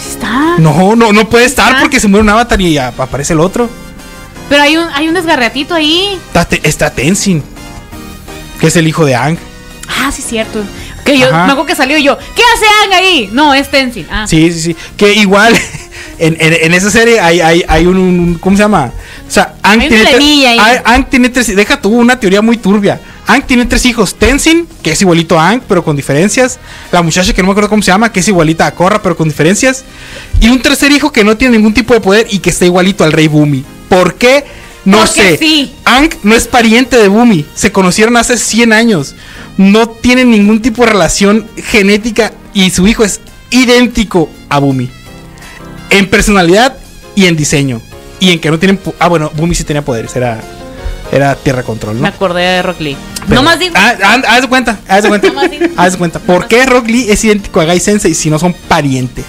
Speaker 1: Sí está.
Speaker 3: No, no, no puede estar
Speaker 1: Ah.
Speaker 3: porque se muere un avatar y a- aparece el otro.
Speaker 1: Pero hay un, hay un desgarratito ahí.
Speaker 3: Está, Te- está Tenzin, que es el hijo de Ang.
Speaker 1: Ah, sí, cierto. Que yo,
Speaker 3: Ajá.
Speaker 1: me acuerdo que salió y yo. ¿Qué hace Ang ahí? No, es Tenzin. Ah,
Speaker 3: Sí, sí, sí. Que igual en, en- en esa serie hay, hay, hay un, un- ¿Cómo se llama? O sea, Ang
Speaker 1: Hay un
Speaker 3: tiene,
Speaker 1: problemilla ahí.
Speaker 3: Ang- Ang tiene tres. Deja tú una teoría muy turbia. Ang tiene tres hijos. Tenzin, que es igualito a Ang, pero con diferencias. La muchacha que no me acuerdo cómo se llama, que es igualita a Korra, pero con diferencias. Y un tercer hijo que no tiene ningún tipo de poder y que está igualito al rey Bumi. ¿Por qué? No
Speaker 1: Porque
Speaker 3: sé.
Speaker 1: sí.
Speaker 3: Ang no es pariente de Bumi. Se conocieron hace 100 años. No tienen ningún tipo de relación genética y su hijo es idéntico a Bumi. En personalidad y en diseño. Y en que no tienen... po- Ah, bueno, Bumi sí tenía poderes. Era, era tierra control,
Speaker 1: me
Speaker 3: ¿no?
Speaker 1: acordé de Rock Lee.
Speaker 3: Pero-
Speaker 1: no más digo.
Speaker 3: Ah, ah, haz de cuenta, haz de cuenta.
Speaker 1: Nomás digo.
Speaker 3: haz de cuenta. ¿Por qué Rock Lee es idéntico a Gai Sensei si no son parientes?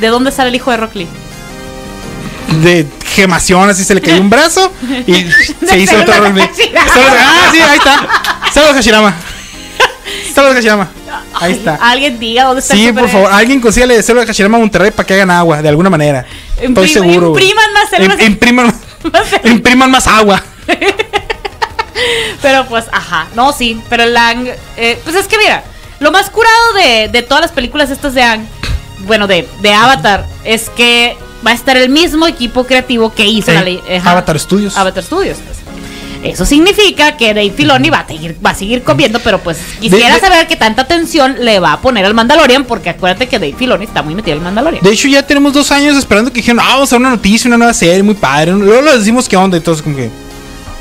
Speaker 1: ¿De dónde sale el hijo de Rock Lee?
Speaker 3: de gemación, así se le cayó un brazo y se hizo
Speaker 1: pelo
Speaker 3: otro
Speaker 1: de
Speaker 3: Rock Lee.
Speaker 1: Hashirama.
Speaker 3: Saludos- Ah, sí, ahí está. Saludos Hashirama. Saludos Hashirama. Ahí está.
Speaker 1: Alguien diga dónde está el
Speaker 3: Sí,
Speaker 1: super
Speaker 3: por favor, alguien consígale de células Hashirama a Monterrey para que hagan agua, de alguna manera. Estoy
Speaker 1: Imprima-
Speaker 3: seguro. güey.
Speaker 1: impriman más células.
Speaker 3: Im- impriman,
Speaker 1: Más células.
Speaker 3: impriman más agua.
Speaker 1: Pero pues, ajá. No, sí. Pero el Ang. eh, pues es que mira, lo más curado de, de todas las películas estas de Ang, bueno, de, de Avatar, es que va a estar el mismo equipo creativo que hizo la ley.
Speaker 3: Eh,
Speaker 1: ajá,
Speaker 3: Avatar Studios.
Speaker 1: Avatar Studios. pues. Eso significa que Dave Filoni va a seguir, va a seguir comiendo, pero pues quisiera
Speaker 3: de-
Speaker 1: saber qué tanta atención le va a poner al Mandalorian, porque acuérdate que Dave Filoni está muy metido en el Mandalorian.
Speaker 3: De hecho, ya tenemos dos años esperando que dijeron, ah, vamos a hacer una noticia, una nueva serie, muy padre. Luego les decimos qué onda, entonces como que,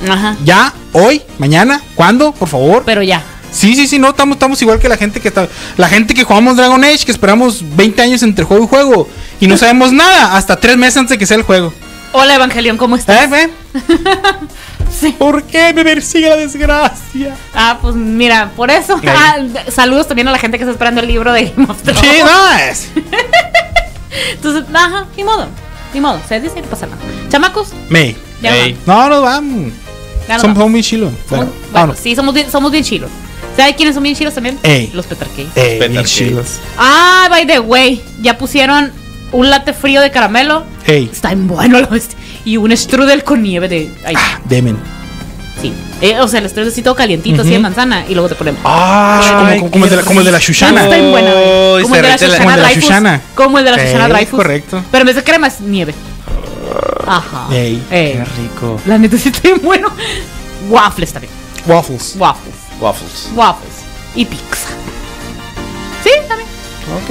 Speaker 1: Ajá.
Speaker 3: ya, hoy, mañana, ¿cuándo? Por favor.
Speaker 1: Pero ya.
Speaker 3: Sí, sí, sí, no, estamos, estamos igual que la gente que está. La gente que jugamos Dragon Age, que esperamos 20 años entre juego y juego. Y no sabemos nada, hasta tres meses antes de que sea el juego.
Speaker 1: Hola Evangelion, ¿cómo
Speaker 3: ¿Eh,
Speaker 1: estás?
Speaker 3: eh?
Speaker 1: Sí.
Speaker 3: ¿Por qué me persigue la desgracia?
Speaker 1: Ah, pues mira, por eso.
Speaker 3: Claro.
Speaker 1: Ah, d- saludos también a la gente que está esperando el libro de Game of Thrones.
Speaker 3: Sí, no, es-
Speaker 1: Entonces, ajá, ni modo. Ni modo, se dice y no pasa nada. Chamacos,
Speaker 3: May.
Speaker 1: ya nos
Speaker 2: Ey.
Speaker 1: vamos,
Speaker 3: No, nos vamos.
Speaker 1: ya nos
Speaker 3: Son
Speaker 1: vamos.
Speaker 3: son muy chilos.
Speaker 1: Somos-
Speaker 3: Bueno,
Speaker 1: bueno,
Speaker 3: vámonos.
Speaker 1: sí, somos bien, somos bien chilos. ¿Sabes quiénes son bien chilos también?
Speaker 3: Ey.
Speaker 1: Los petarqueis.
Speaker 3: Eh, bien
Speaker 2: Petarqueis.
Speaker 3: chilos.
Speaker 1: Ah, by the way, ya pusieron un latte frío de caramelo.
Speaker 3: Hey,
Speaker 1: Está en bueno la bestia. Y un strudel con nieve de. Ay,
Speaker 3: Demen.
Speaker 1: sí. Eh, o sea, el strudel así todo calientito, así de manzana. Y luego te ponen.
Speaker 3: Ah,
Speaker 2: Ay,
Speaker 3: como, como el de la, como el de la Shushana.
Speaker 1: Ah, Está bien buena, güey.
Speaker 2: Uy,
Speaker 1: Como el de la
Speaker 2: se
Speaker 1: Shoshana
Speaker 3: derrite la-
Speaker 1: Dreyfus.
Speaker 3: Como el de la Shoshana.
Speaker 1: Como el de la Shoshana
Speaker 3: Ey,
Speaker 1: Dreyfus.
Speaker 3: correcto.
Speaker 1: Pero en vez de crema es nieve. Ajá.
Speaker 3: Ey,
Speaker 1: Ey.
Speaker 3: qué rico.
Speaker 1: La neta sí está bien bueno. Waffles también.
Speaker 3: Waffles.
Speaker 1: Waffles.
Speaker 2: Waffles.
Speaker 1: Waffles. Y pizza. Sí, también.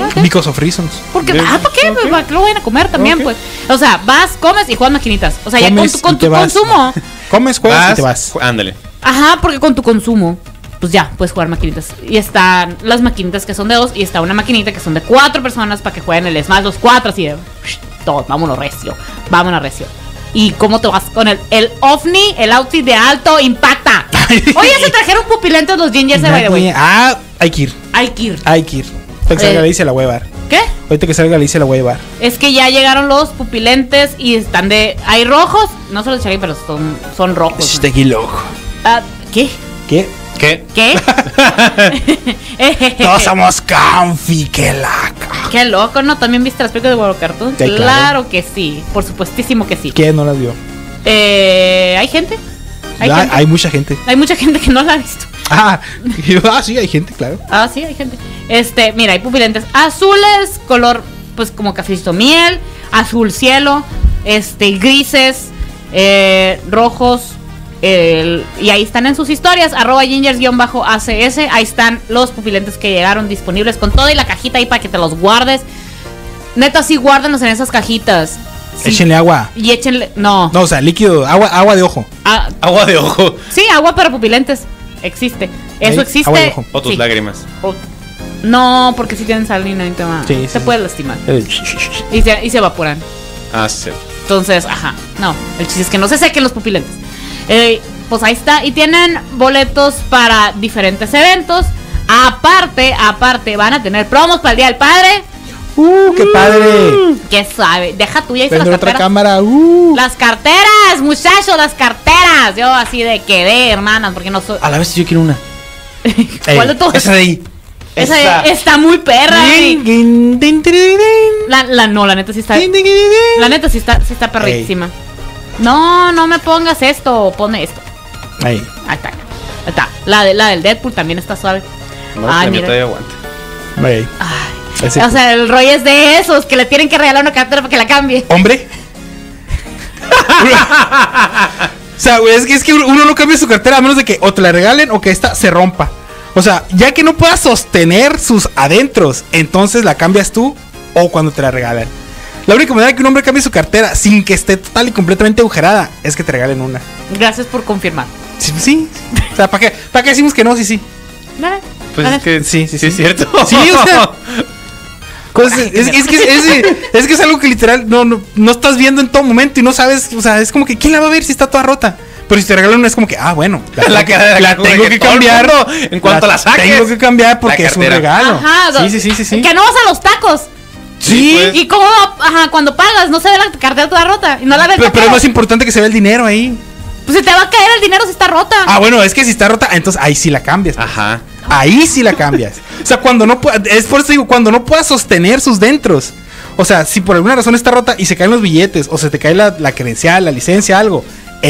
Speaker 1: Ok.
Speaker 3: Because of Reasons.
Speaker 1: Porque,
Speaker 2: De-
Speaker 1: ah, ¿para qué? Pues, ¿Para que lo vayan a comer también,
Speaker 3: Ok.
Speaker 1: pues? O sea, vas, comes y juegas maquinitas. O sea,
Speaker 3: Comes
Speaker 1: ya con
Speaker 3: y
Speaker 1: tu,
Speaker 3: te
Speaker 1: con tu
Speaker 3: vas.
Speaker 1: consumo.
Speaker 3: Comes, juegas y te vas.
Speaker 2: ju- Ándale.
Speaker 1: Ajá, porque con tu consumo, pues ya, puedes jugar maquinitas. Y están las maquinitas que son de dos y está una maquinita que son de cuatro personas para que jueguen el Smash los cuatro así de... Todos, vámonos recio, vámonos recio. y cómo te vas con el, el ovni, el outfit de alto impacta. Oye, se trajeron pupilentos los gingers de by the way.
Speaker 3: Ah, hay que ir.
Speaker 1: Hay que ir.
Speaker 3: Hay que ir. Ahorita que
Speaker 1: Eh.
Speaker 3: salga Alicia la voy a llevar.
Speaker 1: ¿Qué?
Speaker 3: Ahorita que salga Alicia la voy a llevar.
Speaker 1: Es que ya llegaron los pupilentes y están de. Hay rojos. No se los echaré, pero son, son rojos.
Speaker 3: Este loco.
Speaker 1: Ah, ¿Qué?
Speaker 3: ¿Qué?
Speaker 2: ¿Qué?
Speaker 1: ¿Qué?
Speaker 3: Todos somos Canfi, que laca.
Speaker 1: Qué loco, ¿no? ¿También viste las películas de World Cartoon?
Speaker 3: Sí, claro.
Speaker 1: claro. que sí. Por supuestísimo que sí.
Speaker 3: ¿Quién no las vio?
Speaker 1: Eh, ¿Hay gente? ¿Hay,
Speaker 3: La-
Speaker 1: gente?
Speaker 3: hay mucha gente.
Speaker 1: Hay mucha gente que no la ha visto.
Speaker 3: Ah, yo- ah, sí, hay gente, claro.
Speaker 1: Ah, sí, hay gente. Este, mira, hay pupilentes azules, color, pues como cafecito miel, azul cielo, este, grises, eh, rojos. el- y ahí están en sus historias, arroba gingers-acs. Ahí están los pupilentes que llegaron disponibles con todo y la cajita ahí para que te los guardes. Neta, sí, guárdenos en esas cajitas. Sí.
Speaker 3: Échenle agua.
Speaker 1: Y échenle. No.
Speaker 3: No, o sea, líquido, agua, agua de ojo.
Speaker 1: Ah,
Speaker 2: Agua de ojo.
Speaker 1: sí, agua para pupilentes. Existe. Eso
Speaker 3: Ahí,
Speaker 1: existe.
Speaker 3: agua de ojo.
Speaker 2: O tus
Speaker 1: Sí.
Speaker 2: lágrimas.
Speaker 1: O- No, porque si tienen sal y no hay tema.
Speaker 3: Sí, sí,
Speaker 1: se
Speaker 3: sí.
Speaker 1: puede lastimar.
Speaker 2: Eh,
Speaker 1: Y se, y se evaporan.
Speaker 2: Ah, sí.
Speaker 1: Entonces, ajá. No, el chiste es que no se sequen los pupilentes. Eh, pues ahí está. Y tienen boletos para diferentes eventos. Aparte, aparte, van a tener promos para el Día del Padre.
Speaker 3: ¡Uh,
Speaker 1: Mm.
Speaker 3: qué padre!
Speaker 1: ¿Qué sabe? Deja tuya y se las
Speaker 3: Prender otra
Speaker 1: carteras.
Speaker 3: cámara. ¡Uh!
Speaker 1: Las carteras, muchachos, las carteras. Yo así de quedé, hermanas, porque no
Speaker 3: Ah,
Speaker 1: soy...
Speaker 2: A la vez yo quiero una. Eh,
Speaker 1: ¿Cuál de todas?
Speaker 2: Esa de ahí.
Speaker 1: Esa
Speaker 2: Esa.
Speaker 1: está muy perra. sí.
Speaker 3: Din, din, din, din, din, din.
Speaker 1: La, la no, la neta sí está.
Speaker 3: Din, din, din, din.
Speaker 1: La neta sí está, sí está perrísima. No, no me pongas esto, pone esto.
Speaker 3: Ahí.
Speaker 1: Ahí está. Ahí está. La, de, la del Deadpool también está suave.
Speaker 2: No,
Speaker 1: Ay,
Speaker 2: Ay,
Speaker 1: Ah, mira.
Speaker 2: todavía aguanta.
Speaker 3: Ahí.
Speaker 1: Ay.
Speaker 3: Ese-
Speaker 1: O sea, el rollo es de esos que le tienen que regalar una cartera para que la cambie.
Speaker 3: ¿Hombre? o sea, güey, es que, es que uno no cambia su cartera a menos de que o te la regalen o que esta se rompa. O sea, ya que no puedas sostener sus adentros, entonces la cambias tú o cuando te la regalan. La única manera que un hombre cambie su cartera sin que esté total y completamente agujerada es que te regalen una.
Speaker 1: Gracias por confirmar.
Speaker 3: Sí, sí. O sea, ¿para qué, ¿para qué decimos que no? Sí, sí.
Speaker 1: Nada.
Speaker 2: Pues
Speaker 1: Nada.
Speaker 2: es que
Speaker 3: Sí, sí, sí.
Speaker 2: es cierto.
Speaker 3: Sí, o sea, Cosas- es, es que, es, es que es algo que literal no, no, no estás viendo en todo momento y no sabes, o sea, es como que ¿quién la va a ver si está toda rota? Pero si te regalan una es como que, ah, bueno, la,
Speaker 2: La que- la que-
Speaker 3: tengo
Speaker 2: que
Speaker 3: que
Speaker 2: todo el
Speaker 3: cambiar.
Speaker 2: mundo, en cuanto la saques,
Speaker 3: Tengo que cambiar porque
Speaker 2: la
Speaker 3: es un
Speaker 2: cartera.
Speaker 3: regalo.
Speaker 1: Ajá.
Speaker 3: ah, sí, sí, sí, sí, sí.
Speaker 1: Que no vas a los tacos.
Speaker 2: Sí, pues.
Speaker 1: ¿Y cómo? va- Ajá, cuando pagas, no se ve la cartera toda rota. Y no la ves.
Speaker 3: Pero, pero es más importante que se vea el dinero ahí.
Speaker 1: Pues se te va a caer el dinero si está rota.
Speaker 3: Ah, bueno, es que si está rota, entonces ahí sí la cambias.
Speaker 2: Ajá.
Speaker 3: Ahí sí la cambias. O sea, cuando no pueda, es por eso digo, cuando no puedas sostener sus dentros. O sea, si por alguna razón está rota y se caen los billetes, o se te cae la, la credencial, la licencia, algo,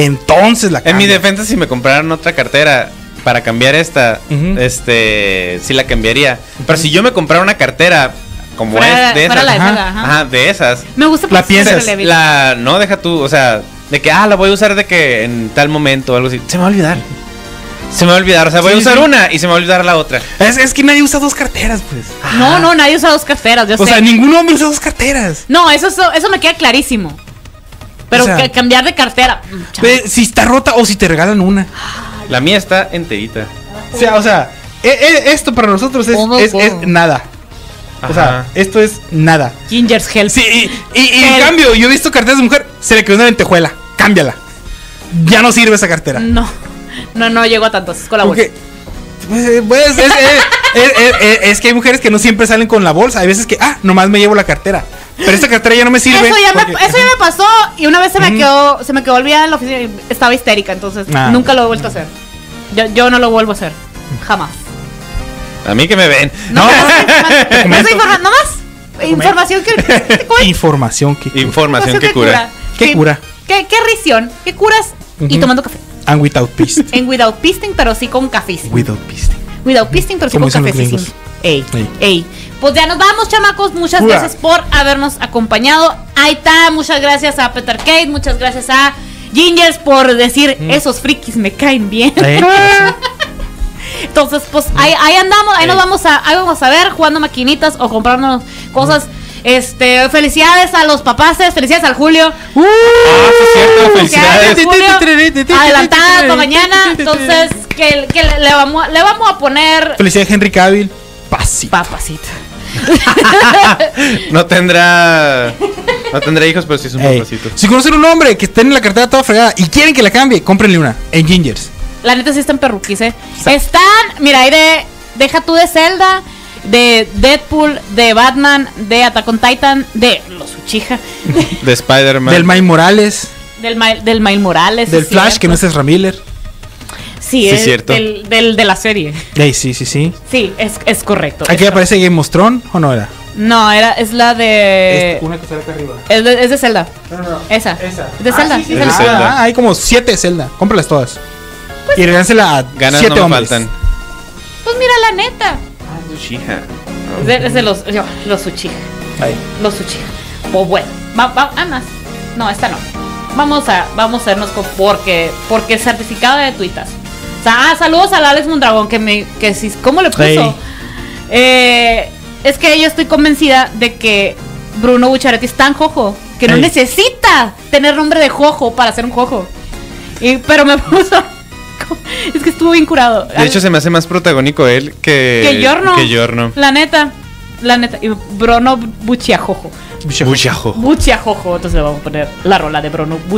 Speaker 3: entonces la
Speaker 2: En mi
Speaker 3: cambias.
Speaker 2: defensa, si me compraran otra cartera para cambiar esta,
Speaker 3: Ujú.
Speaker 2: este, sí la cambiaría. Pero si yo me comprara una cartera como
Speaker 1: Fuera-
Speaker 2: es de
Speaker 1: fuera
Speaker 2: esas,
Speaker 1: la de
Speaker 2: ajá,
Speaker 1: Sega, ajá.
Speaker 2: ajá, de esas, pues,
Speaker 1: Me gusta
Speaker 3: La
Speaker 1: porque siempre
Speaker 3: piensas,
Speaker 1: le vi-
Speaker 2: la no deja tú, o sea, de que ah la voy a usar de que en tal momento o algo así, se me va a olvidar. Se me va a olvidar, o sea, voy a
Speaker 3: Sí,
Speaker 2: usar
Speaker 3: sí.
Speaker 2: una y se me va a olvidar la otra.
Speaker 3: Es, es que nadie usa dos carteras, pues.
Speaker 1: No, no, nadie usa dos carteras. Yo
Speaker 3: O
Speaker 1: sé.
Speaker 3: sea, ningún hombre usa dos carteras.
Speaker 1: No, eso, eso, eso me queda clarísimo. Pero
Speaker 3: O sea-
Speaker 1: ca- cambiar de cartera. mm, chale.
Speaker 3: Ve, si está rota o si te regalan una.
Speaker 2: La mía está enterita.
Speaker 3: O sea, o sea, e- e- esto para nosotros es,
Speaker 1: Todo,
Speaker 3: es-
Speaker 1: todo.
Speaker 3: es nada. O sea,
Speaker 2: Ajá.
Speaker 3: esto es nada.
Speaker 1: Ginger's Help.
Speaker 3: Sí, y, y- y en
Speaker 1: Pero-
Speaker 3: cambio, yo he visto carteras de mujer, se le quedó una lentejuela. Cámbiala. Ya no sirve esa cartera.
Speaker 1: No, no, no llego a tantos. Es con la bolsa.
Speaker 3: Porque, pues, eh, pues, es, es- es- es- es- es que hay mujeres que no siempre salen con la bolsa. Hay veces que, ah, nomás me llevo la cartera. Pero esta cartera ya no me sirve.
Speaker 1: Eso ya,
Speaker 3: porque-
Speaker 1: me, eso ya me pasó y una vez se me
Speaker 3: Ujú.
Speaker 1: quedó, se me quedó olvidada en la oficina y estaba histérica, entonces
Speaker 3: Ah.
Speaker 1: nunca lo he vuelto a hacer. Yo, yo no lo vuelvo a hacer. Jamás.
Speaker 2: A mí que me ven.
Speaker 1: No, no, no,
Speaker 3: Documento.
Speaker 1: informa- no más. Información que. que- que-
Speaker 3: Información que.
Speaker 2: Información que cura.
Speaker 3: ¿Qué
Speaker 1: Sí.
Speaker 3: cura?
Speaker 1: ¿Qué, qué risión? ¿Qué curas? Y
Speaker 3: Ujú.
Speaker 1: tomando café.
Speaker 3: And without peace.
Speaker 1: En Without Pisting, pero sí con café.
Speaker 3: without peace.
Speaker 1: Without Pisting, pero sí
Speaker 3: Como
Speaker 1: con
Speaker 3: dicen los
Speaker 1: cafecísimo.
Speaker 3: gringos.
Speaker 1: Ey,
Speaker 3: Ey.
Speaker 1: ey. Pues ya nos vamos, chamacos. Muchas
Speaker 3: Ura.
Speaker 1: gracias por habernos acompañado. Ahí está. Muchas gracias a Peter Kate. Muchas gracias a Gingers por decir esos frikis me caen bien.
Speaker 3: Eh,
Speaker 1: Entonces, pues ahí, ahí andamos. Ahí nos
Speaker 2: Ey.
Speaker 1: vamos a, ahí vamos a ver jugando maquinitas o comprándonos cosas. Este, felicidades a los papaces, felicidades al Julio.
Speaker 2: Ah, sí es cierto,
Speaker 1: Felicidades,
Speaker 2: felicidades.
Speaker 1: Julio. Adelantada para mañana. Entonces, que, que le, le vamos, a- le vamos a poner
Speaker 3: Felicidades, Henry Cavill. Pasi.
Speaker 1: papacita.
Speaker 2: No tendrá No tendré hijos, pero sí es un
Speaker 3: Ey,
Speaker 2: papacito.
Speaker 3: Si conocen un hombre que está en la cartera toda fregada y quieren que la cambie, cómprenle una en Gingers.
Speaker 1: La neta sí están perruquis, ¿eh? Están, mira, ahí de. Deja tú de Zelda, de Deadpool, de Batman, de Attack on Titan, de los Uchiha, de-
Speaker 2: De Spider-Man.
Speaker 3: Del Mike Morales,
Speaker 1: del, Mile- del Miles Morales.
Speaker 3: del
Speaker 1: es
Speaker 3: Flash,
Speaker 1: cierto.
Speaker 3: que no es Ezra Miller.
Speaker 1: Sí,
Speaker 2: Sí,
Speaker 1: es
Speaker 2: cierto.
Speaker 1: Del, del- de la serie.
Speaker 3: Ey, sí, sí, sí.
Speaker 1: Sí, es, es correcto.
Speaker 3: Aquí
Speaker 1: es
Speaker 3: aparece Game of Thrones, ¿o no era?
Speaker 1: correcto. No, era, es la de.
Speaker 3: una que sale acá arriba.
Speaker 1: Es de, es de Zelda.
Speaker 3: No, no, no.
Speaker 1: Eh, Esa.
Speaker 3: Esa. Ah,
Speaker 1: De Zelda.
Speaker 3: sí, sí,
Speaker 1: Zelda.
Speaker 2: Es de Zelda.
Speaker 3: Ah, hay como siete de Zelda. Cómpralas todas. y regánsela a
Speaker 2: Ganas
Speaker 3: siete
Speaker 2: no me
Speaker 3: hombres.
Speaker 2: faltan.
Speaker 1: Pues mira, la neta.
Speaker 2: Uchiha.
Speaker 1: Es de, es de los, yo, los Uchiha.
Speaker 3: Ahí.
Speaker 1: Los Uchiha. O bueno, va, va- ah, más. No, esta no. Vamos a, vamos a irnos con porque, porque certificado de tuitas. O sea, ah, saludos al Alex Mondragón que me, que si, ¿cómo le puso?
Speaker 3: Ey.
Speaker 1: Eh, es que yo estoy convencida de que Bruno Bucharetti es tan jojo que no
Speaker 3: Ey.
Speaker 1: necesita tener nombre de jojo para ser un jojo. Y, pero me puso, es que estuvo bien curado.
Speaker 2: De hecho, se me hace más protagónico él que.
Speaker 1: Que Yorno.
Speaker 2: Que Yorno.
Speaker 1: La neta. La neta. Y Bruno Buchiajojo.
Speaker 2: Buchajo.
Speaker 1: Buchiajojo. Entonces le vamos a poner la rola de Bruno Buchiajojo.